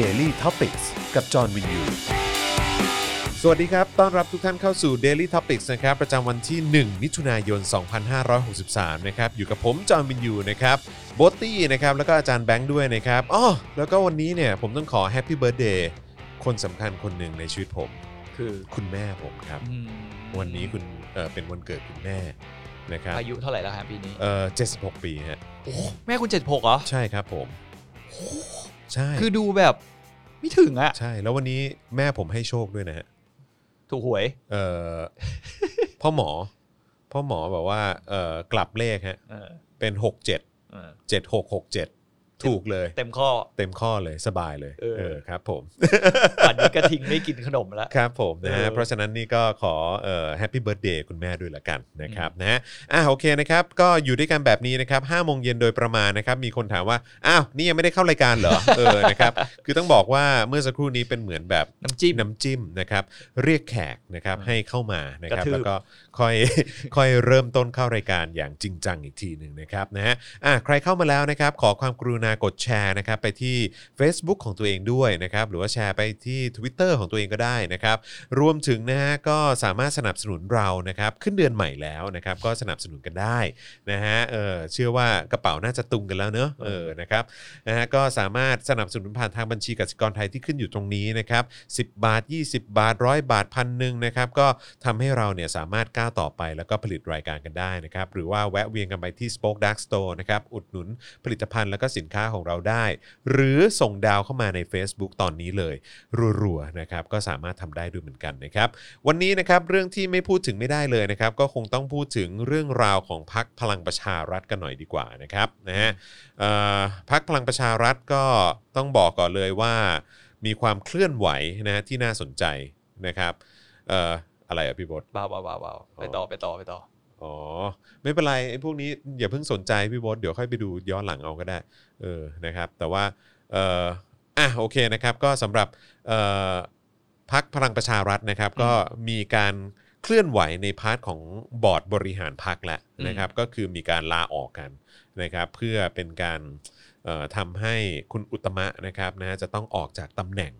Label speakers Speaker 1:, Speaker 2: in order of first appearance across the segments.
Speaker 1: Daily t o p i c กกับจอห์นวินยู สวัสดีครับ ต้อนรับทุกท่านเข้าสู่ Daily Topics นะครับ ประจำวันที่ 1 มิถุนายน 2563 นะครับ อยู่กับผม จอห์นวินยูนะครับโบทตี้นะครับ แล้วก็อาจารย์แบงค์ด้วยนะครับอ๋อแล้วก็วันนี้เนี่ย ผมต้องขอแฮปปี้เบิร์ดเดย์คนสำคัญคนหนึ่งในชีวิตผม
Speaker 2: คือ
Speaker 1: คุณแม่ผมครับ
Speaker 2: อืม
Speaker 1: วันนี้คุณเอ่อเป็นวันเกิดคุณแม่นะครับ
Speaker 2: อายุเท่าไหร่แล้วครับปีนี้
Speaker 1: เอ่อ76 ปีฮะ
Speaker 2: แม่คุณเจ็ดหกเหรอ
Speaker 1: ใช่ครับผม ใช่
Speaker 2: คือดูแบบไม่ถึงอะ
Speaker 1: ใช่แล้ววันนี้แม่ผมให้โชคด้วยนะฮะ
Speaker 2: ถูกหวย
Speaker 1: เอ่อ พ่อหมอ พ่อหมอแบบว่าเอ่อกลับเลขฮะ
Speaker 2: เออ
Speaker 1: เป็น 6 7
Speaker 2: เออ
Speaker 1: 7 6 6 7 ถูกเลย
Speaker 2: เต็มข้ อ
Speaker 1: เต็มข้อเลยสบายเลย
Speaker 2: เออ
Speaker 1: ครับผม
Speaker 2: ป่านนี้กระทิงไม่กินขนมแล้ว
Speaker 1: ครับผมนะฮะ
Speaker 2: เออ
Speaker 1: เพราะฉะนั้นนี่ก็ขอแฮปปี้เบิร์ดเดย์คุณแม่ด้วยละกันนะครับนะฮะอ่ะโอเคนะครับ ก็อยู่ด้วยกันแบบนี้นะครับห้าโมงเย็นโดยประมาณนะครับ มีคนถามว่า อ้าว นี่ยังไม่ได้เข้ารายการเหรอ เออนะครับ คือต้องบอกว่าเมื่อสักครู่นี้เป็นเหมือนแบบ
Speaker 2: น้ำจิ้ม
Speaker 1: น้ำจิ้มนะครับ เรียกแขกนะครับ
Speaker 2: อืม
Speaker 1: ให้เข้ามานะครับ
Speaker 2: กระทืบ
Speaker 1: แล้วก็ค่อย ค่อยเริ่มต้นเข้ารายการอย่างจริงจังอีกทีหนึ่งนะครับนะฮะอ่ะใครเข้ามาแล้วนะครับ ขอความกรุณากดแชร์นะครับ ไปที่ Facebook ของตัวเองด้วยนะครับ หรือว่าแชร์ไปที่ Twitter ของตัวเองก็ได้นะครับ รวมถึงนะฮะก็สามารถสนับสนุนเรานะครับ ขึ้นเดือนใหม่แล้วนะครับ ก็สนับสนุนกันได้นะฮะเออเชื่อว่ากระเป๋าน่าจะตุงกันแล้วเนอะเออนะครับนะฮะก็สามารถสนับสนุนผ่านทางบัญชีกสิกรไทยที่ขึ้นอยู่ตรงนี้นะครับ 10 บาท 20 บาทร้อยบาทพันหนึ่งนะครับก็ทำให้เราเนี่ยสามารถก้าวต่อไปแล้วก็ผลิตรายการกันได้นะครับ หรือว่าแวะเวียนกันไปที่ Spoke Dark Store นะครับอุดหนุนผลิตภัณฑ์แล้วก็สินค้าของเราได้ หรือส่งดาวเข้ามาใน Facebook ตอนนี้เลย รัวๆนะครับก็สามารถทำได้ด้วยเหมือนกันนะครับ วันนี้นะครับเรื่องที่ไม่พูดถึงไม่ได้เลยนะครับ ก็คงต้องพูดถึงเรื่องราวของพักพลังประชารัฐกันหน่อยดีกว่านะครับนะฮะเอ่อพักพลังประชารัฐก็ต้องบอกก่อนเลยว่า มีความเคลื่อนไหวนะฮะที่น่าสนใจนะครับเอ่ออะไรอ่ะพี่บด
Speaker 2: เบาเบาเบาเบาไปต่อไปต่อไปต่อ
Speaker 1: อ๋อ ไม่เป็นไรไอ้พวกนี้อย่าเพิ่งสนใจพี่โบอสเดี๋ยวค่อยไปดูย้อนหลังเอาก็ได้เออนะครับ แต่ว่าเอ่ออ่ะโอเคนะครับ ก็สำหรับเอ่อพักพลังประชารัฐนะครับ ก็มีการเคลื่อนไหวในพาร์ทของบอร์ดบริหารพักแหละ
Speaker 2: อืม
Speaker 1: นะครับ ก็คือมีการลาออกกันนะครับ เพื่อเป็นการเอ่อทำให้คุณอุตตมะนะครับนะจะต้องออกจากตำแหน่ง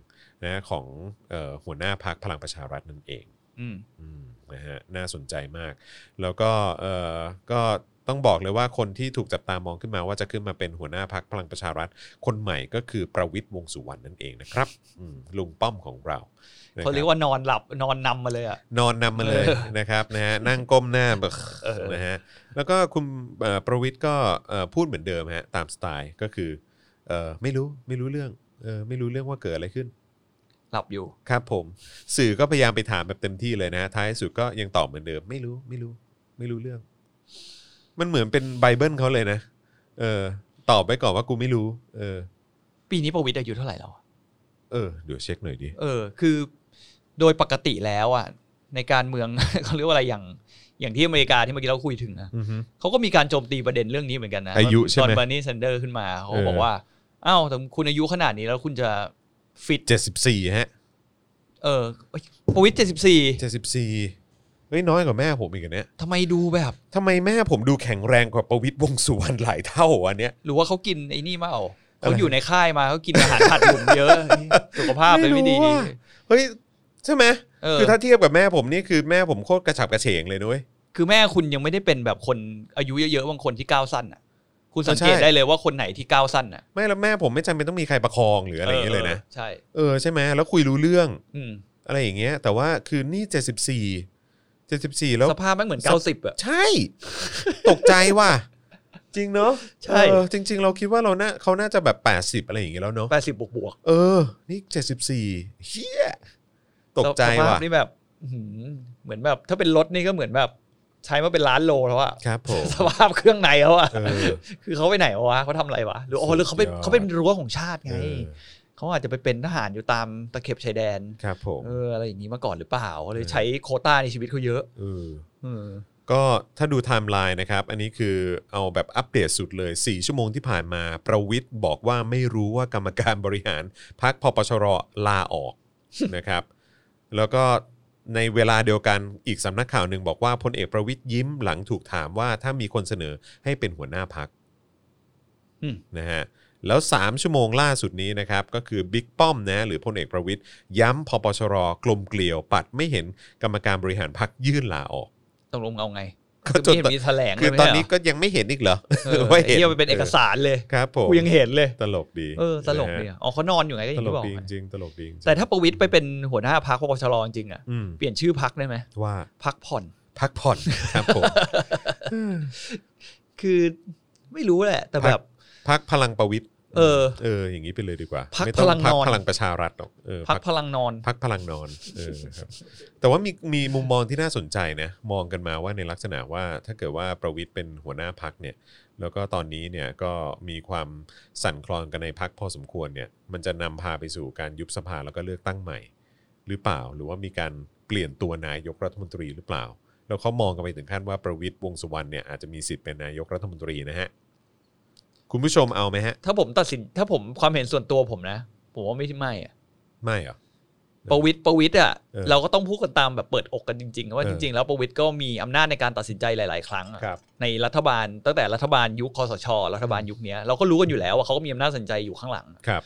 Speaker 1: นะของเอ่อหัวหน้าพักพลังประชารัฐนั่นเอง
Speaker 2: อืม
Speaker 1: อืมนะฮะน่าสนใจมาก แล้วก็เออก็ต้องบอกเลยว่าคนที่ถูกจับตามองขึ้นมาว่าจะขึ้นมาเป็นหัวหน้าพักพลังประชารัฐ คนใหม่ก็คือประวิทย์วงษ์สุวรรณนั่นเองนะครับอืมลุงป้อมของเรานะค
Speaker 2: เขา
Speaker 1: บ
Speaker 2: เรียกว่านอนหลับนอนนำมาเลยอะ
Speaker 1: นอนนำมา เลย
Speaker 2: เออ
Speaker 1: นะครับนะฮะนั่งก้มหน้าแบบ
Speaker 2: เออ
Speaker 1: นะฮะแล้วก็คุณเอ่อประวิทย์ก็เอ่อพูดเหมือนเดิมฮะตามสไตล์ก็คือเอ่อไม่รู้ไม่รู้เรื่องเออไม่รู้เรื่องว่าเกิดอะไรขึ้น
Speaker 2: หลับอยู่
Speaker 1: ครับผมสื่อก็พยายามไปถามแบบเต็มที่เลยนะท้ายสุดก็ยังตอบเหมือนเดิม ไม่รู้ไม่รู้ ไม่รู้เรื่อง มันเหมือนเป็นไบเบิลเขาเลยนะเออ ตอบไปก่อนว่ากูไม่รู้ เออ
Speaker 2: ปีนี้ประวิตรอายุเท่าไหร่แล้วอะ
Speaker 1: เออเดี๋ยวเช็คหน่อยดิ
Speaker 2: เออ คือ โดยปกติแล้วอะในการเมือง เขาเรียกว่าอะไรอย่าง อย่างที่อเมริกาที่เมื่อกี้เราคุยถึงนะ
Speaker 1: อือฮึ
Speaker 2: เขาก็มีการโจมตีประเด็นเรื่องนี้เหมือนกันนะ
Speaker 1: อายุใช่ไหม
Speaker 2: ตอนบาร์นี่แซนเดอร์ขึ้นมาเขาก็
Speaker 1: เออ
Speaker 2: บอกว่าอ้าวแต่คุณอายุขนาดนี้แล้วคุณจะฟิต
Speaker 1: เจ็ดสิบสี่ฮะ
Speaker 2: เออเอ้ยประวิตรเจ็ดสิบสี่
Speaker 1: เจ็ดสิบสี่เฮ้ยน้อยกว่าแม่ผมอีกอะเนี่ย
Speaker 2: ทำไมดูแบบ
Speaker 1: ทำไมแม่ผมดูแข็งแรงกว่าประวิทย์วงษ์สุวรรณหลายเท่าอันเนี้ย
Speaker 2: หรือว่าเขากินไอ้นี่มาเอา
Speaker 1: อะไร
Speaker 2: เขาอยู่ในค่ายมาเขากินอาหารผัดหลุมเยอะสุขภาพเลยไม่ดี
Speaker 1: รู้อะเฮ้ยใช่ไหม
Speaker 2: เออ
Speaker 1: คือถ้าเทียบกับแม่ผมนี่คือแม่ผมโคตรกระฉับกระเฉงเลยนุ้ย
Speaker 2: คือแม่คุณยังไม่ได้เป็นแบบคนอายุเยอะๆบางคนที่ก้าวสั้นอ่ะ คุณสังเกต
Speaker 1: ใช่
Speaker 2: ได้เลยว่าคนไหนที่ก้าวสั้นอ่ะ
Speaker 1: ไม่แล้วแม่ผมไม่จำเป็นต้องมีใครประคองหรืออะไรอย่างเงี้ยเลยนะ
Speaker 2: ออใช่
Speaker 1: เออใช่ไหมแล้วคุยรู้เรื่อง
Speaker 2: อืม
Speaker 1: อะไรอย่างเงี้ย แต่ว่าคือนี่ 74 74 แล้ว
Speaker 2: สภาพไม่เหมือนเก้าสิบอ่ะ
Speaker 1: ใช่ ตกใจว่ะ จริงเนาะ
Speaker 2: ใช่
Speaker 1: เออจริง ๆ เราคิดว่าเราน่าเขาน่าจะแบบ 80 อะไรอย่างเงี้ยแล้วเนาะ
Speaker 2: แปดสิบบวกบวก
Speaker 1: เออ นี่ 74เฮียตกใจ
Speaker 2: สภา
Speaker 1: ว่ะ
Speaker 2: พนี่แบบอื้อหือเหมือนแบบ ถ้าเป็นรถนี่ก็เหมือนแบบ ใช้มาเป็นล้านโลแล้วอ่ะ
Speaker 1: ครับผม
Speaker 2: สภาพเครื่องในเขาอ่ะ
Speaker 1: เออ
Speaker 2: คือเขาไปไหนวะเขาทำอะไรวะหรืออ๋อหรือเขาเป็น
Speaker 1: สุดยอด
Speaker 2: เขาเป็นรั้วของชาติ
Speaker 1: เอ
Speaker 2: ไง
Speaker 1: อ
Speaker 2: เขาอาจจะไปเป็นทหารอยู่ตามตะเข็บชายแดน
Speaker 1: ครับผม
Speaker 2: เอออะไรอย่างนี้มาก่อนหรือเปล่าเขาเลยใช้โควต้าในชีวิตเขาเยอะ
Speaker 1: เออ
Speaker 2: เออ
Speaker 1: ก็ถ้าดูไทม์ไลน์นะครับ อันนี้คือเอาแบบอัปเดตสุดเลย 4 ชั่วโมงที่ผ่านมา ประวิทย์บอกว่าไม่รู้ว่ากรรมการบริหารพักพปชรลาออก นะครับ แล้วก็ในเวลาเดียวกันอีกสำนักข่าวหนึ่งบอกว่าพลเอกประวิทย์ยิ้มหลังถูกถามว่าถ้ามีคนเสนอให้เป็นหัวหน้าพัก
Speaker 2: อืม
Speaker 1: นะฮะ แล้ว 3 ชั่วโมงล่าสุดนี้นะครับก็คือบิ๊กป้อมนะหรือพลเอกประวิทย์ย้ำพปชรกลมเกลียวปัดไม่เห็นกรรมการบริหารพักยื่นลาออก
Speaker 2: ตกลงเอาไง
Speaker 1: ก็
Speaker 2: คือ
Speaker 1: จน
Speaker 2: ไม่เห็นมีแถลง
Speaker 1: คือ
Speaker 2: เลย
Speaker 1: ตอ
Speaker 2: ไม่
Speaker 1: น
Speaker 2: ใช่เหร
Speaker 1: นี้ก็ยัง ไม่เห็นอีกเหรอ
Speaker 2: เออ
Speaker 1: ว่า
Speaker 2: ไอ้เฮียมันเป็นเอกสารเลย
Speaker 1: ครับผม
Speaker 2: กูยังเห็นเลย
Speaker 1: ตลกดี
Speaker 2: เออตลกดี
Speaker 1: นะฮะ
Speaker 2: อ่ะอ๋อเขานอนอยู่ไงก็อ
Speaker 1: ต
Speaker 2: ย่าง
Speaker 1: ล
Speaker 2: ที่
Speaker 1: ก
Speaker 2: บอก
Speaker 1: ดีจ
Speaker 2: อะ
Speaker 1: ริงๆตลกดีจริงๆ
Speaker 2: แต่ถ้าประวิทย์ไปเป็นหัวหน้าพักพปชรจริงๆอ่ะ
Speaker 1: อืม
Speaker 2: เปลี่ยนชื่อพักได้ไหม
Speaker 1: ว่า
Speaker 2: พักผ่อน
Speaker 1: พักผ่อนครับ ผม
Speaker 2: คือไม่รู้แหละ แต่แบบ
Speaker 1: พักพลังประวิทย์
Speaker 2: เออ
Speaker 1: เออ อย่างนี้ไปเลยดีกว่า
Speaker 2: พรรค
Speaker 1: ไม่ต้อง
Speaker 2: พลัง
Speaker 1: พั
Speaker 2: นอน
Speaker 1: พลังประชารัฐหรอกเออ
Speaker 2: พั
Speaker 1: พั
Speaker 2: ก
Speaker 1: ก
Speaker 2: พลังนอน
Speaker 1: พักพลังนอนเออครับแต่ว่ามีมีมุมมองที่น่าสนใจนะมองกันมาว่าในลักษณะว่าถ้าเกิดว่าประวิทย์เป็นหัวหน้าพักเนี่ย แล้วก็ตอนนี้เนี่ยก็มีความสั่นคลอนกันในพักพอสมควรเนี่ย มันจะนำพาไปสู่การยุบสภาแล้วก็เลือกตั้งใหม่ หรือเปล่าหรือว่ามีการเปลี่ยนตัวนายกรัฐมนตรีหรือเปล่า แล้วเขามองกันไปถึงขั้นว่าประวิทย์วงษ์สุวรรณเนี่ยอาจจะมีสิทธิ์เป็นนายกรัฐมนตรีนะฮะคุณผู้ชมเอาไหมฮะ
Speaker 2: ถ้าผมตัดสินถ้าผมความเห็นส่วนตัวผมนะ ผมว่าไม่ใช่ไม่อ่ะ
Speaker 1: ไม่เหรอ
Speaker 2: ประวิทย์ประวิทย์อ่ะ
Speaker 1: เออ
Speaker 2: เราก็ต้องพูดกันตามแบบเปิดอกกันจริงๆว่า
Speaker 1: เออ
Speaker 2: จริง ๆ แล้วประวิทย์ก็มีอำนาจในการตัดสินใจหลาย ๆ ครั้งอะ
Speaker 1: ครับ
Speaker 2: ในรัฐบาลตั้งแต่รัฐบาลยุคคอสช รัฐบาลยุคเนี้ยเราก็รู้กันอยู่แล้วว่าเขาก็มีอำนาจตัดสินใจอยู่ข้างหลัง
Speaker 1: ครับ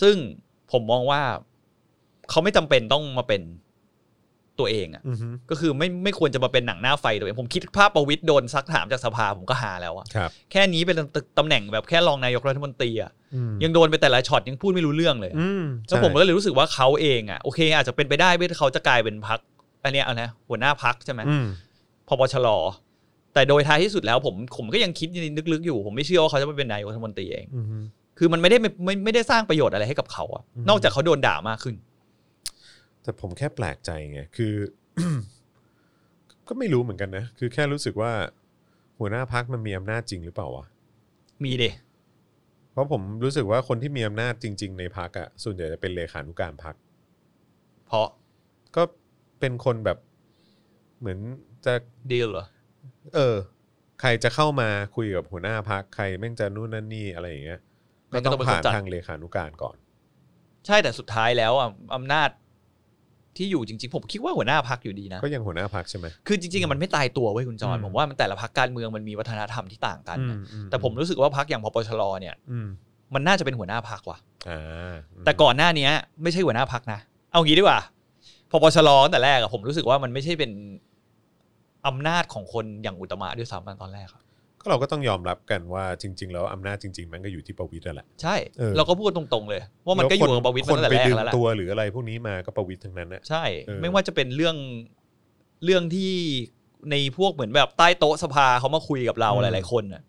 Speaker 2: ซึ่งผมมองว่าเขาไม่จำเป็นต้องมาเป็นตัวเองอ่ะ
Speaker 1: อือฮึ
Speaker 2: ก็คือไม่ไม่ควรจะมาเป็นหนังหน้าไฟตัวเองผมคิดภาพประวิทย์โดนซักถามจากสภาผมก็หาแล้วอะ
Speaker 1: ครับ
Speaker 2: แค่นี้เป็นตำตำแหน่งแบบแค่รองนายกรัฐมนตรีอะ
Speaker 1: ยั
Speaker 2: ยังงโดนไปแต่ละช็อตยังพูดไม่รู้เรื่องเลย
Speaker 1: อืม
Speaker 2: แล้ว
Speaker 1: ใช่
Speaker 2: ผมก็เลยรู้สึกว่าเขาเองอะโอเค อาจจะเป็นไปได้ที่เขาจะกลายเป็นพักอันเนี้ยเอานะหัวหน้าพักใช่ไหม
Speaker 1: อืม
Speaker 2: พปชรแต่โดยท้ายที่สุดแล้วผมผมก็ยังคิดลึกๆอยู่ ผมไม่เชื่อว่าเขาจะไปเป็นนายกรัฐมนตรีเอง
Speaker 1: อืม
Speaker 2: คือมันไม่ได้ไม่ไม่ไม่ได้สร้างประโยชน์อะไรให้กับเขาอะ
Speaker 1: อืม
Speaker 2: นอกจากเขาโดนด่ามากขึ้น
Speaker 1: แต่ผมแค่แปลกใจไง คือ ก็ไม่รู้เหมือนกันนะ คือแค่รู้สึกว่า หัวหน้าพักมันมีอำนาจจริงหรือเปล่าวะ
Speaker 2: มีเด
Speaker 1: เพราะผมรู้สึกว่าคนที่มีอำนาจจริง ๆ ในพักอะส่วนใหญ่จะเป็นเลขานุการพัก
Speaker 2: เพราะ
Speaker 1: ก็เป็นคนแบบ เหมือนจะ
Speaker 2: ดีลเหรอ
Speaker 1: เออ ใครจะเข้ามาคุยกับหัวหน้าพัก ใครแม่งจะนู่นนั่นนี่อะไรอย่างเงี้ย ก็ต้อง
Speaker 2: เป็นค
Speaker 1: ผ่าน
Speaker 2: จัด
Speaker 1: ทางเลขานุการก่อน
Speaker 2: ใช่แต่สุดท้ายแล้วอ่ะอำนาจที่อยู่จริงๆ ผมคิดว่าหัวหน้าพักอยู่ดีนะ
Speaker 1: ก็ยังหัวหน้าพักใช่ไหม
Speaker 2: คือจริงๆอะมันไม่ตายตัวเว้ยคุณจอน
Speaker 1: อืม
Speaker 2: ผมว่ามันแต่ละพักการเมืองมันมีวัฒนธรรมที่ต่างกัน
Speaker 1: อื
Speaker 2: นะ
Speaker 1: อื
Speaker 2: แต่ผมรู้สึกว่าพักอย่างพปชรเนี่ย
Speaker 1: อืม
Speaker 2: มันน่าจะเป็นหัวหน้าพักว่ะ
Speaker 1: อ่า
Speaker 2: แต่ก่อนหน้าเนี้ย ไม่ใช่หัวหน้าพักนะ เอางี้ดีกว่าพปชรตั้งแต่แรกอะผมรู้สึกว่ามันไม่ใช่เป็นอำนาจของคนอย่างอุตตมะด้วยซ้ำตอนแรกอะ
Speaker 1: ก็เราก็ต้องยอมรับกันว่าจริง ๆ แล้วอำนาจจริง ๆ มันก็อยู่ที่ประวิตรนั่นแหละ
Speaker 2: ใช่
Speaker 1: เออ
Speaker 2: เราก็พูดตรงๆเลย ว่ามันก็อยู่กับประวิตรมา
Speaker 1: ค
Speaker 2: ตั้
Speaker 1: น
Speaker 2: งแต่
Speaker 1: ไป
Speaker 2: แรก
Speaker 1: ดึง
Speaker 2: แล้วแหละ
Speaker 1: ตัวหรืออะไรพวกนี้มาก็ประวิตรทั้งนั้นนะ
Speaker 2: ใช่
Speaker 1: เออ
Speaker 2: ไม่ว่าจะเป็นเรื่องเรื่องที่ในพวกเหมือนแบบใต้โต๊ะสภาเขามาคุยกับเราหลาย ๆ คนน่ะ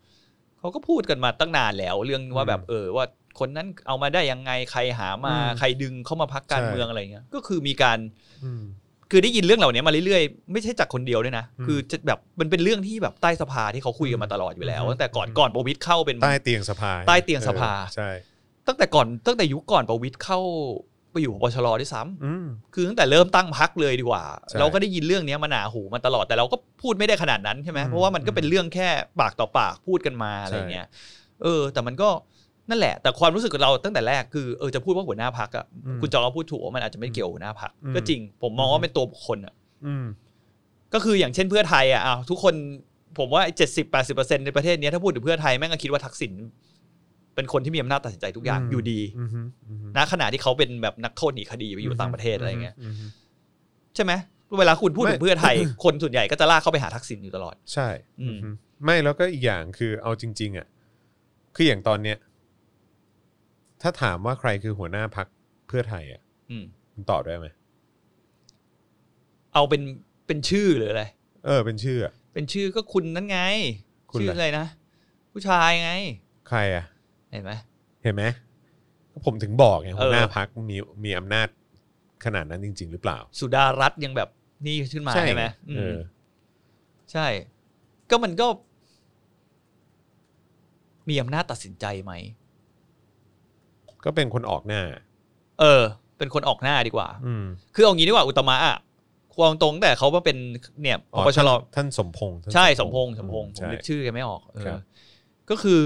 Speaker 2: เขาก็พูดกันมาตั้งนานแล้ว เรื่องว่าแบบเออว่าคนนั้นเอามาได้ยังไงใครหามาใครดึงเข้ามาพักการเมืองอะไรเงี้ยก็คือมีการ
Speaker 1: อืม
Speaker 2: คือได้ยินเรื่องเหล่านี้มาเรื่อยๆ ไม่ใช่จากคนเดียวด้วยนะ
Speaker 1: อืม
Speaker 2: คือจะแบบมันเป็นเรื่องที่แบบใต้สภาที่เขาคุยกันมาตลอดอยู่แล้ว
Speaker 1: อืม
Speaker 2: ตั้งแต่ก่อนก่อนประวิตยเข้าเป็น
Speaker 1: ใต้เตียงสภา
Speaker 2: ใต้เตียงสภา
Speaker 1: เออใช่
Speaker 2: ตั้งแต่ก่อนตั้งแต่ยุคก่อนประวิตยเข้าไปอยู่ปชรด้วยซ้ำ
Speaker 1: อืม
Speaker 2: คือตั้งแต่เริ่มตั้งพักเลยดีกว่า
Speaker 1: ใช่
Speaker 2: เราก็ได้ยินเรื่องเนี้ยมาหนาหูมาตลอดแต่เราก็พูดไม่ได้ขนาดนั้นใช่ไหม
Speaker 1: อืม
Speaker 2: เพราะว่ามันก็เป็นเรื่องแค่ปากต่อปากพูดกันมาอะไรเงี้ยเออ แต่มันก็นั่นแหละ แต่ความรู้สึกของเราตั้งแต่แรกคือเออจะพูดว่าหัวหน้าพักอ่ะ
Speaker 1: อืม
Speaker 2: คุณจอก็พูดถูกว่ามันอาจจะไม่เกี่ยวกับหัวหน้าพัก
Speaker 1: อืม
Speaker 2: ก็จริงผมมองว่าเป็นตัวบุคคลอ่ะ
Speaker 1: อืม
Speaker 2: ก็คืออย่างเช่นเพื่อไทยอ่ะอ้าวทุกคนผมว่าเจ็ดสิบแปดสิบเปอร์เซ็นต์ในประเทศเนี้ยถ้าพูดถึงเพื่อไทยแม่งก็คิดว่าทักษิณเป็นคนที่มีอำนาจตัดสินใจทุกอย่าง
Speaker 1: อืม
Speaker 2: อยู่ดี
Speaker 1: อืมอืม
Speaker 2: ณขณะที่เขาเป็นแบบนักโทษหนีคดีไปอยู่ต่างประเทศอะไรเงี้ย
Speaker 1: มอืม
Speaker 2: ใช่ไหมเวลาคุณพูด
Speaker 1: ไม่
Speaker 2: ถึงเพื่อไทย คนส่วนใหญ่ก็จะลากเข้าไปหาทักษิณอยู่ตลอด
Speaker 1: ใช่
Speaker 2: อืม
Speaker 1: อืมไม่แล้วก็อีกอย่างคือเอาจริง ๆ อ่ะ คืออย่างตอนเนี้ย ถ้าถามว่าใครคือหัวหน้าพักเพื่อไทยอ่ะ
Speaker 2: อืม
Speaker 1: คุณตอบได้ไหม
Speaker 2: เอาเป็นเป็นชื่อหรืออะไร
Speaker 1: เออ เป็นชื่ออะ
Speaker 2: เป็นชื่อก็คุณนั่นไง
Speaker 1: คุณอะไร
Speaker 2: ชื่ออะไรนะ ผู้ชายไง
Speaker 1: ใครอ่ะ
Speaker 2: เห็นไหม
Speaker 1: เห็นไหมผมถึงบอกไง
Speaker 2: เออ
Speaker 1: หัวหน้าพักมีมีอำนาจขนาดนั้นจริง ๆ หรือเปล่า
Speaker 2: สุดารัตน์ยังแบบนี่ขึ้นมาใช่ไหมอืม
Speaker 1: เออ
Speaker 2: ใช่ ก็มันก็ มีอำนาจตัดสินใจไหม
Speaker 1: ก็เป็นคนออกหน้า
Speaker 2: เออ เป็นคนออกหน้าดีกว่า
Speaker 1: อืม
Speaker 2: คือเอางี้ดีกว่าอุตตมะอะความตรงแต่เขามาเป็นเนี่ยป
Speaker 1: อ๋อ
Speaker 2: ปชร
Speaker 1: ท่านสมพงษ์ท่าน
Speaker 2: ใช่สมพงษ์สมพงษ์ผม
Speaker 1: ใช่
Speaker 2: นึกชื่อแกไม่ออกเออ
Speaker 1: ครับ
Speaker 2: ก็คือ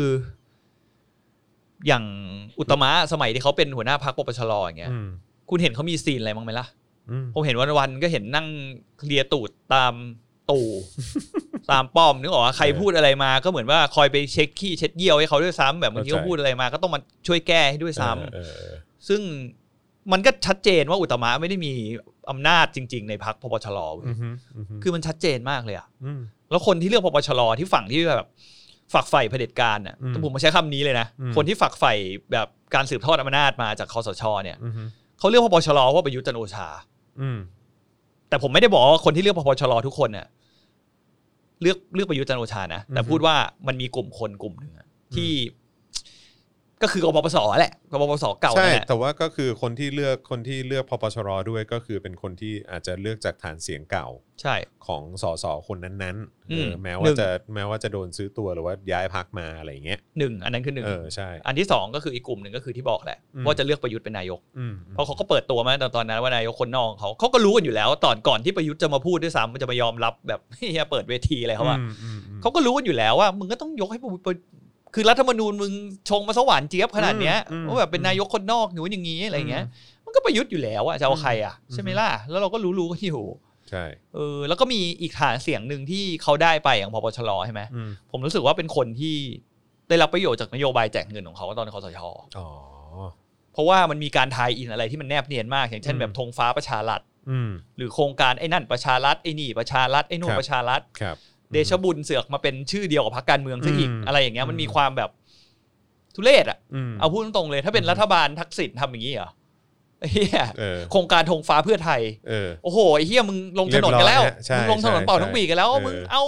Speaker 2: อย่างอุตตมะสมัยที่เขาเป็นหัวหน้าพักปปชรอย่างเงี้ย
Speaker 1: อืม
Speaker 2: คุณเห็นเขามีซีนอะไรบ้างไหมล่ะ
Speaker 1: อืม
Speaker 2: ผมเห็นวันวันๆก็เห็นนั่งเคลียร์ตูดตามตู่ ตามป้อมนึกออกว่าใคร
Speaker 1: เออ
Speaker 2: พูดอะไรมาก็เหมือนว่าคอยไปเช็คขี้เช็ดเยี่ยวให้เขาด้วยซ้ำแบบบางที
Speaker 1: เข้าใจ
Speaker 2: เขาพูดอะไรมาก็ต้องมาช่วยแก้ให้ด้วยซ้ำ
Speaker 1: เออเออ
Speaker 2: ซึ่งมันก็ชัดเจนว่าอุตตมะไม่ได้มีอำนาจจริง ๆ ในพักพปชรเว้ย
Speaker 1: อือฮึอือฮึ
Speaker 2: คือมันชัดเจนมากเลยอะ
Speaker 1: ม
Speaker 2: แล้วคนที่เลือกปปชรที่ฝั่งที่แบบฝักใฝ่เผด็จการน่ะ
Speaker 1: อืม
Speaker 2: แต่ผมมาใช้คำนี้เลยนะ
Speaker 1: อืม
Speaker 2: คนที่ฝักใฝ่แบบการสืบทอดอำนาจมาจากคอสชเนี่ย
Speaker 1: อือฮึ
Speaker 2: เขาเลือกปปชรว่าประยุทธ์จันทร์โอชา
Speaker 1: อืม
Speaker 2: แต่ผมไม่ได้บอกว่าคนที่เลือกปปชรทุกคนเนี่ยเลือกเลือกประยุทธ์จันทร์โอชานะแต่พูดว่ามันมีกลุ่มคนกลุ่มหนึ่งอะที่ ก็คือกปปสแหละกปปสเก่า
Speaker 1: ใช่
Speaker 2: นั่นแหละ
Speaker 1: แต่ว่าก็คือคนที่เลือกคนที่เลือกพปชรด้วยก็คือเป็นคนที่อาจจะเลือกจากฐานเสียงเก่า
Speaker 2: ใช่
Speaker 1: ของสสคนนั้นๆเอออ
Speaker 2: ม
Speaker 1: แม้
Speaker 2: หนึ่
Speaker 1: ว่าง จะแม้ว่าจะโดนซื้อตัวหรือว่าย้ายพักมาอะไรอย่างเงี้ย
Speaker 2: หนึ่งอันนั้นคือหนึ่ง
Speaker 1: เออใช่
Speaker 2: อันที่สองก็คืออีกกลุ่มหนึ่งก็คือที่บอกแหละ
Speaker 1: อืม
Speaker 2: ว่าจะเลือกประยุทธ์เป็นนายก
Speaker 1: อืมอืม
Speaker 2: เพราะเขาก็เปิดตัวมาตั้งแต่ตอนนั้นว่านายกคนนอกของเขาเขาก็รู้กันอยู่แล้ว ตอนก่อนที่ประยุทธ์จะมาพูดด้วยซ้ำมันจะมายอมรับแบบ เฮียเปิดเวทีอะไรเขาว่า
Speaker 1: อืมอืมอืม
Speaker 2: เขาก็รู้กันอยู่แล้วว่ามึงก็ต้องยกให้ประยุทธ์ประคือรัฐธรรมนูญมึงชงมาสวรรค์เจี๊ยบขนาดเนี้ย
Speaker 1: อืมอืม
Speaker 2: ว่าแบบเป็นนายกคนนอกหนูอย่างนี้อะไรเงี้ย มันก็ประยุทธ์อยู่แล้วอะจะเอาใครอะ
Speaker 1: อืม
Speaker 2: ใช่ไหมล่ะแล้วเราก็รู้รู้ๆกันอยู่
Speaker 1: ใช่
Speaker 2: เออแล้วก็มีอีกฐานเสียงหนึ่งที่เขาได้ไปอย่างพปชรใช่ไหม
Speaker 1: อืม
Speaker 2: ผมรู้สึกว่าเป็นคนที่ได้รับประโยชน์จากนโยบายแจกเงินของเขาตอนคสช
Speaker 1: อ๋อ
Speaker 2: เพราะว่ามันมีการทายอินอะไรที่มันแนบเนียนมาก อย่างเช่น
Speaker 1: อืม
Speaker 2: แบบธงฟ้าประชารัฐ
Speaker 1: อืม
Speaker 2: หรือโครงการไอ้นั่นประชารัฐไอ้นี่ประชารัฐไอ้นู่
Speaker 1: คน รับ
Speaker 2: ประชารัฐ
Speaker 1: ครับ
Speaker 2: เดชบุญเสือกมาเป็นชื่อเดียวกับพรรคการเมืองซะอีก
Speaker 1: อืม
Speaker 2: อะไรอย่างเงี้ยมันมี
Speaker 1: อืม
Speaker 2: ความแบบทุเรศอ่ะ
Speaker 1: ม
Speaker 2: เอาพูดตรงๆเลยถ้าเป็นรัฐบาลทักษิณทำอย่างนี้เหรอไอ้เฮีย
Speaker 1: เออ
Speaker 2: โครงการธงฟ้าเพื่อไทย
Speaker 1: เออ
Speaker 2: โอ้โหไอ้เฮียมึงลงถนนกันแล้ว
Speaker 1: เรียบร้อยฮะใช่
Speaker 2: มึงลงถนนเป่า
Speaker 1: ใช่
Speaker 2: ทั้งปีกันแล้ว
Speaker 1: เออ
Speaker 2: มึงเอา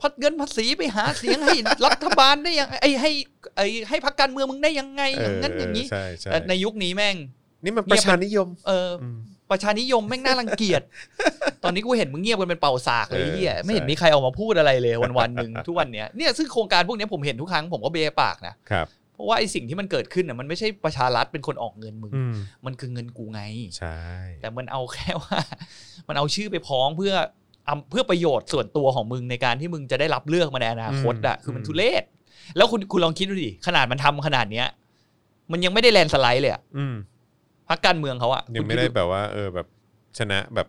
Speaker 2: พัดเงินภาษีไปหาเสียงให้ รัฐบาลได้ยังไอ้ให้ไอ้ให้พรรคการเมืองมึงได้ยังไงอย่างนั้นอย่างนี้
Speaker 1: เใช่ใช่
Speaker 2: แต่ในยุคนี้แม่ง
Speaker 1: นี่มันประชานิยม
Speaker 2: เออ
Speaker 1: อืม
Speaker 2: ประชานิยมแม่งน่ารังเกียจ ตอนนี้กูเห็นมึงเงียบกันเป็นเป่าสากเลย
Speaker 1: เออ
Speaker 2: ไอ้เฮียไม่เห็น
Speaker 1: ใช่
Speaker 2: มีใครออกมาพูดอะไรเลยวันวันๆหนึ่งทุกวันเนี้ยเนี่ยซึ่งโครงการพวกเนี้ยผมเห็นทุกครั้งผมก็เบะปากนะครับ เพราะว่าไอ้สิ่งที่มันเกิดขึ้นน่ะมันไม่ใช่ประชารัฐเป็นคนออกเงินมึง
Speaker 1: อืม
Speaker 2: มันคือเงินกูไง
Speaker 1: ใช่
Speaker 2: แต่มันเอาแค่ว่า มันเอาชื่อไปพ้องเพื่ออำเพื่อประโยชน์ส่วนตัวของมึงในการที่มึงจะได้รับเลือกมาในอนาคตอ่ะคือมันทุเรศแล้วคุณคุณลองคิดดูดิขนาดมันทำขนาดเนี้ย มันยังไม่ได้แลนด์สไลด์เลยอะ
Speaker 1: อืม
Speaker 2: พรรคการเมืองเขาอะ
Speaker 1: ยังไม่ได้แบบว่า เออแบบชนะแบบ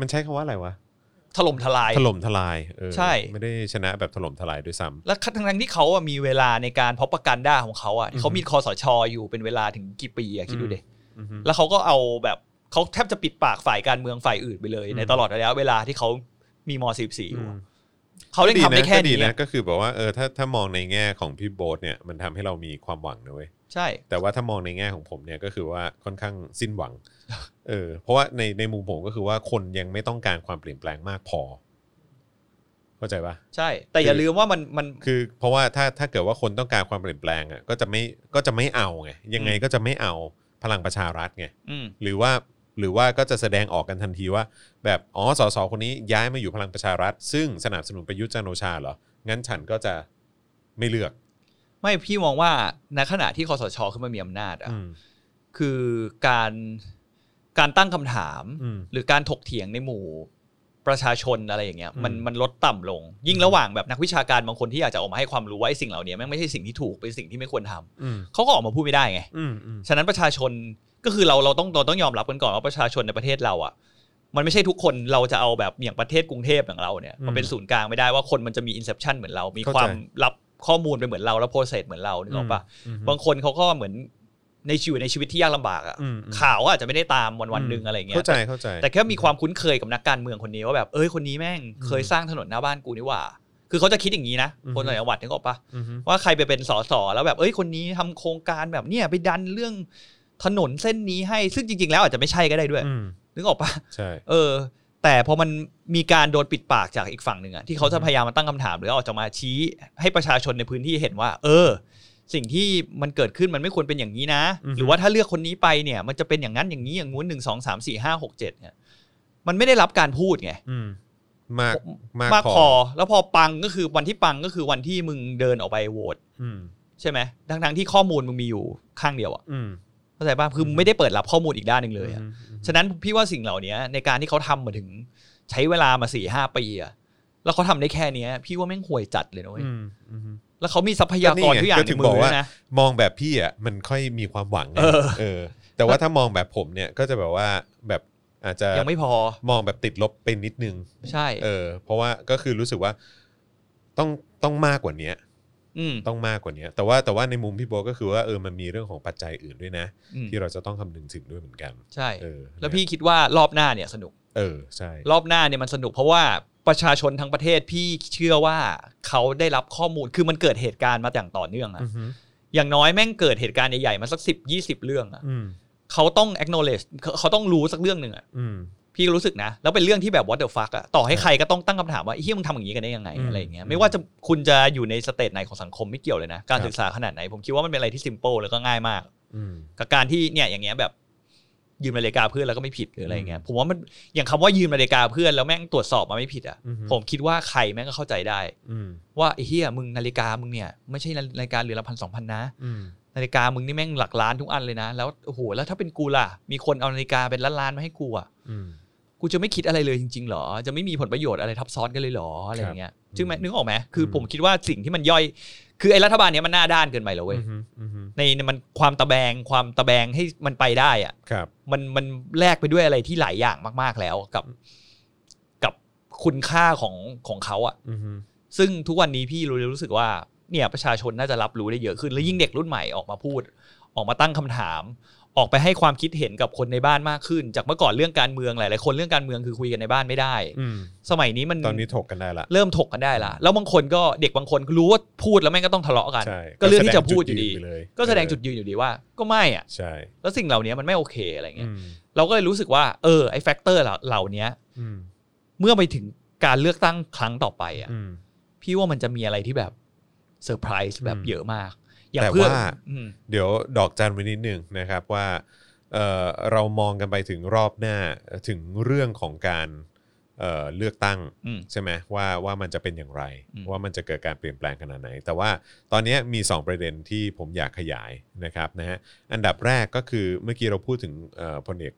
Speaker 1: มันใช้คำว่าอะไรวะ
Speaker 2: ถล่มทลาย
Speaker 1: ถล่มทลายเออ
Speaker 2: ใช่
Speaker 1: ไม่ได้ชนะแบบถล่มทลายด้วยซ้ำ
Speaker 2: แล้วทั้งทั้งๆที่เขาอะมีเวลาในการเพาะประกันด้าของเขาอะ
Speaker 1: อือฮึ
Speaker 2: เขามีคอสชอยู่เป็นเวลาถึงกี่ปีอะคิดดูเด็
Speaker 1: อืม
Speaker 2: แล้วเขาก็เอาแบบเขาแทบจะปิดปากฝ่ายการเมืองฝ่ายอื่นไปเลย
Speaker 1: อืม
Speaker 2: ในตลอดระยะเวลาที่เขามีม .44 อ
Speaker 1: อื
Speaker 2: ยู่
Speaker 1: ม
Speaker 2: อะเขาเล่นทำได้
Speaker 1: นะ
Speaker 2: แค่
Speaker 1: ก็ดี
Speaker 2: นี้
Speaker 1: นะ
Speaker 2: อะ
Speaker 1: ก็คือแบบว่าเออถ้าถ้ามองในแง่ของพี่โบ๊ทเนี่ยมันทำให้เรามีความหวังนะเว้ย
Speaker 2: ใช่
Speaker 1: แต่ว่าถ้ามองในแง่ของผมเนี่ยก็คือว่าค่อนข้างสิ้น หวัง เออ เพราะว่าในในมุมผมก็คือว่าคนยังไม่ต้องการความเปลี่ยนแปลงมากพอ เข้าใจปะ
Speaker 2: ใช่ แต่
Speaker 1: คือ
Speaker 2: อ
Speaker 1: อ
Speaker 2: ย่าลืมว่ามันมัน
Speaker 1: คือเพราะว่าถ้าถ้าเกิดว่าคนต้องการความเปลี่ยนแปลงอ่ะก็จะไม่ก็จะไม่เอาไงยังไงก็จะไม่เอาพลังประชารัฐไง
Speaker 2: อืม
Speaker 1: หรือว่าหรือว่าก็จะแสดงออกกันทันทีว่า แบบอ๋อสสคนนี้ย้ายมาอยู่พลังประชารัฐ ซึ่งสนับสนุนประยุทธ์จันทร์โอชาเหรองั้นฉันก็จะไม่เลือก
Speaker 2: ไม่พี่มองว่าในขณะที่คอสชขึ้นมามีอำนาจอะ
Speaker 1: อืม
Speaker 2: คือการการตั้งคำถาม
Speaker 1: อืม
Speaker 2: หรือการถกเถียงในหมู่ประชาชนอะไรอย่างเงี้ย
Speaker 1: อืม
Speaker 2: มันมันลดต่ำลง ยิ่งระหว่างแบบนักวิชาการบางคนที่อยากจะออกมาให้ความรู้ว่าไอ้สิ่งเหล่านี้แม่งไม่ใช่สิ่งที่ถูกเป็นสิ่งที่ไม่ควรทำ
Speaker 1: อืม
Speaker 2: เขาก็ออกมาพูดไม่ได้ไง
Speaker 1: อืมอืม
Speaker 2: ฉะนั้นประชาชนก็คือเราเราต้องเราต้องยอมรับกันก่อนว่าประชาชนในประเทศเราอ่ะมันไม่ใช่ทุกคนเราจะเอาแบบอย่างประเทศกรุงเทพอย่างเราเนี่ยมันเป็นศูนย์กลางไม่ได้ว่าคนมันจะมีอินเซพชันเหมือนเรา มีความรับข้อมูลไปเหมือนเราแล้วโปรเซสเหมือนเรานึกออกปะ
Speaker 1: ม
Speaker 2: บางคนเขาก็เหมือนในชีวิตในชีวิตที่ยากลำบากอ่ะ
Speaker 1: อืมอืม
Speaker 2: ข่าวก็อาจจะไม่ได้ตามวันวันๆหนึ่งอะไรอย่างเงี้ย
Speaker 1: เข้าใจเข้าใจ
Speaker 2: แต่แค่มีความคุ้นเคยกับนักการเมืองคนนี้ว่าแบบเอ้ยคนนี้แม่งเคยสร้างถนนหน้าบ้านกูนี่หว่า คือเขาจะคิดอย่างนี้นะ
Speaker 1: อือฮึ
Speaker 2: คนต่างจังหวัดนึกออกปะ
Speaker 1: อืม
Speaker 2: ว่าใครไปเป็นสสแล้วแบบเอ้ยคนนี้ทำโครงการแบบเนี่ยไปดันเรื่องถนนเส้นนี้ให้ซึ่งจริง ๆ แล้วอาจจะไม่ใช่ก็ได้ด้วย
Speaker 1: อืม
Speaker 2: นึกออกปะ
Speaker 1: ใช่
Speaker 2: เออ แต่พอมันมีการโดนปิดปากจากอีกฝั่งหนึ่งอะที่เขาจะพยายามมาตั้งคำถามหรือออกจะมาชี้ให้ประชาชนในพื้นที่เห็นว่า เออ สิ่งที่มันเกิดขึ้นมันไม่ควรเป็นอย่างนี้นะ หรือว่าถ้าเลือกคนนี้ไปเนี่ย มันจะเป็นอย่างนั้นอย่างนี้อย่างงู้นหนึ่งสองสามสี่ห้าหกเจ็ดเนี่ยมันไม่ได้รับการพูดไง
Speaker 1: อืมมากมาก
Speaker 2: มาก
Speaker 1: พ
Speaker 2: พ
Speaker 1: อ
Speaker 2: อแล้วพอปังก็คือวันที่ปังก็คือวันที่มึงเดินออกไปโหวต
Speaker 1: อืม
Speaker 2: ใช่ไหมทั้งทั้งๆที่ข้อมูลมึงมีอยู่ข้างเดียวอะ
Speaker 1: อืม
Speaker 2: เข้าใจป่ะคือมึงไม่ได้เปิดรับข้อมูลอีกด้านหนึ่งเลยอะ
Speaker 1: อืมอืม
Speaker 2: ฉะนั้นพี่ว่าสิ่งเหล่านี้ในการที่เขาทำมาถึงใช้เวลามาสี่ห้าปีอะแล้วเขาทำได้แค่เนี้ย พี่ว่าแม่งห่วยจัดเลยนะเว้ย
Speaker 1: อืมอืม
Speaker 2: แล้วเขามีทรัพยากร
Speaker 1: ก็นี่ไง
Speaker 2: ทุกอย่า
Speaker 1: ก็
Speaker 2: งใน
Speaker 1: ถึง
Speaker 2: มื
Speaker 1: บอก
Speaker 2: อ
Speaker 1: ว่า
Speaker 2: ด้วยนะ
Speaker 1: มองแบบพี่อ่ะมันค่อยมีความหวังไง
Speaker 2: เออ
Speaker 1: เออ แต่ว่าถ้ามองแบบผมเนี่ยก็จะแบบว่าแบบ อาจจะ
Speaker 2: ยังไม่พอ
Speaker 1: มองแบบติดลบไปนิดนึง
Speaker 2: ใช่
Speaker 1: เออ เพราะว่าก็คือรู้สึกว่าต้องต้องมากกว่านี้
Speaker 2: อืม
Speaker 1: ต้องมากกว่านี้แต่ว่าแต่ว่าในมุมพี่โบทก็คือว่าเออมันมีเรื่องของปัจจัยอื่นด้วยนะ
Speaker 2: อืม
Speaker 1: ที่เราจะต้องคำนึงถึงด้วยเหมือนกัน
Speaker 2: ใช่
Speaker 1: เออ
Speaker 2: แล้วพี่คิดว่ารอบหน้าเนี่ยสนุก
Speaker 1: เออใช่
Speaker 2: รอบหน้าเนี่ยมันสนุกเพราะว่าประชาชนทั้งประเทศพี่เชื่อว่าเขาได้รับข้อมูลคือมันเกิดเหตุการณ์มาอย่างต่อเนื่องอะ
Speaker 1: อือฮึ
Speaker 2: อย่างน้อยแม่งเกิดเหตุการณ์ใหญ่ๆมาสักสิบยี่สิบเรื่องอะ
Speaker 1: อืม
Speaker 2: เขาต้อง acknowledge เขาเขาต้องรู้สักเรื่องหนึ่งอะ
Speaker 1: อืม
Speaker 2: พี่รู้สึกนะ แล้วเป็นเรื่องที่แบบ what the fuck อะต่อให้ใครก็ต้องตั้งคำถามว่าเฮ้ยมึงทำอย่างนี้กันได้ยังไง
Speaker 1: อืม
Speaker 2: อะไรอย่างเงี้
Speaker 1: อื
Speaker 2: ย
Speaker 1: ม
Speaker 2: ไม่ว่าจะคุณจะอยู่ในสเตจไหนของสังคมไม่เกี่ยวเลยนะ การ
Speaker 1: ครับ
Speaker 2: ศึกษาขนาดไหนผมคิดว่ามันเป็นอะไรที่ simple แล้วก็ง่ายมาก
Speaker 1: อืม
Speaker 2: กับการที่เนี่ยอย่างเงี้ยแบบยืมนาฬิกาเพื่อนแล้วก็ไม่ผิดหรืออะไรเงี้ย
Speaker 1: อืม
Speaker 2: ผมว่ามันอย่างคำว่ายืมนาฬิกาเพื่อนแล้วแม่งตรวจสอบมาไม่ผิดอ่ะ
Speaker 1: อือฮึ
Speaker 2: ผมคิดว่าใครแม่งก็เข้าใจได้
Speaker 1: อืม
Speaker 2: ว่าไอ้เฮียมึงนาฬิกามึงเนี่ยไม่ใช่นาฬิกาเรือนละพันสองพันนะ
Speaker 1: อืม
Speaker 2: นาฬิกามึงนี่แม่งหลักล้านทุกอันเลยนะ แล้วโอ้โหแล้วถ้าเป็นกูล่ะ มีคนเอานาฬิกาเป็นล้านล้านๆมาให้กูอ่ะ
Speaker 1: อืม
Speaker 2: กูจะไม่คิดอะไรเลยจริงๆหรอ จะไม่มีผลประโยชน์อะไรทับซ้อนกันเลยหรออะไรอย่างเงี้ย
Speaker 1: ครับ
Speaker 2: จึงแม่นึกออกไหมคืออ
Speaker 1: ม
Speaker 2: ผมคิดว่าสิ่งที่มันย่อย คือไอ้รัฐบาลเนี้ยมันหน้าด้านเกินไปแล้วเว้ย
Speaker 1: อืมอืม
Speaker 2: ในในมันความตะแบงความตะแบงให้มันไปได้อ่ะ
Speaker 1: ครับ
Speaker 2: มันมันแลกไปด้วยอะไรที่หลายอย่างมาก ๆ แล้วกับ กับคุณค่าของของเขาอะ
Speaker 1: อืม
Speaker 2: ซึ่งทุกวันนี้พี่รู้รู้สึกว่า เนี่ยประชาชนน่าจะรับรู้ได้เยอะขึ้น แล้วยิ่งเด็กรุ่นใหม่ออกมาพูด ออกมาตั้งคำถาม ออกไปให้ความคิดเห็นกับคนในบ้านมากขึ้น จากเมื่อก่อนเรื่องการเมืองหลายๆคนเรื่องการเมืองคือคุยกันในบ้านไม่ได้
Speaker 1: อืม
Speaker 2: สมัยนี้มัน
Speaker 1: ตอนนี้ถกกันได้ละ
Speaker 2: เริ่มถกกันได้ละแล้วบางคนก็เด็กบางคนรู้ว่าพูดแล้วแม่งก็ต้องทะเลาะกัน
Speaker 1: ใช่
Speaker 2: ก็เรื่องที่จะพูดอยู่ดี
Speaker 1: แสงจุนไปเลย
Speaker 2: ก็แสดงจุดยืนอยู่ดีว่า ก็ไม่อะ
Speaker 1: ใช่
Speaker 2: แล้วสิ่งเหล่านี้มันไม่โอเคอะไรเงี้ย
Speaker 1: อืม
Speaker 2: เราก็เลยรู้สึกว่าเออไอ้แฟกเตอร์เหล่าเนี้ย
Speaker 1: อืม
Speaker 2: เมื่อไปถึงการเลือกตั้งครั้งต่อไปอ่ะ
Speaker 1: อืม
Speaker 2: พี่ว่ามันจะมีอะไรที่แบบเซอร์ไพรส์แบบ
Speaker 1: อืม
Speaker 2: เยอะมาก อย่าง
Speaker 1: แต่
Speaker 2: เพื่อน
Speaker 1: ว่า
Speaker 2: อืม
Speaker 1: เดี๋ยวดอกจันไว้นิดหนึ่งนะครับว่าเอ่อเรามองกันไปถึงรอบหน้าถึงเรื่องของการเอ่อเลือกตั้ง
Speaker 2: อืม
Speaker 1: ใช่ไหมว่าว่ามันจะเป็นอย่างไร
Speaker 2: อืม
Speaker 1: ว่ามันจะเกิดการเปลี่ยนแปลงขนาดไหน แต่ว่าตอนนี้มี 2 ประเด็นที่ผมอยากขยายนะครับนะฮะอันดับแรกก็คือเมื่อกี้เราพูดถึงเอ่อพลเอก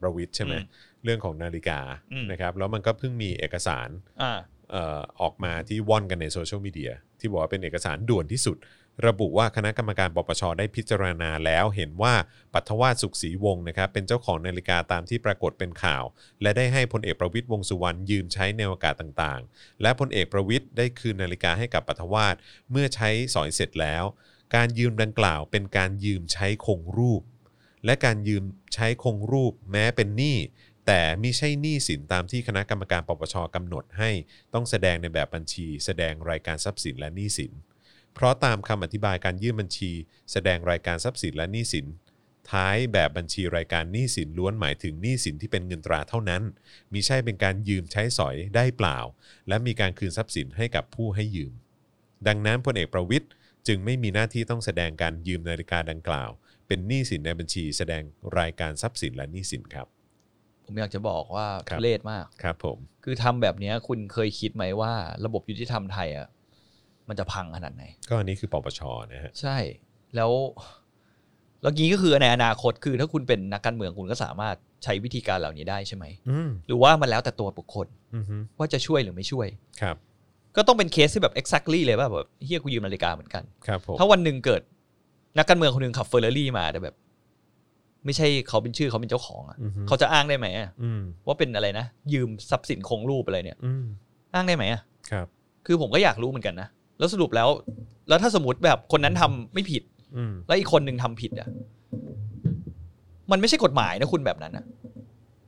Speaker 1: ประวิทย์ใช่ไหม
Speaker 2: อืม
Speaker 1: เรื่องของนาฬิกา
Speaker 2: อืม
Speaker 1: นะครับแล้วมันก็เพิ่งมีเอกสาร
Speaker 2: อ่า
Speaker 1: เอ่อออกมาที่ว่อนกันในโซเชียลมีเดียที่บอกว่าเป็นเอกสารด่วนที่สุด ระบุว่าคณะกรรมการปปชได้พิจารณาแล้วเห็นว่าปัทวาสสุขศรีวงศ์นะครับเป็นเจ้าของนาฬิกาตามที่ปรากฏเป็นข่าว และได้ให้พลเอกประวิตยวงษ์สุวรรณยืมใช้ในโอกาสต่างๆ และพลเอกประวิตยได้คืนนาฬิกาให้กับปัทวาสเมื่อใช้สอยเสร็จแล้ว การยืมดังกล่าวเป็นการยืมใช้คงรูป และการยืมใช้คงรูปแม้เป็นหนี้ แต่มิใช่หนี้สินตามที่คณะกรรมการปปชกำหนดให้ ต้องแสดงในแบบบัญชี แสดงรายการทรัพย์สินและหนี้สิน เพราะตามคำอธิบายการยื่นบัญชี แสดงรายการทรัพย์สินและหนี้สิน ท้ายแบบบัญชีรายการหนี้สินล้วนหมายถึงหนี้สินที่เป็นเงินตราเท่านั้นมิใช่เป็นการยืมใช้สอยได้เปล่า และมีการคืนทรัพย์สินให้กับผู้ให้ยืม ดังนั้นพลเอกประวิทย์จึงไม่มีหน้าที่ต้องแสดงการยืมนาฬิกาดังกล่าว เป็นหนี้สินในบัญชี แสดงรายการทรัพย์สินและหนี้สินครับ
Speaker 2: ผมอยากจะบอกว่า
Speaker 1: ครับ
Speaker 2: ทุเรศมาก
Speaker 1: ครับผม
Speaker 2: คือทำแบบเนี้ยคุณเคยคิดไหมว่า ระบบยุติธรรมไทยอ่ะมันจะพังขนาดไหน
Speaker 1: ก็อันนี้คือปปชนะฮะ
Speaker 2: ใช่ แล้วแล้วนี้ก็คือในอนาคตคือถ้าคุณเป็นนักการเมืองคุณก็สามารถใช้วิธีการเหล่านี้ได้ใช่ไหม
Speaker 1: อืม
Speaker 2: หรือว่ามันแล้วแต่ตัวบุคคล
Speaker 1: อือฮึ
Speaker 2: ว่าจะช่วยหรือไม่ช่วย
Speaker 1: ครับ
Speaker 2: ก็ต้องเป็นเคสที่แบบ exactly เลยว่าแบบเฮียกูยืมนาฬิกาเหมือนกัน
Speaker 1: ครับผม
Speaker 2: ถ้าวันหนึ่งเกิดนักการเมืองคนหนึ่งขับเฟอร์รารี่มาแต่แบบ ไม่ใช่เขาเป็นชื่อเขาเป็นเจ้าของอะ
Speaker 1: อือฮึ
Speaker 2: เขาจะอ้างได้ไหมอะ
Speaker 1: อืม
Speaker 2: ว่าเป็นอะไรนะ ยืมทรัพย์สินคงรูปอะไรเนี่ย
Speaker 1: อืม
Speaker 2: อ้างได้ไหมอะ
Speaker 1: ครับ
Speaker 2: คือผมก็อยากรู้เหมือนกันนะแล้วสรุปแล้ว แล้วถ้าสมมติแบบคนนั้นทำไม่ผิด
Speaker 1: อืม
Speaker 2: แล้วอีกคนหนึ่งทำผิดอะมันไม่ใช่กฎหมายนะคุณแบบนั้นอะ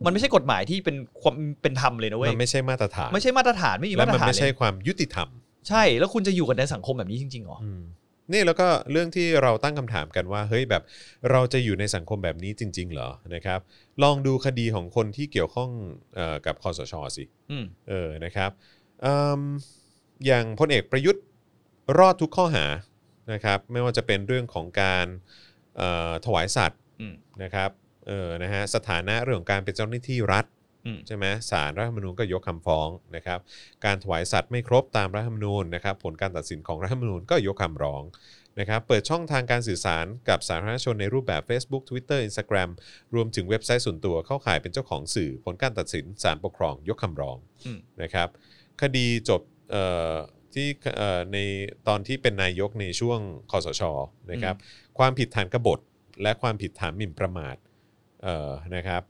Speaker 2: มันไม่ใช่กฎหมายที่เป็นความเป็นธรรมเลยนะเว้ย
Speaker 1: มันไม่ใช่มาตรฐาน
Speaker 2: ไม่ใช่มาตรฐานไม่มี
Speaker 1: และ
Speaker 2: มาตร
Speaker 1: มัน
Speaker 2: ฐาน
Speaker 1: ไม่
Speaker 2: เล
Speaker 1: ใช่
Speaker 2: ย
Speaker 1: ความยุติธรรม
Speaker 2: ใช่ แล้วคุณจะอยู่กันในสังคมแบบนี้จริงๆเหรอ
Speaker 1: อืมนี่แล้วก็เรื่องที่เราตั้งคำถามกันว่าเฮ้ยแบบเราจะอยู่ในสังคมแบบนี้จริง ๆ เหรอนะครับ ลองดูคดีของคนที่เกี่ยวข้องเอ่อกับคอสชสิ
Speaker 2: อืม
Speaker 1: เออนะครับอืมอย่างพลเอกประยุทธ์รอดทุกข้อหานะครับ ไม่ว่าจะเป็นเรื่องของการเอ่อถวายสัตว์
Speaker 2: อืม
Speaker 1: นะครับเออนะฮะสถานะเรื่องของการเป็นเจ้าหน้าที่รัฐ
Speaker 2: อืม
Speaker 1: ใช่ไหมสารรัฐธรรมนูญก็ยกคำฟ้องนะครับ การถวายสัตว์ไม่ครบตามรัฐธรรมนูญนะครับ ผลการตัดสินของรัฐธรรมนูญก็ยกคำร้องนะครับ เปิดช่องทางการสื่อสารกับสาธารณชนในรูปแบบ Facebook Twitter Instagram รวมถึงเว็บไซต์ส่วนตัวเข้าข่ายเป็นเจ้าของสื่อ ผลการตัดสินศาลปกครองยกคำร้อง
Speaker 2: อืม
Speaker 1: นะครับ คดีจบเอ่อที่เอ่อในตอนที่เป็นนายกในช่วงคอสชนะครับ ความผิดฐานกบฏและความผิดฐานหมิ่นประมาทเอ่อนะครับ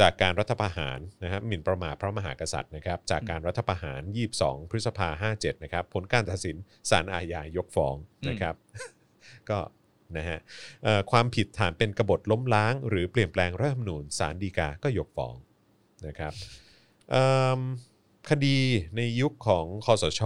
Speaker 1: จากการรัฐประหารนะครับหมิ่นประมาทพระมหากษัตริย์นะครับจากการรัฐประหาร 22 พฤษภา57นะครับผลการตัดสินศาลอาญายกฟ้อง
Speaker 2: อืม
Speaker 1: นะครับ ก็นะฮะเอ่อความผิดฐานเป็นกบฏล้มล้าง หรือเปลี่ยนแปลงรัฐธรรมนูญศาลฎีกาก็ยกฟ้องนะครับเอิ่มคดีในยุคของคอสช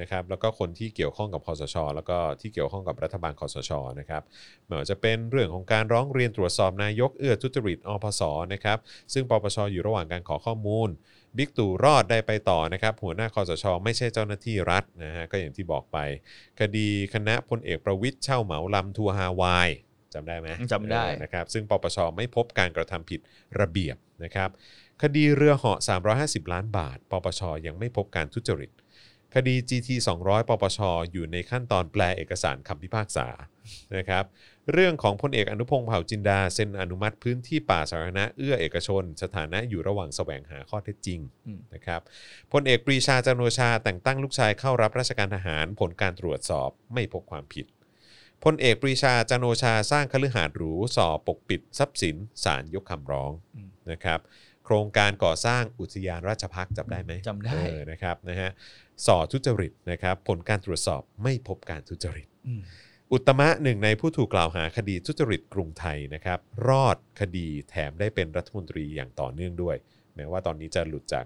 Speaker 1: นะครับแล้วก็คนที่เกี่ยวข้องกับคอสช แล้วก็ที่เกี่ยวข้องกับรัฐบาลคอสชนะครับ ไม่ว่าจะเป็นเรื่องของการร้องเรียนตรวจสอบนายกเอื้อทุจริตอพสนะครับ ซึ่งปปชอยู่ระหว่างการขอข้อมูล บิ๊กตู่รอดได้ไปต่อนะครับ หัวหน้าคอสช ไม่ใช่เจ้าหน้าที่รัฐนะฮะก็อย่างที่บอกไป คดีคณะพลเอกประวิทย์เช่าเหมาลำทัวร์ฮาวายจำได้ไหม
Speaker 2: จำได้
Speaker 1: เออนะครับ ซึ่งปปชไม่พบการกระทำผิดระเบียบนะครับ คดีเรือเหาะ 350 ล้านบาท ปปชยังไม่พบการทุจริต คดี GT 200 ปปชอยู่ในขั้นตอนแปลเอกสารคำพิพากษานะครับ เรื่องของพลเอกอนุพงษ์เผ่าจินดาเซ็นอนุมัติพื้นที่ป่าสาธารณะเอื้อเอกชน สถานะอยู่ระหว่างแสวงหาข้อเท็จจริง
Speaker 2: อืม
Speaker 1: นะครับพลเอกปรีชาจันทร์โอชาแต่งตั้งลูกชายเข้ารับราชการทหาร ผลการตรวจสอบไม่พบความผิดพลเอกปรีชาจันทร์โอชาสร้างคฤหาสน์หรูสอบปกปิดทรัพย์สินศาลยกคำร้อง
Speaker 2: อืม
Speaker 1: นะครับ โครงการก่อสร้างอุทยานราชพักษ์จำได้ไหม
Speaker 2: จำได้
Speaker 1: เออนะครับนะฮะสอทุจริตนะครับ ผลการตรวจสอบไม่พบการทุจริต
Speaker 2: อืม
Speaker 1: อุตมะหนึ่งในผู้ถูกกล่าวหาคดีทุจริตกรุงไทยนะครับ รอดคดีแถมได้เป็นรัฐมนตรีอย่างต่อเนื่องด้วย แม้ว่าตอนนี้จะหลุดจาก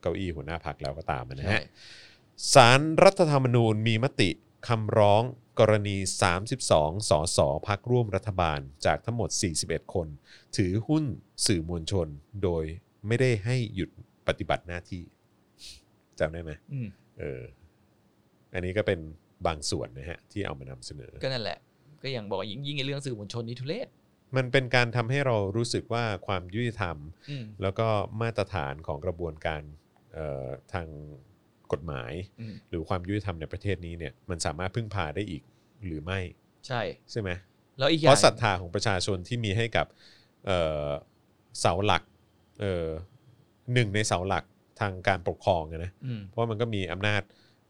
Speaker 1: เก้าอี้หัวหน้าพักแล้วก็ตามนะ
Speaker 2: ใช่
Speaker 1: ฮะสารรัฐธรรมนูญมีมติคำร้องกรณี 32 สสพักร่วมรัฐบาลจากทั้งหมด 41 คน ถือหุ้นสื่อมวลชนโดยไม่ได้ให้หยุดปฏิบัติหน้าที่จำได้ไหม
Speaker 2: อืม
Speaker 1: เอออันนี้ก็เป็นบางส่วนนะฮะที่เอามานำเสนอ
Speaker 2: ก็นั่นแหละ ก็อย่างบอกยิ่งยิ่งในเรื่องสื่อมวลชนนี่ทุเรศ
Speaker 1: มันเป็นการทำให้เรารู้สึกว่าความยุติธรรม
Speaker 2: อืม
Speaker 1: แล้วก็มาตรฐานของกระบวนการเอ่อทางกฎหมาย
Speaker 2: อืม
Speaker 1: หรือความยุติธรรมในประเทศนี้เนี่ยมันสามารถพึ่งพาได้อีกหรือไม่
Speaker 2: ใช่
Speaker 1: ใช่ไหม
Speaker 2: แล้วอีกอ
Speaker 1: เพ
Speaker 2: ย่าง
Speaker 1: ราะศรัทธาของประชาชนที่มีให้กับเอ่อเสาหลักเอ่อหนึ่งในเสาหลักทางการปกครองอะนะ
Speaker 2: อืม
Speaker 1: เพราะมันก็มีอำนาจ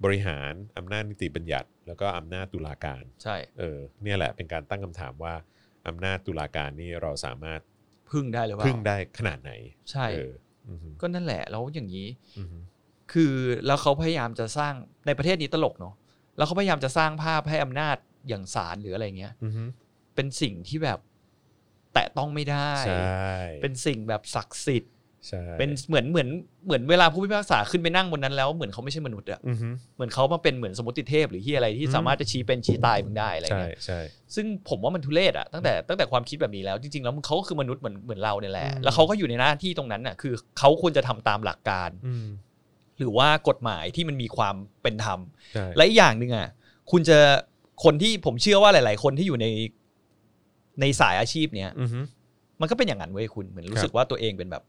Speaker 1: บริหารอำนาจนิติบัญญัติ แล้วก็อำนาจตุลาการ
Speaker 2: ใช่
Speaker 1: เออเนี่ยแหละเป็นการตั้งคำถามว่าอำนาจตุลาการนี่เราสามารถ
Speaker 2: พึ่งได้หรือเปล่า
Speaker 1: พึ่งได้ขนาดไหน
Speaker 2: ใช่
Speaker 1: เอออือฮึ
Speaker 2: ก็นั่นแหละแล้วอย่างนี้
Speaker 1: อือฮึ
Speaker 2: คือแล้วเขาพยายามจะสร้างในประเทศนี้ตลกเนาะแล้วเขาพยายามจะสร้างภาพให้อำนาจอย่างศาลหรืออะไรเงี้ย
Speaker 1: อือฮึ
Speaker 2: เป็นสิ่งที่แบบแตะต้องไม่ได้
Speaker 1: ใช่
Speaker 2: เป็นสิ่งแบบศักดิ์สิทธิ์
Speaker 1: ใช่
Speaker 2: เป็นเหมือนเหมือนเหมือนเวลาผู้พิพากษาขึ้นไปนั่งบนนั้นแล้วเหมือนเขาไม่ใช่มนุษย์อะ
Speaker 1: อือฮึ
Speaker 2: เหมือนเขามาเป็นเหมือนสมมติเทพหรือที่อะไรที่
Speaker 1: อืม
Speaker 2: สามารถจะชี้เป็นชี้ตายมึงได้อะไร
Speaker 1: ใช่
Speaker 2: เงี้ย
Speaker 1: ใช่
Speaker 2: ซึ่งผมว่ามันทุเรศอะตั้งแต่ตั้งแต่ความคิดแบบนี้แล้วจริงๆแล้วเขาก็คือมนุษย์เหมือนเหมือนเราเนี่ยแหละ
Speaker 1: อืม
Speaker 2: แล้วเขาก็อยู่ในหน้าที่ตรงนั้นน่ะคือเขาควรจะทำตามหลักการ
Speaker 1: อืม
Speaker 2: หรือว่ากฎหมายที่มันมีความเป็นธรรม
Speaker 1: ใช่
Speaker 2: และอีกอย่างหนึ่งอ่ะคุณจะคนที่ผมเชื่อว่าหลาย ๆ คนที่อยู่ในในสายอาชีพเนี้ย
Speaker 1: อือฮึ
Speaker 2: มันก็เป็นอย่างนั้นเว้ยคุณเหมือน
Speaker 1: ครั
Speaker 2: รู้
Speaker 1: บ
Speaker 2: สึกว่าตัวเองเป็นแบบ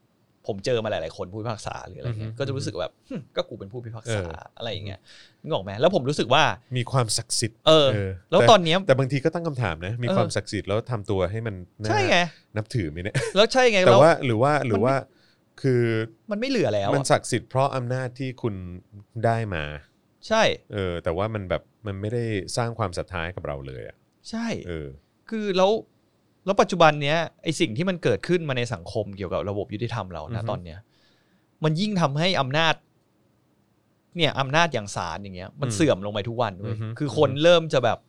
Speaker 2: ผมเจอมาหลาย ๆ คนผู้พิพากษาหรืออะไรเงี้
Speaker 1: อือ
Speaker 2: ย
Speaker 1: ฮึ
Speaker 2: ก็จะรู้สึกแบบหึ่มก็กูเป็นผู้พิพากษา
Speaker 1: เอออ
Speaker 2: อะไรอย่างเงี้ยนึกออกไหมแล้วผมรู้สึกว่า
Speaker 1: มีความศักดิ์สิทธิ์
Speaker 2: เออ
Speaker 1: เออ
Speaker 2: แล้วตอนเนี้ย
Speaker 1: แต่บางทีก็ตั้งคำถามนะ มี
Speaker 2: เออ
Speaker 1: ความศักดิ์สิทธิ์แล้วทำตัวให้มันน่า
Speaker 2: ใช่ไง
Speaker 1: นับถือไหมเนี่ย
Speaker 2: แล้วใช่ไง
Speaker 1: แต่
Speaker 2: แล้ว
Speaker 1: ว่าหรือว่าหรือว่าคือ
Speaker 2: มันไม่เหลือแล้ว
Speaker 1: มัน
Speaker 2: อะ
Speaker 1: ศักดิ์สิทธิ์เพราะอำนาจที่คุณได้มา
Speaker 2: ใช่
Speaker 1: เออแต่ว่ามันแบบมันไม่ได้สร้างความศรัทธาให้กับเราเลยอ่ะ
Speaker 2: ใช่
Speaker 1: เออ
Speaker 2: คือแล้วแล้วปัจจุบันเนี้ยไอสิ่งที่มันเกิดขึ้นมาในสังคมเกี่ยวกับระบบยุติธรรมเรานะตอนเนี้ย มันยิ่งทำให้อำนาจ เนี่ยอำนาจอย่างศาลอย่างเงี้ย มันเสื่อมลงไปทุกวันเว้ย
Speaker 1: อือฮึ
Speaker 2: คือคนเริ่มจะแบบ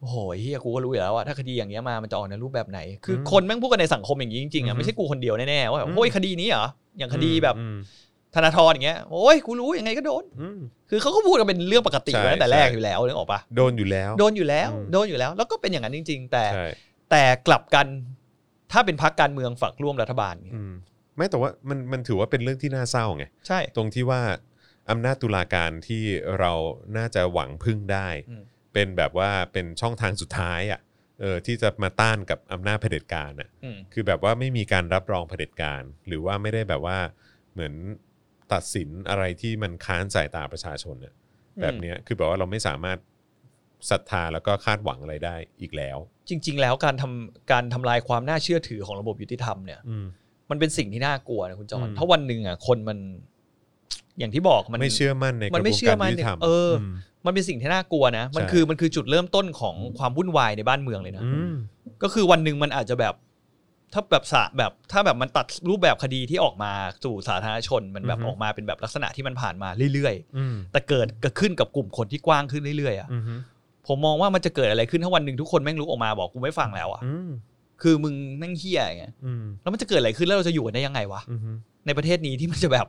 Speaker 2: โอ้โหเฮียกูก็รู้อยู่แล้วอะถ้าคดีอย่างเงี้ยมามันจะออกในรูปแบบไหน คืออ
Speaker 1: ม
Speaker 2: คนแม่งพูดกันในสังคมอย่างนี้จริงๆ
Speaker 1: อือ
Speaker 2: อะ
Speaker 1: ฮึ
Speaker 2: ไม่ใช่กูคนเดียวแน่ๆว่าแบบ
Speaker 1: อืม
Speaker 2: โอ้ยคดีนี้เหรออย่างคดีแบบ
Speaker 1: อืม
Speaker 2: ธนาธรอย่างเงี้ยโอ้ยกูรู้ยังไงก็โดน
Speaker 1: อืม
Speaker 2: คือเขาก็พูดกันเป็นเรื่องปกติ
Speaker 1: ใช่
Speaker 2: มาตั้งแต่แรก
Speaker 1: ใช่
Speaker 2: อยู่แล้วนึกออกปะ
Speaker 1: โดนอยู่แล้ว
Speaker 2: โดนอยู่แล้ว
Speaker 1: อืม
Speaker 2: โดนอยู่แล้ว แล้วก็เป็นอย่างนั้นจริง ๆ แต่
Speaker 1: ใช่
Speaker 2: แต่กลับกัน ถ้าเป็นพักการเมืองฝักร่วมรัฐบาลเนี่ย
Speaker 1: อืมไม่แต่ว่ามันมันถือว่าเป็นเรื่องที่น่าเศร้าไง
Speaker 2: ใช่
Speaker 1: ตรงที่ว่าอำนาจตุลาการที่เราน่าจะหวังพึ่งได้
Speaker 2: อืม
Speaker 1: เป็นแบบว่าเป็นช่องทางสุดท้ายอ่ะเออที่จะมาต้านกับอำนาจเผด็จการอ่ะ
Speaker 2: อืม
Speaker 1: คือแบบว่าไม่มีการรับรองเผด็จการ หรือว่าไม่ได้แบบว่าเหมือนตัดสินอะไรที่มันค้านสายตาประชาชนอ่ะ
Speaker 2: อืม
Speaker 1: แบบเนี้ยคือแบบว่าเราไม่สามารถศรัทธาแล้วก็คาดหวังอะไรได้อีกแล้ว
Speaker 2: จริง ๆ แล้วการทำการทำลายความน่าเชื่อถือของระบบยุติธรรมเนี่ย
Speaker 1: อืม
Speaker 2: มันเป็นสิ่งที่น่ากลัวนะคุณจอห์น
Speaker 1: อืม
Speaker 2: ถ้าวันหนึ่งอ่ะคนมัน อย่างที่บอกมัน
Speaker 1: ไม่เชื่อมั่นในก
Speaker 2: มั
Speaker 1: ระ
Speaker 2: น
Speaker 1: บ
Speaker 2: ไม่
Speaker 1: วน
Speaker 2: เชื่
Speaker 1: กา
Speaker 2: อ
Speaker 1: ร
Speaker 2: มั่น
Speaker 1: ยุติธรรม
Speaker 2: เอออื
Speaker 1: ม
Speaker 2: มันเป็นสิ่งที่น่ากลัวนะ มัน
Speaker 1: ใช่
Speaker 2: คือมันคือจุดเริ่มต้นของความวุ่นวายในบ้านเมืองเลยนะ
Speaker 1: อืม
Speaker 2: ก็คือวันหนึ่งมันอาจจะแบบ ถ้าแบบสะแบบถ้าแบบมันตัดรูปแบบคดีที่ออกมาสู่สาธารณชนมันแบบ
Speaker 1: อือฮึ
Speaker 2: ออกมาเป็นแบบลักษณะที่มันผ่านมาเรื่อย
Speaker 1: อืม
Speaker 2: ๆ แต่เกิดก็ขึ้นกับกลุ่มคนที่กว้างขึ้นเรื่อยๆอะ
Speaker 1: อืม
Speaker 2: ผมมองว่ามันจะเกิดอะไรขึ้นถ้าวันหนึ่งทุกคนแม่งลุกออกมาบอกกูไม่ฟังแล้วอะ
Speaker 1: อืม
Speaker 2: คือมึงแม่งเฮี้ยไงย
Speaker 1: อืม
Speaker 2: แล้วมันจะเกิดอะไรขึ้นแล้วเราจะอยู่กันได้ยังไงวะ
Speaker 1: อืม
Speaker 2: ในประเทศนี้ที่มันจะแบบ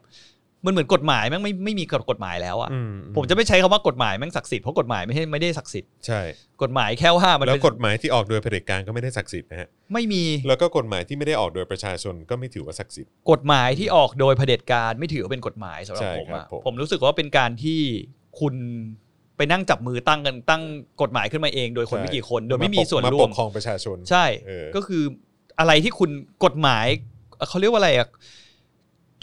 Speaker 2: มันเหมือนกฎหมายแม่งไม่ไม่มีกฎหมายแล้วอะ
Speaker 1: อื
Speaker 2: ผมจะไม่ใช้คำว่ากฎหมายแม่งศักดิ์สิทธิ์เพราะกฎหมายไม่ใช่ไม่ได้ศักดิ์สิทธิ์
Speaker 1: ใช่
Speaker 2: กฎหมายแค่ว่ามัน
Speaker 1: แล้ว
Speaker 2: เป็น
Speaker 1: กฎหมายที่ออกโดยเผด็จการก็ไม่ได้ศักดิ์สิทธิ์นะฮะ
Speaker 2: ไม่มี
Speaker 1: แล้วก็กฎหมายที่ไม่ได้ออกโดยประชาชนก็ไม่ถือว่าศักดิ์สิทธิ์
Speaker 2: กฎหมายที่ออกโดยเผด็จการไม่ถือว่าเป็นกฎหมายสำหรับ
Speaker 1: ใช่
Speaker 2: ผม
Speaker 1: ครับ
Speaker 2: อะ
Speaker 1: ผม
Speaker 2: ผมรู้สึกว่าเป็นการที่คุณไปนั่งจับมือตั้งกันตั้งกฎหมายขึ้นมาเอง โดยคนไม่กี่คน โดยไม่มีส่วน
Speaker 1: มา
Speaker 2: ร่
Speaker 1: ป
Speaker 2: วม
Speaker 1: กครองประชาชน
Speaker 2: ใช่
Speaker 1: เออ
Speaker 2: ก็คืออะไรที่คุณกฎหมายเอ่อเขาเรียกว่าอะไรอะ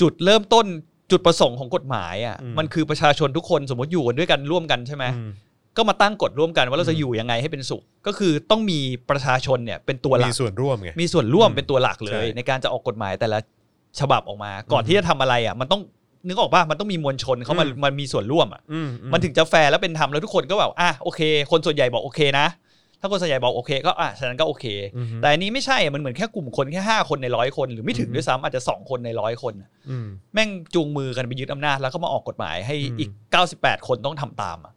Speaker 2: จุดเริ่มต้นจุดประสงค์ของกฎหมายอะมันคือประชาชนทุกคนสมมติอยู่กันด้วยกันร่วมกันใช่ไหม
Speaker 1: อืม
Speaker 2: ก็มาตั้งกฎร่วมกันว่าเรา
Speaker 1: อื
Speaker 2: จะ
Speaker 1: ม
Speaker 2: อยู่ยังไงให้เป็นสุข ก็คือต้องมีประชาชนเนี่ยเป็นตัวหลั
Speaker 1: มี
Speaker 2: ก
Speaker 1: ส่วนร่วมไง
Speaker 2: มีส่วนร่วม
Speaker 1: อืม
Speaker 2: เป็นตัวหลักเล
Speaker 1: ใช่
Speaker 2: ย ในการจะออกกฎหมายแต่ละฉบับออกมา ก่อน
Speaker 1: อืม
Speaker 2: ที่จะทำอะไรอ่ะมันต้องนึกออกป่ะมันต้องมีมวลชนเขามา
Speaker 1: อืม
Speaker 2: มันมีส่วนร่วมอ่ะ
Speaker 1: อื
Speaker 2: มันถึงจะแฟร์และเป็นธรรมแล้วทุกคนก็แบบอ่ะโอเค คนส่วนใหญ่บอกโอเคนะถ้าคนส่วนใหญ่บอกโอเคก็อ่ะฉะนั้นก็โอเค
Speaker 1: อืม
Speaker 2: แต่อันนี้ไม่ใช่อ่ะมันเหมือนแค่กลุ่มคนแค่ห้าคนในร้อยคนหรือไม่ถึงด้วยซ้ำอาจจะสองคนในร้อยคนน่ะ
Speaker 1: อืม
Speaker 2: แม่งจูงมือกันไปยึดอำนาจแล้วก็มาออกกฎหมายให้
Speaker 1: อืม
Speaker 2: อีก 98 คนต้องทำตามอ่ะ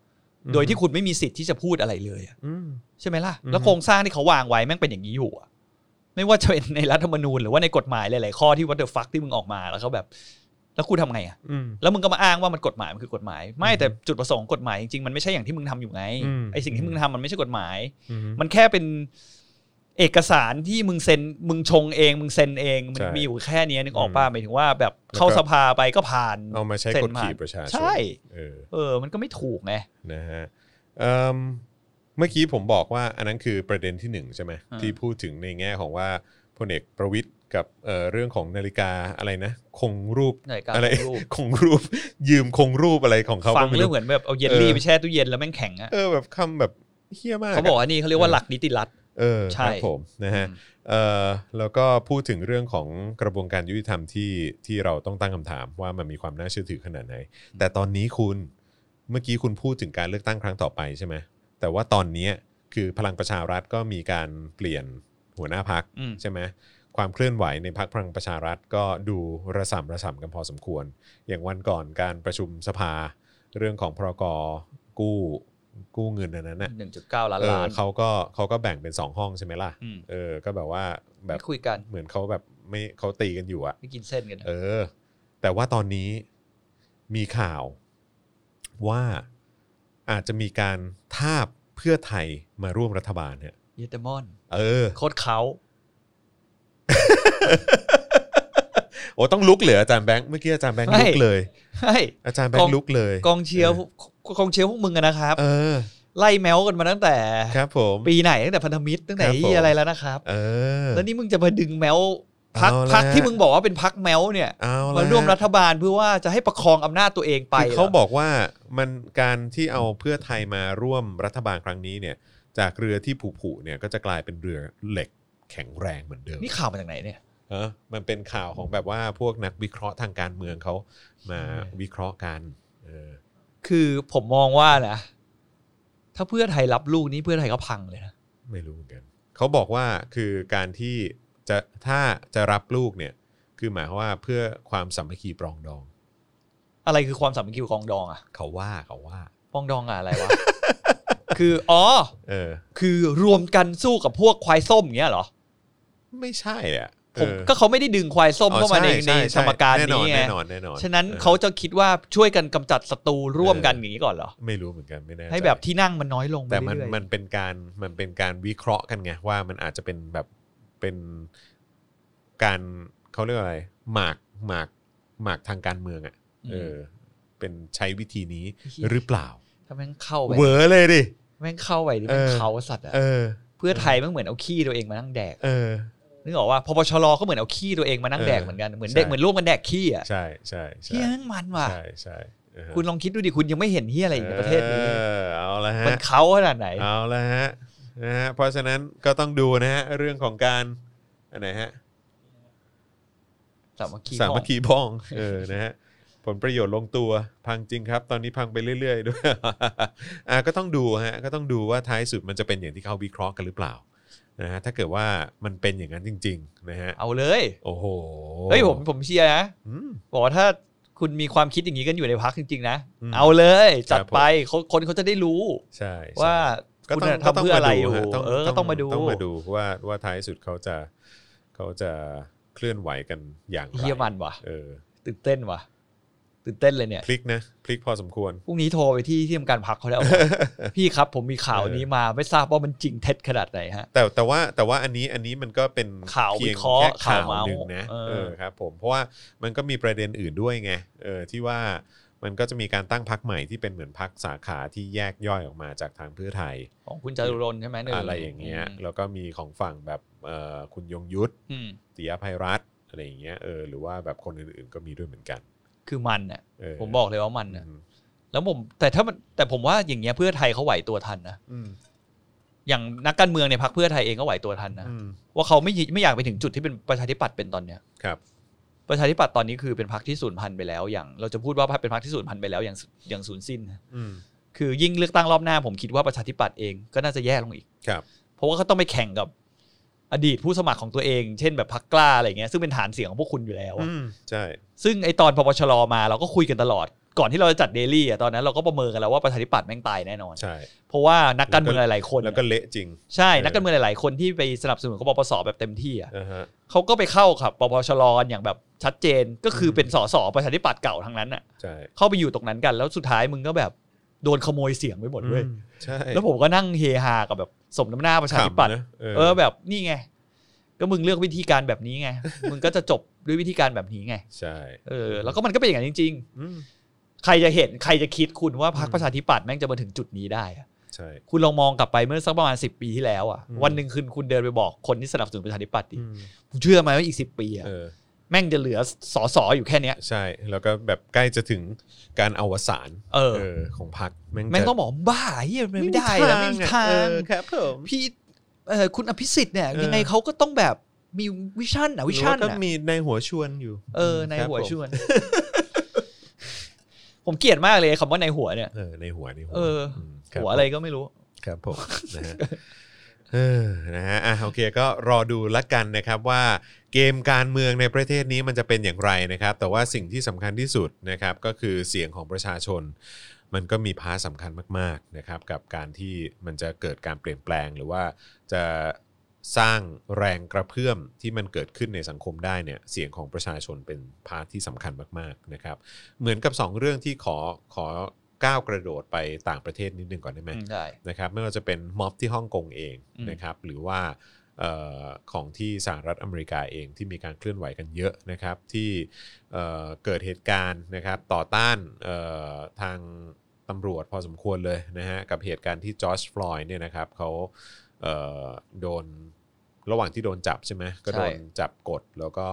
Speaker 1: อืม
Speaker 2: โดยที่คุณไม่มีสิทธิ์ที่จะพูดอะไรเลยอ่ะ
Speaker 1: อืม
Speaker 2: ใช่ไหมล่ะ
Speaker 1: อือฮึ
Speaker 2: แล้วโครงสร้างที่เขาวางไว้แม่งเป็นอย่างนี้อยู่อะไม่ว่าจะเป็นในรัฐธรรมนูญหรือว่าในกฎหมายหลาย ๆ ข้อที่วัตเตอร์ฟักที่มึงออกมาแล้วเขาแบบ แล้วกูทำไงอะ
Speaker 1: อืม
Speaker 2: แล้วมึงก็มาอ้างว่ามันกฎหมายมันคือกฎหมาย ไม่แต่จุดประสงค์กฎหมายจริง ๆ มันไม่ใช่อย่างที่มึงทำอยู่ไง
Speaker 1: อืม
Speaker 2: ไอสิ่งที่มึงทำมันไม่ใช่กฎหมาย
Speaker 1: อืม
Speaker 2: มันแค่เป็นเอกสารที่มึงเซ็นมึงชงเอง มึงเซ็นเองมัน
Speaker 1: ใช่
Speaker 2: มีอยู่แค่เนี้ยนึกออกป่ะหมายถึงว่าแบบเข้า
Speaker 1: แล้วก็
Speaker 2: สภาไปก็ผ่าน
Speaker 1: เอามาใช้
Speaker 2: ซ็น
Speaker 1: กดขี่
Speaker 2: ผ่น
Speaker 1: ประชาชน
Speaker 2: ใช่
Speaker 1: เออ
Speaker 2: เออ มันก็ไม่ถูกไง
Speaker 1: นะฮะเอิ่มเมื่อกี้ผมบอกว่าอันนั้นคือประเด็นที่หนึ่งใช่ไหม
Speaker 2: อ่า
Speaker 1: ที่พูดถึงในแง่ของว่าพลเอกประวิทย์กับเอ่อเรื่องของนาฬิกาอะไรนะ คงรูป
Speaker 2: ไหนการ
Speaker 1: อะไร
Speaker 2: รูป
Speaker 1: คงรูป ยืมคงรูปอะไรของเขา
Speaker 2: ฟั
Speaker 1: ก็
Speaker 2: ง
Speaker 1: ไม่
Speaker 2: เรื่อ
Speaker 1: รู้
Speaker 2: งเหมือนแบบเอาเยลลี่
Speaker 1: เออ
Speaker 2: ไปแช่ตู้เย็นแล้วแม่งแข็งอะ
Speaker 1: เออแบบคำแบบเฮี้ยมาก
Speaker 2: เขาบอก
Speaker 1: ะ
Speaker 2: ว่านี่เขาเรียกว่าหลักนิติรัฐ
Speaker 1: เออ
Speaker 2: ใช่
Speaker 1: ครับผมนะฮะเอ่อแล้วก็พูดถึงเรื่องของกระบวนการยุติธรรมที่ที่เราต้องตั้งคำถามว่ามันมีความน่าเชื่อถือขนาดไหน แต่ตอนนี้คุณเมื่อกี้คุณพูดถึงการเลือกตั้งครั้งต่อไปใช่ไหมแต่ว่าตอนเนี้ยคือพลังประชารัฐก็มีการเปลี่ยนหัวหน้าพัก
Speaker 2: อืม
Speaker 1: ใช่ไหมความเคลื่อนไหวในพักพลังประชารัฐก็ดูระส่ำระส่ำกันพอสมควร อย่างวันก่อนการประชุมสภา เรื่องของพรกกู้กู้เงินอันนั้นน่ะ
Speaker 2: หนึ่งจุดเก้าล้าน
Speaker 1: เอ
Speaker 2: ล้า
Speaker 1: อน เขาก็เขาก็แบ่งเป็นสองห้องใช่ไหมล่ะ
Speaker 2: อืม
Speaker 1: เออก็แบบว่าแบ
Speaker 2: ไม่
Speaker 1: บ
Speaker 2: คุยกัน
Speaker 1: เหมือนเขาแบบไม่เขาตีกันอยู่อะ
Speaker 2: ไม่กินเส้นกันนะ
Speaker 1: เออ แต่ว่าตอนนี้มีข่าวว่าอาจจะมีการทาบเพื่อไทยมาร่วมรัฐบาลเนี่ย
Speaker 2: เยเตมอน
Speaker 1: เออ
Speaker 2: โคตรเขา
Speaker 1: โอ้ต้องลุกเหลืออาจารย์แบงค์เมื่อกี้อาจารย์แบงค์ลุกเลย
Speaker 2: ใช่
Speaker 1: อาจารย์แบงค์ลุกเลย
Speaker 2: กองเชียร์พวกกองเชียร์พวกมึงอะนะครับ
Speaker 1: เออ
Speaker 2: ไล่แมวกันมาตั้งแต่
Speaker 1: ครับผม
Speaker 2: ปีไหนตั้งแต่พันธมิตรตั้งแต่
Speaker 1: ครับผม
Speaker 2: เหี้ยอะไรแล้วนะครับ
Speaker 1: เออ
Speaker 2: แล้วนี่มึงจะมาดึงแมวพัก
Speaker 1: เอาละ
Speaker 2: พักที่มึงบอกว่าเป็นพักแมวเนี่ย
Speaker 1: เอาละ
Speaker 2: มาร่วมรัฐบาลเพื่อว่าจะให้ประคองอำนาจตัวเองไป
Speaker 1: คือเขา
Speaker 2: หร
Speaker 1: บอกว่ามันการที่เอาเพื่อไทยมาร่วมรัฐบาลครั้งนี้เนี่ย จากเรือที่ผุผุๆเนี่ยก็จะกลายเป็นเรือเหล็กแข็งแรงเหมือนเดิม
Speaker 2: นี่ข่าวมาจากไหนเนี่ย
Speaker 1: เออมันเป็นข่าวของแบบว่าพวกนักวิเคราะห์ทางการเมืองเขามา
Speaker 2: ใช่
Speaker 1: วิเคราะห์กันเออ
Speaker 2: คือผมมองว่านะถ้าเพื่อไทยรับลูกนี้เพื่อไทยก็พังเลยนะ
Speaker 1: ไม่รู้เหมือนกันเขาบอกว่าคือการที่จะถ้าจะรับลูกเนี่ย คือหมายความว่าเพื่อความสามัคคีปรองดอง
Speaker 2: อะไรคือความสามัคคีของดองอะ
Speaker 1: เขาว่าเขาว่า
Speaker 2: ปองดองอะอะไรวะ คืออ๋อ
Speaker 1: เออ
Speaker 2: คือรวมกันสู้กับพวกควายส้มอย่างเงี้ยเหรอ
Speaker 1: ไม่ใช่อ่ะ
Speaker 2: ผมก็เขาไม่ได้ดึงควายส้มเข้ามาในในสมการนี้ไง
Speaker 1: แน่นอนแน่นอน
Speaker 2: ฉะนั้น
Speaker 1: ออ
Speaker 2: เขาจะคิดว่าช่วยกันกำจัดศัตรูร่วมกันอย่างนี้ก่อนเหรอ
Speaker 1: ไม่รู้เหมือนกันไม่แน่จ
Speaker 2: ให้แบบที่นั่งมันน้อยลงไป
Speaker 1: แต่มัน
Speaker 2: เรื่อยๆ
Speaker 1: มันเป็นการมันเป็นการวิเคราะห์กันไงว่ามันอาจจะเป็นแบบเป็นการเขาเรียกว่าอะไรหมากหมากหมากทางการเมืองอ่ะ
Speaker 2: อืม
Speaker 1: เออ เป็นใช้วิธีนี้
Speaker 2: เหี้ย
Speaker 1: หรือเปล่า
Speaker 2: ถ้าแม่งเข้าไป
Speaker 1: เวอร์เลยดิ
Speaker 2: แม่งเข้าไปดิแม่ง
Speaker 1: เออ
Speaker 2: เขาสัตว์อะ
Speaker 1: เออ
Speaker 2: เพื่อไทยแม่งเหมือนเอาขี้ตัวเองมานั่งแดก
Speaker 1: เออ
Speaker 2: นึกออกว่าพปชรก็เหมือนเอาขี้ตัวเองมานั่งแดกเหมือนกันเหมือนเด็ก
Speaker 1: ใช่
Speaker 2: เหมือนร่วมกันแดกขี้อะ
Speaker 1: ใช่ใช่ใช่
Speaker 2: เฮียแม่งมันว่ะ
Speaker 1: ใช่ใช่เออ
Speaker 2: คุณลองคิดดูดิคุณยังไม่เห็นเฮียอะไรอยู่ในประเทศนี้
Speaker 1: เออเอาละฮะ
Speaker 2: มันเขาขนาดไหน
Speaker 1: เอาละฮะนะฮะเพราะฉะนั้นก็ต้องดูนะฮะ เรื่องของการอันไหนฮะ
Speaker 2: สามัคคี
Speaker 1: สามัคคีบ้องเออนะฮะผลประโยชน์ลงตัวพังจริงครับ ตอนนี้พังไปเรื่อย ๆ ด้วย อ่ะก็ต้องดูฮะก็ต้องดูว่าท้ายสุดมันจะเป็นอย่างที่เขาวิเคราะห์กันหรือเปล่า นะฮะถ้าเกิดว่ามันเป็นอย่างนั้นจริง ๆ นะฮะ
Speaker 2: เอาเลย
Speaker 1: โอ้โห
Speaker 2: เฮ้ยผมผมเชียร์นะ
Speaker 1: อืม
Speaker 2: บอกว่าถ้าคุณมีความคิดอย่างนี้กันอยู่ในพักจริงๆนะ
Speaker 1: อืม
Speaker 2: เอาเลยจัด
Speaker 1: ครับผม
Speaker 2: ไปเขาคนเขาจะได้รู้
Speaker 1: ใช่ใช่
Speaker 2: ว่า
Speaker 1: ก็
Speaker 2: คุณ
Speaker 1: ต้อง
Speaker 2: น่ะ
Speaker 1: ก็
Speaker 2: ทำเพื่ออะไรอยู่
Speaker 1: ฮะ
Speaker 2: เออก็ต้องมาดู
Speaker 1: ต้องมาดูว่าว่าท้ายสุดเขาจะเขาจะเคลื่อนไหวกันอย่างไร
Speaker 2: เฮียมันว่ะ
Speaker 1: เออ
Speaker 2: ตื่นเต้นว่ะ ตื่นเต้นเลยเนี่ย
Speaker 1: พลิกนะพลิกพอสมควร
Speaker 2: พรุ่งนี้โทรไปที่ที่ทำการพักเขา แล้ว พี่ครับผมมีข่าวนี้มาไม่ทราบว่ามันจริงเท็จขนาดไหนฮะ
Speaker 1: แต่แต่ว่าแต่ว่าอันนี้อันนี้มันก็เป็น
Speaker 2: ข่าว
Speaker 1: เพียง
Speaker 2: วิเคราะห์
Speaker 1: แค่ข่า
Speaker 2: ข่าว วเมาส์
Speaker 1: หนึ่งนะ
Speaker 2: เออ
Speaker 1: เออครับผมเพราะว่ามันก็มีประเด็นอื่นด้วยไงเออที่ว่ามันก็จะมีการตั้งพักใหม่ที่เป็นเหมือนพักสาขาที่แยกย่อยออกมาจากทางเพื่อไทย
Speaker 2: ของคุณจารุรนต์ใช่ไหมหนึ่
Speaker 1: อะไรอย่างเงี้ยแล้วก็มีของฝั่งแบบเอ่อคุณยงยุทธ
Speaker 2: อืม
Speaker 1: ติยภัยรัฐอะไรอย่างเงี้ยเออหรือว่าแบบคนอื่นๆก็มีด้วยเหมือนกัน
Speaker 2: คือมันน่ะ
Speaker 1: เออ
Speaker 2: ผมบอกเลยว่ามัน
Speaker 1: อื
Speaker 2: น่ะ
Speaker 1: ม
Speaker 2: แล้วผมแต่ถ้ามันแต่ผมว่าอย่างเงี้ยเพื่อไทยเขาไหวตัวทันนะ
Speaker 1: อืม
Speaker 2: อย่างนักการเมืองในพรรคเพื่อไทยเองก็ไหวตัวทันนะ
Speaker 1: อืม
Speaker 2: ว่าเขาไม่ยิไม่อยากไปถึงจุดที่เป็นประชาธิปัตย์เป็นตอนเนี้ย
Speaker 1: ครับ
Speaker 2: ประชาธิปัตย์ตอนนี้คือเป็นพรรคที่สูญพันธุ์ไปแล้ว อย่างเราจะพูดว่าเป็นพรรคที่สูญพันธุ์ไปแล้วอย่างอย่างสูญสิ้นนะ
Speaker 1: อืม
Speaker 2: คือยิ่งเลือกตั้งรอบหน้าผมคิดว่าประชาธิปัตย์เองก็น่าจะแย่ลงอีก
Speaker 1: ครับ
Speaker 2: เพราะว่าเขาต้องไปแข่งกับอดีตผู้สมัครของตัวเอง เช่นแบบพรรคกล้าอะไรเงี้ยซึ่งเป็นฐานเสียงของพวกคุณอยู่แล้วอะ
Speaker 1: อืมใช่
Speaker 2: ซึ่งไอตอนพปชรมาเราก็คุยกันตลอด ก่อนที่เราจะจัดเดลี่อะตอนนั้นเราก็ประเมินกันแล้วว่าประชาธิปัตย์แม่งตายแน่นอน
Speaker 1: ใช่
Speaker 2: เพราะว่านักการเมืองหลายๆคน
Speaker 1: แล้ว
Speaker 2: อะ
Speaker 1: ก็เละจริง
Speaker 2: ใช่นักการเมืองหลายๆคนที่ไปสนับสนุนกบปสแบบเต็มที่อ่ะ
Speaker 1: อ่าฮะ
Speaker 2: เขาก็ไปเข้าครับปปชรอย่างแบบชัดเจนก็คืออ
Speaker 1: ม
Speaker 2: เป็นสสประชาธิปัตย์เก่าทั้งนั้นอ่ะ
Speaker 1: ใช่
Speaker 2: เข้าไปอยู่ตรงนั้นกันแล้วสุดท้ายมึงก็แบบโดนขโมยเสียงไปหมดเว้ย
Speaker 1: อืมใช่
Speaker 2: แล้วผมก็นั่งเฮฮากับแบบสมน้ำหน้าประชาธิปัตย์
Speaker 1: ขำนะ
Speaker 2: เออแบบนี่ไง ก็มึงเลือกวิธีการแบบนี้ไง มึงก็จะจบด้วยวิธีการแบบนี้ไง
Speaker 1: ใช่
Speaker 2: เออแล้วก็มันก็เป็นอย่างนั้นจริง
Speaker 1: อืม
Speaker 2: ๆ ใครจะเห็นใครจะคิดคุณว่าพรร
Speaker 1: อื
Speaker 2: ค
Speaker 1: ม
Speaker 2: ประชาธิปัตย์แม่งจะมาถึงจุดนี้ได้อะ
Speaker 1: ใช่
Speaker 2: คุณลองมองกลับไปเมื่อสักประมาณสิปีที่แล้วอ่ะ
Speaker 1: อืม
Speaker 2: วันหนึ่งคืนคุณเดินไปบอกคนที่สนับสนุนประชาธิปัตย์ดิ
Speaker 1: อืม
Speaker 2: คุณเชื่อไหมว่าอีกสิปีอะ
Speaker 1: เออ
Speaker 2: แม่งจะเหลือสอสออยู่แค่เนี้ย
Speaker 1: ใช่ แล้วก็แบบใกล้จะถึงการอวสาน
Speaker 2: เออ
Speaker 1: ของพักแม่ง
Speaker 2: แม่ง
Speaker 1: จะ
Speaker 2: ต้องบอกบ้าเฮียมันไม่ได้แล้วไม่มีทาง
Speaker 1: เออครับผม
Speaker 2: พี่เอ่อคุณอภิสิทธิ์เนี่ย
Speaker 1: เออ
Speaker 2: ยังไงเขาก็ต้องแบบมีวิชั่นอะวิชั่น
Speaker 1: หรือว่าก็
Speaker 2: อะ
Speaker 1: มีในหัวชวนอยู่
Speaker 2: เออในหัว
Speaker 1: ครับผม
Speaker 2: ชวน ผมเกลียดมากเลยคำว่าในหัวเนี่ย
Speaker 1: เออในหัวในหัว
Speaker 2: เออ
Speaker 1: มคบ
Speaker 2: หัวอะไรก็ไม่รู้
Speaker 1: ครับผมนะฮะเออนะฮะอ่ะโอเคก็รอดูละกันนะครับว่าเกมการเมืองในประเทศนี้มันจะเป็นอย่างไรนะครับ แต่ว่าสิ่งที่สำคัญที่สุดนะครับ ก็คือเสียงของประชาชน มันก็มีพาร์ทสำคัญมากๆนะครับ กับการที่มันจะเกิดการเปลี่ยนแปลงหรือว่าจะสร้างแรงกระเพื่อมที่มันเกิดขึ้นในสังคมได้เนี่ยเสียงของประชาชนเป็นพาร์ทที่สำคัญมากๆนะครับ เหมือนกับสองเรื่องที่ขอขอก้าวกระโดดไปต่างประเทศนิดนึงก่อนได้ไหม
Speaker 2: ได้
Speaker 1: นะครับไม่ว่าจะเป็นม็อบที่ฮ่องกงเอง
Speaker 2: อืม
Speaker 1: นะครับหรือว่าเอ่อของที่สหรัฐอเมริกาเองที่มีการเคลื่อนไหวกันเยอะนะครับที่เอ่อเกิดเหตุการณ์นะครับต่อต้านเอ่อทางตำรวจพอสมควรเลยนะฮะกับเหตุการณ์ที่จอร์จฟลอยด์เนี่ยนะครับเขาเอ่อโดนระหว่างที่โดนจับใช่ไหมก็โดนจับกดแล้วก็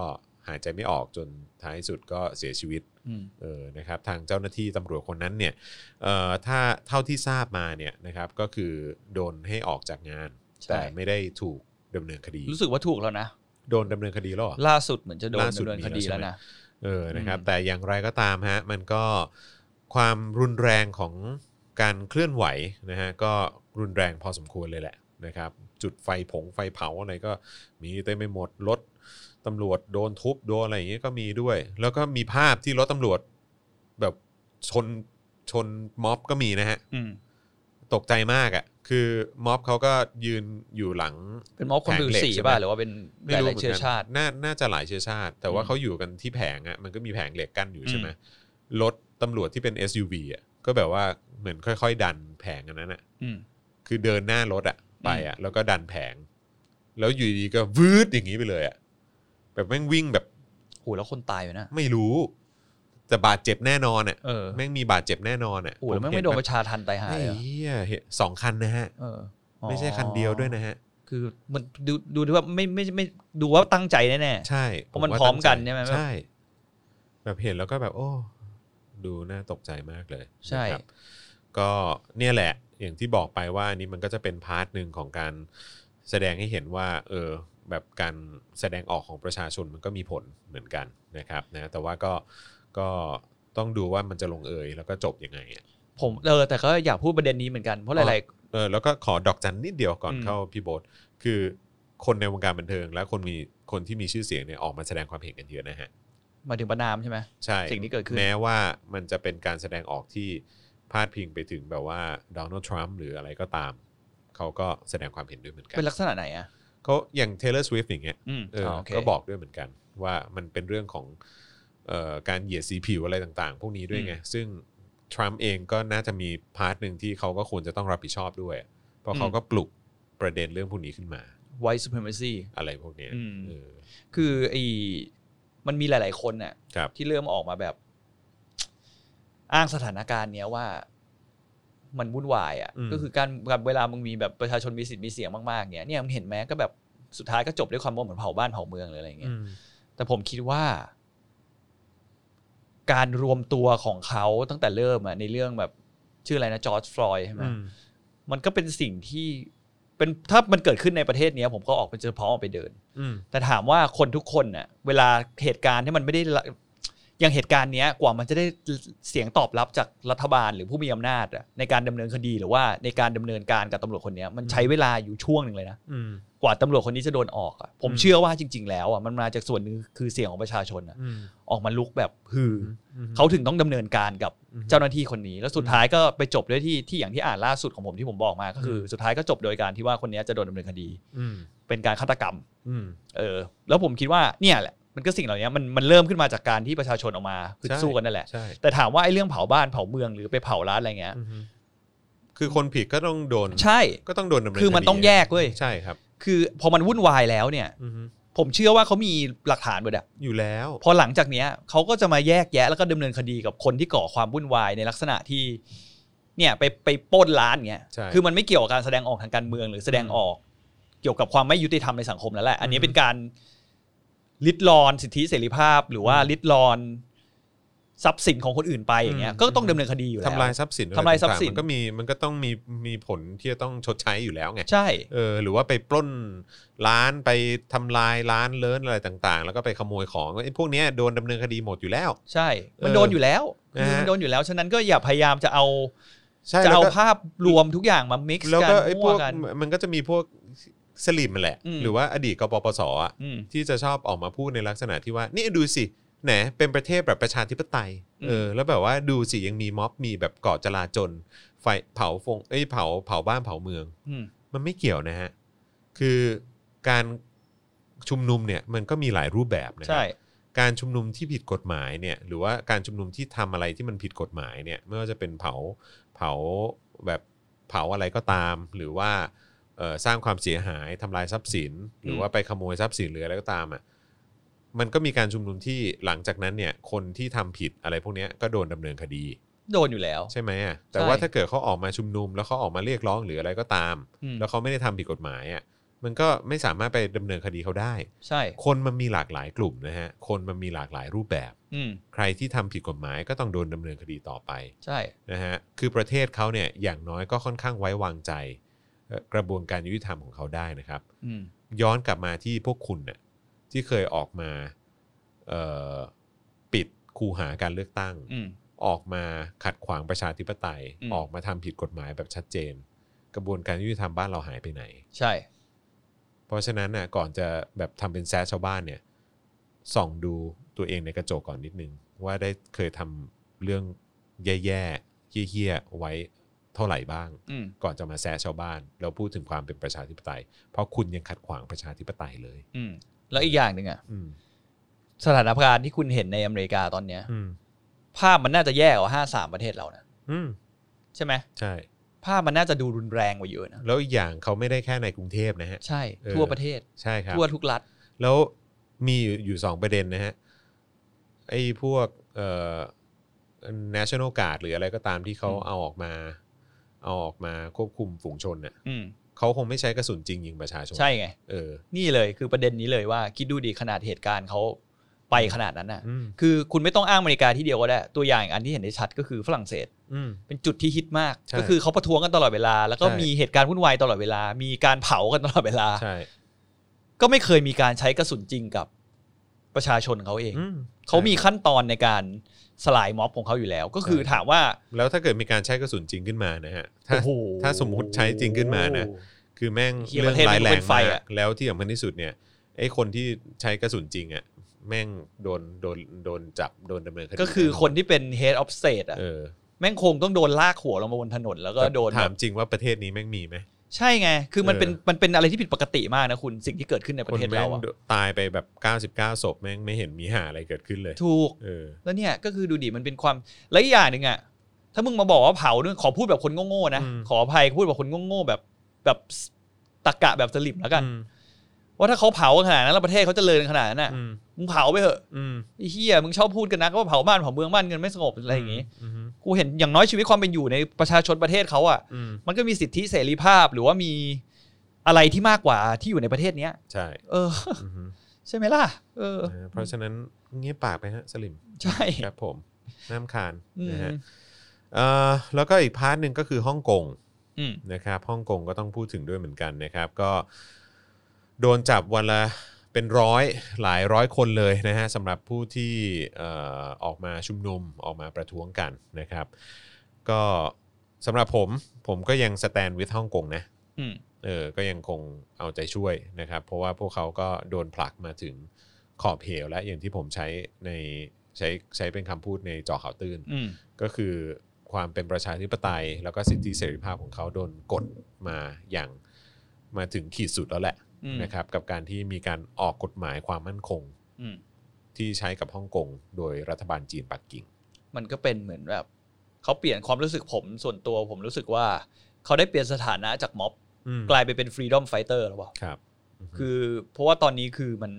Speaker 1: หายใจไม่ออกจนท้ายสุดก็เสียชีวิต
Speaker 2: อืม
Speaker 1: เออ นะครับ ทางเจ้าหน้าที่ตำรวจคนนั้นเนี่ย เอ่อ ถ้าเท่าที่ทราบมาเนี่ยนะครับ ก็คือโดนให้ออกจากงาน
Speaker 2: ใช่
Speaker 1: แต่ไม่ได้ถูกดำเนินคดี
Speaker 2: รู้สึกว่าถูกแล้วนะ
Speaker 1: โดนดำเนินคดีแล้วเหรอ
Speaker 2: ล่าสุดเหมือนจะโดน
Speaker 1: ล่าสุด
Speaker 2: ดำเนิน
Speaker 1: มี
Speaker 2: คดี
Speaker 1: แล้
Speaker 2: แล้ว ว
Speaker 1: ใช่ไหม
Speaker 2: นะ
Speaker 1: เออ นะครับ
Speaker 2: อืม
Speaker 1: แต่อย่างไรก็ตามฮะ มันก็ความรุนแรงของการเคลื่อนไหวนะฮะ ก็รุนแรงพอสมควรเลยแหละนะครับ จุดไฟผงไฟเผาอะไรก็มีเต็มไปหมด รถตำรวจโดนทุบโดนอะไรอย่างเงี้ยก็มีด้วย แล้วก็มีภาพที่รถตำรวจแบบชนชนม็อบก็มีนะฮะ
Speaker 2: อืม
Speaker 1: ตกใจมากอะ่ะ คือม็อบเขาก็ยืนอยู่หลัง
Speaker 2: เป็นม็อบคนผิวสี
Speaker 1: แผงเหล็กใช่ไหม
Speaker 2: ป่ะหรือว่าเป็นห
Speaker 1: ไม่รู้
Speaker 2: ลาย
Speaker 1: หมื
Speaker 2: ๆ
Speaker 1: น
Speaker 2: เชื้อ
Speaker 1: กัน
Speaker 2: ชาติ
Speaker 1: น่าน่าจะหลายเชื้อชาติ แต่ว่า
Speaker 2: อืม
Speaker 1: เขาอยู่กันที่แผงอะ่ะ มันก็มีแผงเหล็กกั้นอยู่
Speaker 2: อืม
Speaker 1: ใช่ไหมรถตำรวจที่เป็น SUV อะ่ะ ก็แบบว่าเหมือนค่อยๆ ดันแผงอันนั้นอะ่ะ
Speaker 2: อืม
Speaker 1: คือเดินหน้ารถอะ่ะไปอะ่ะ แล้วก็ดันแผง แล้วอยู่ดีๆก็วืดอย่างนี้ไปเลยอะ่ะ แบบแม่งวิ่งแบบ
Speaker 2: โหแล้วคนตายไปนะ
Speaker 1: ไม่รู้ แต่บาดเจ็บแน่นอนอะ่ะ
Speaker 2: เออ
Speaker 1: แม่งมีบาดเจ็บแน่นอนอะ่ะ
Speaker 2: โหแล้วแม่งไม่โดนประชาทันตายหาย
Speaker 1: ไอ้
Speaker 2: เหรอ
Speaker 1: เหี้ยเห็นสองคันนะฮะ
Speaker 2: เอออ๋อ
Speaker 1: ไม่ใช่คันเดียวด้วยนะฮะ
Speaker 2: คือมันดูดูดูว่าไม่ไม่ไม่ดูว่าตั้งใจแน่
Speaker 1: ใช่
Speaker 2: เพราะมัน
Speaker 1: ผว่า
Speaker 2: พร้อมกัน
Speaker 1: ตั้งจ
Speaker 2: ใช่ไหม
Speaker 1: ใช่ แบบเห็นแล้วก็แบบ โอ้ดูน่าตกใจมากเลย
Speaker 2: ใช่
Speaker 1: นะครับก็เนี่ยแหละ อย่างที่บอกไปว่าอันนี้มันก็จะเป็นพาร์ทหนึ่งของการแสดงให้เห็นว่า เออ แบบการแสดงออกของประชาชนมันก็มีผลเหมือนกันนะครับนะแต่ว่าก็ก็ต้องดูว่ามันจะลงเอยแล้วก็จบยังไงอะ
Speaker 2: ๆผมเออแต่ก็อยากพูดประเด็นนี้เหมือนกันเพราะหลาย
Speaker 1: เออแล้วก็ขอดอกจันนิดเดียวก่อน
Speaker 2: อืม
Speaker 1: เข้าพี่โบ๊ทคือ คนในวงการบันเทิง และคนมีคนที่มีชื่อเสียงเนี่ยออกมาแสดงความเห็นกันเยอะนะฮะ
Speaker 2: หมายถึงประนามใช่ไหม
Speaker 1: ใช่
Speaker 2: สิ่งที่เกิดขึ้น
Speaker 1: แม้ว่ามันจะเป็นการแสดงออกที่พาดพิงไปถึงแบบว่าโดนัลด์ทรัมป์หรืออะไรก็ตาม เขาก็แสดงความเห็นด้วยเหมือนกัน
Speaker 2: เป็นลักษณะไหนอ่ะ
Speaker 1: เขาอย่าง Taylor Swift อย่างเงี้ย
Speaker 2: อืม
Speaker 1: เอออ
Speaker 2: โอเค
Speaker 1: ก็บอกด้วยเหมือนกัน ว่ามันเป็นเรื่องของเอ่อการเหยียดสีผิวอะไรต่างๆ พวกนี้ด้วยไง ซึ่งทรัมป์เองก็น่าจะมีพาร์ทหนึ่งที่เขาก็ควรจะต้องรับผิดชอบด้วย เพราะเขาก็ปลุกประเด็นเรื่องพวกนี้ขึ้นมา
Speaker 2: ไวซ์ซูเปอร์มาซี
Speaker 1: อะไรพวกเนี้ย
Speaker 2: อืม
Speaker 1: เออ
Speaker 2: คือไอ้มันมีหลาย ๆ คนน่ะ
Speaker 1: ครับ
Speaker 2: ที่เริ่มออกมาแบบ อ้างสถานการณ์เนี้ยว่า มันวุ่นวายอ่ะ
Speaker 1: อืม
Speaker 2: ก็คือการการเวลามึงมีแบบประชาชนมีสิทธิ์มีเสียงมากๆเนี้ยเนี่ยมึงเห็นไหมก็แบบสุดท้ายก็จบด้วยความว่าเหมือนเผาบ้านเผาเมืองหรืออะไรเงี้ย
Speaker 1: อืม
Speaker 2: แต่ผมคิดว่า การรวมตัวของเขาตั้งแต่เริ่มอ่ะในเรื่องแบบชื่ออะไรนะจอร์จฟลอยใช่ไหม
Speaker 1: อืม
Speaker 2: มันก็เป็นสิ่งที่เป็นถ้ามันเกิดขึ้นในประเทศเนี้ย ผมก็ออกไปเจอพร้อมออกไปเดิน
Speaker 1: อืม
Speaker 2: แต่ถามว่าคนทุกคนน่ะเวลาเหตุการณ์ที่มันไม่ได้ละอย่างเหตุการณ์เนี้ยกว่ามันจะได้เสียงตอบรับจากรัฐบาลหรือผู้มีอำนาจอะในการดำเนินคดีหรือว่าในการดำเนินการกับตำรวจคนเนี้ยมันใช้เวลาอยู่ช่วงหนึ่งเลยนะ
Speaker 1: อืม
Speaker 2: กว่าตำรวจคนนี้จะโดนออกอะผม
Speaker 1: อืม
Speaker 2: เชื่อว่าจริง ๆ แล้วอะมันมาจากส่วนหนึงคือเสียงของประชาชนอะ
Speaker 1: อืม
Speaker 2: ออกมาลุกแบบฮือ
Speaker 1: อืม
Speaker 2: เขาถึงต้องดำเนินการกับ
Speaker 1: อืม
Speaker 2: เจ้าหน้าที่คนนี้ แล้วสุดท้ายก็ไปจบด้วยที่ที่อย่างที่อ่านล่าสุดของผมที่ผมบอกมาก็คืออ
Speaker 1: ม
Speaker 2: สุดท้ายก็จบโดยการที่ว่าคนเนี้ยจะโดนดำเนินคดี
Speaker 1: อืม
Speaker 2: เป็นการฆาตกรรม
Speaker 1: อืม
Speaker 2: เออแล้วผมคิดว่าเนี่ยแหละมันก็สิ่งเหล่านี้มันมันเริ่มขึ้นมาจากการที่ประชาชนออกมาคือ
Speaker 1: ใช่
Speaker 2: สู้กันนั่นแหละ
Speaker 1: ใช่
Speaker 2: แต่ถามว่าไอ้เรื่องเผาบ้านเผาเมืองหรือไปเผาร้านอะไรเงี้ย
Speaker 1: คือคนผิดก็ต้องโดน
Speaker 2: ใช่
Speaker 1: ก็ต้องโดนดำเนิน
Speaker 2: คือมัน
Speaker 1: ดี
Speaker 2: ต้องแยกเว้ย
Speaker 1: ใช่ครับ
Speaker 2: คือพอมันวุ่นวายแล้วเนี่ย ผมเชื่อว่าเขามีหลักฐานหมดอะ
Speaker 1: อยู่แล้ว
Speaker 2: พอหลังจากเนี้ยเขาก็จะมาแยกแยะแล้วก็ดำเนินคดีกับคนที่ก่อความวุ่นวายในลักษณะที่เนี่ยไปไปปล้นร้านเงี้ย
Speaker 1: ใช่
Speaker 2: คือมันไม่เกี่ยวกับการแสดงออกทางการเมืองหรือแสดงออก เกี่ยวกับความไม่ยุติธรรมในสังคมแล้วแหละ อันนี้เป็นการลิดรอนสิทธิเสรีภาพ หรือว่าลิดรอนทรัพย์สินของคนอื่นไปอย่างเงี้ย ก็ต้องดำเนินคดีอยู่แล้ว
Speaker 1: ทำลายทรัพย์สินอะไร
Speaker 2: ทำลายทรัพย์สิน
Speaker 1: ต่งๆมันก็มีมันก็ต้องมีมีผลที่จะต้องชดใช้อยู่แล้วไง
Speaker 2: ใช่
Speaker 1: เออหรือว่าไปปล้นร้านไปทำลายร้านเลินอะไรต่างๆ แล้วก็ไปขโมยของไอ้พวกเนี้ยโดนดำเนินคดีหมดอยู่แล้ว
Speaker 2: ใช่
Speaker 1: เออ
Speaker 2: มันโดนอยู่แล้ว
Speaker 1: นะฮะ
Speaker 2: มันโดนอยู่แล้ว ฉะนั้นก็อย่าพยายามจะเอา
Speaker 1: ใช่
Speaker 2: จะ
Speaker 1: แล้ว
Speaker 2: เอา
Speaker 1: ก็
Speaker 2: ภาพรวมทุกอย่างมา mix
Speaker 1: แล้ว
Speaker 2: กั
Speaker 1: ก็
Speaker 2: น
Speaker 1: ไอ้พ
Speaker 2: มั่
Speaker 1: ว
Speaker 2: ว
Speaker 1: ก
Speaker 2: กัน
Speaker 1: มันก็จะมีพวกสลิมนั่นแหละ
Speaker 2: อืม
Speaker 1: หรือว่าอดีตกปปสอ่ะ
Speaker 2: อืม
Speaker 1: ที่จะชอบออกมาพูดในลักษณะที่ว่า นี่ดูสิแหนเป็นประเทศแบบประชาธิปไตย
Speaker 2: อืม
Speaker 1: เออแล้วแบบว่าดูสิยังมีม็อบมีแบบก่อจลาจลไฟเผาฟงเอ้ยเผาเผาบ้านเผาเมือง
Speaker 2: อืม
Speaker 1: มันไม่เกี่ยวนะฮะ คือการชุมนุมเนี่ยมันก็มีหลายรูปแบบนะครั
Speaker 2: ใช่
Speaker 1: บการชุมนุมที่ผิดกฎหมายเนี่ยหรือว่าการชุมนุมที่ทำอะไรที่มันผิดกฎหมายเนี่ยไม่ว่าจะเป็นเผาเผาแบบเผาอะไรก็ตาม หรือว่าเอ่อสร้างความเสียหายทำลายทรัพย์สิน หรือว่าไปขโมยทรัพย์สินหรืออะไรก็ตามอ่ะมันก็มีการชุมนุมที่หลังจากนั้นเนี่ยคนที่ทำผิดอะไรพวกเนี้ยก็โดนดำเนินคดี
Speaker 2: โดนอยู่แล้ว
Speaker 1: ใช่ไหมอ่ะแต่
Speaker 2: ใช่
Speaker 1: ว่าถ้าเกิดเขาออกมาชุมนุม แล้วเขาออกมาเรียกร้องหรืออะไรก็ตาม
Speaker 2: อืม
Speaker 1: แล้วเขาไม่ได้ทำผิดกฎหมายอ่ะมันก็ไม่สามารถไปดำเนินคดีเขาได้
Speaker 2: ใช่
Speaker 1: คนมันมีหลากหลายกลุ่มนะฮะ คนมันมีหลากหลายรูปแบบ
Speaker 2: อืม
Speaker 1: ใครที่ทำผิดกฎหมายก็ต้องโดนดำเนินคดีต่อไป
Speaker 2: ใช่
Speaker 1: นะฮะคือประเทศเขาเนี่ยอย่างน้อยก็ค่อนข้างไว้วางใจเอ่อกระบวนการยุติธรรมของเขาได้นะครับ
Speaker 2: อืม
Speaker 1: ย้อนกลับมาที่พวกคุณเนี่ยที่เคยออกมาเอ่อปิดคูหาการเลือกตั้ง
Speaker 2: อืม
Speaker 1: ออกมาขัดขวางประชาธิปไตย
Speaker 2: อืม
Speaker 1: ออกมาทำผิดกฎหมายแบบชัดเจน กระบวนการยุติธรรมบ้านเราหายไปไหน
Speaker 2: ใช่
Speaker 1: เพราะฉะนั้นน่ะก่อนจะแบบทำเป็นแซะชาวบ้านเนี่ยส่องดูตัวเองในกระจกก่อนนิดนึง ว่าได้เคยทำเรื่องแย่ๆเหี้ยๆไว้เท่าไหร่บ้าง
Speaker 2: อืม
Speaker 1: ก่อนจะมาแซะชาวบ้าน แล้วพูดถึงความเป็นประชาธิปไตย เพราะคุณยังขัดขวางประชาธิปไตยเลย
Speaker 2: อืม แล้วอีกอย่างหนึ่งอะ
Speaker 1: อืม
Speaker 2: สถานการณ์ที่คุณเห็นในอเมริกาตอนเนี้ย
Speaker 1: อืม
Speaker 2: ภาพมันน่าจะแย่กว่าห้าสามประเทศเรานะ
Speaker 1: อืม
Speaker 2: ใช่ไหม
Speaker 1: ใช่
Speaker 2: ภาพมันน่าจะดูรุนแรงกว่าเยอะนะ
Speaker 1: แล้วอีกอย่างเขาไม่ได้แค่ในกรุงเทพนะฮะ
Speaker 2: ใช่
Speaker 1: เออ
Speaker 2: ทั่วประเทศ
Speaker 1: ใช่ครับ
Speaker 2: ทั่วทุกรัฐ
Speaker 1: แล้วมีอยู่อยู่สองประเด็นนะฮะ ไอ้พวกเอ่อ national guard หรืออะไรก็ตามที่เขา
Speaker 2: อืม
Speaker 1: เอาออกมา เอาออกมาควบคุมฝูงชนเนี่ย
Speaker 2: อืม
Speaker 1: เขาคงไม่ใช้กระสุนจริงยิงประชาชน
Speaker 2: ใช่ไง
Speaker 1: เออ
Speaker 2: นี่เลยคือประเด็นนี้เลยว่า คิดดูดีขนาดเหตุการณ์เขาไปขนาดนั้นน่ะ
Speaker 1: อืม
Speaker 2: คือคุณไม่ต้องอ้างอเมริกาที่เดียวก็ได้ ตัวอย่างอันที่เห็นได้ชัดก็คือฝรั่งเศส
Speaker 1: อืม
Speaker 2: เป็นจุดที่ฮิตมาก
Speaker 1: ใช่
Speaker 2: ก็คือเขาประท้วงกันตลอดเวลา แล้วก็
Speaker 1: ใช่
Speaker 2: มีเหตุการณ์วุ่นวายตลอดเวลา มีการเผากันตลอดเวลา
Speaker 1: ใช่
Speaker 2: ก็ไม่เคยมีการใช้กระสุนจริงกับประชาชนเขาเอง
Speaker 1: อืม
Speaker 2: เขามี
Speaker 1: ใช่
Speaker 2: ขั้นตอนในการสลายม็อบของเขาอยู่แล้ว ก็คือ
Speaker 1: ใช่
Speaker 2: ถามว่า
Speaker 1: แล้วถ้าเกิดมีการใช้กระสุนจริงขึ้นมานะฮะ ถ้า
Speaker 2: โอ้โห
Speaker 1: ถ้าสมมุติใช้จริงขึ้นมานะ คือแม่ง
Speaker 2: เหี้ย
Speaker 1: เรื่องร้ายแรง
Speaker 2: ประเทศมันเป็นไฟ
Speaker 1: มาก
Speaker 2: อะ
Speaker 1: แล้วที่สำคัญที่สุดเนี่ยไอ้คนที่ใช้กระสุนจริงอ่ะแม่งโดนโดนโดนจับโดนดำเนินคดี
Speaker 2: ก็คือคนที่เป็น head of state อ่ะ
Speaker 1: เออ
Speaker 2: แม่งคงต้องโดนลากหัวลงมาบนถนนแล้วก็โดนแบ
Speaker 1: ถาม
Speaker 2: บ
Speaker 1: จริงว่าประเทศนี้แม่งมีไหม
Speaker 2: ใช่ไง คือมันเป็น
Speaker 1: เออ
Speaker 2: มันเป็นอะไรที่ผิดปกติมากนะคุณสิ่งที่เกิดขึ้นในป
Speaker 1: คน
Speaker 2: ระเทศ
Speaker 1: แม่
Speaker 2: เรา
Speaker 1: ง
Speaker 2: อะ
Speaker 1: ตายไปแบบ 99ศพแม่งไม่เห็นมีหาอะไรเกิดขึ้นเลย
Speaker 2: ถูก
Speaker 1: เออ
Speaker 2: แล้วเนี่ยก็คือดูดิมันเป็นความและอีกอย่างหนึ่งอะถ้ามึงมาบอกว่าเผาด้วยขอพูดแบบคนโง่ๆนะ
Speaker 1: อืม
Speaker 2: ขออภัยพูดแบบคนโง่ๆแบบแบบตะกะแบบสลิมแล้วกัน
Speaker 1: อืม
Speaker 2: ว่าถ้าเขาเผาขนาดนั้นแล้วประเทศเขาเจริญขนาดนั้นน่ะ
Speaker 1: อืม
Speaker 2: มึงเผาไปเถอะ
Speaker 1: อืม
Speaker 2: ไอ้เฮียมึงชอบพูดกันนะก็ว่าเผาบ้านเผาเมืองบ้านเงินไม่สงบอะไรอย่างงี้
Speaker 1: มอืม
Speaker 2: กูเห็นอย่างน้อยชีวิตความเป็นอยู่ในประชาชนประเทศเขาอ่ะ
Speaker 1: อืม
Speaker 2: มันก็มีสิทธิเสรีภาพหรือว่ามีอะไรที่มากกว่าที่อยู่ในประเทศเนี้ย
Speaker 1: ใช่
Speaker 2: เอ อ
Speaker 1: อือฮึ
Speaker 2: ใช่ไหมล่ะ เออ
Speaker 1: นะฮะเพราะฉะนั้นเงียบปากไปฮะสลิม
Speaker 2: ใช่
Speaker 1: ครับผมน้ำคาน
Speaker 2: อื
Speaker 1: นะฮะ
Speaker 2: ม
Speaker 1: เอ่อแล้วก็อีกพาร์ทหนึ่งก็คือฮ่องกง
Speaker 2: อืม
Speaker 1: นะครับฮ่องกงก็ต้องพูดถึงด้วยเหมือนกันนะครับ ก็โดนจับวันละเป็นร้อยหลายร้อยคนเลยนะฮะสำหรับผู้ที่เอ่อออกมาชุมนุมออกมาประท้วงกันนะครับ ก็สำหรับผมผมก็ยังสแตนวิทฮ่องกงนะ
Speaker 2: อืม
Speaker 1: เออก็ยังคงเอาใจช่วยนะครับ เพราะว่าพวกเขาก็โดนผลักมาถึงขอบเหวและอย่างที่ผมใช้ในใช้ใช้เป็นคำพูดในเจอข่าวตื้น
Speaker 2: อืม
Speaker 1: ก็คือความเป็นประชาธิปไตย แล้วก็สิทธิเสรีภาพของเขาโดนกดมาอย่างมาถึงขีดสุดแล้วแหละ
Speaker 2: อืม
Speaker 1: นะครับกับการที่มีการออกกฎหมายความมั่นคง
Speaker 2: อืม
Speaker 1: ที่ใช้กับฮ่องกงโดยรัฐบาลจีนปักกิ่ง
Speaker 2: มันก็เป็นเหมือนแบบเขาเปลี่ยนความรู้สึกผมส่วนตัวผมรู้สึกว่า เขาได้เปลี่ยนสถานะจากม็อบกลายไปเป็นฟรีดอมไฟเตอร์หรือเปล่า
Speaker 1: ครับ
Speaker 2: คือเพราะว่าตอนนี้คือมัน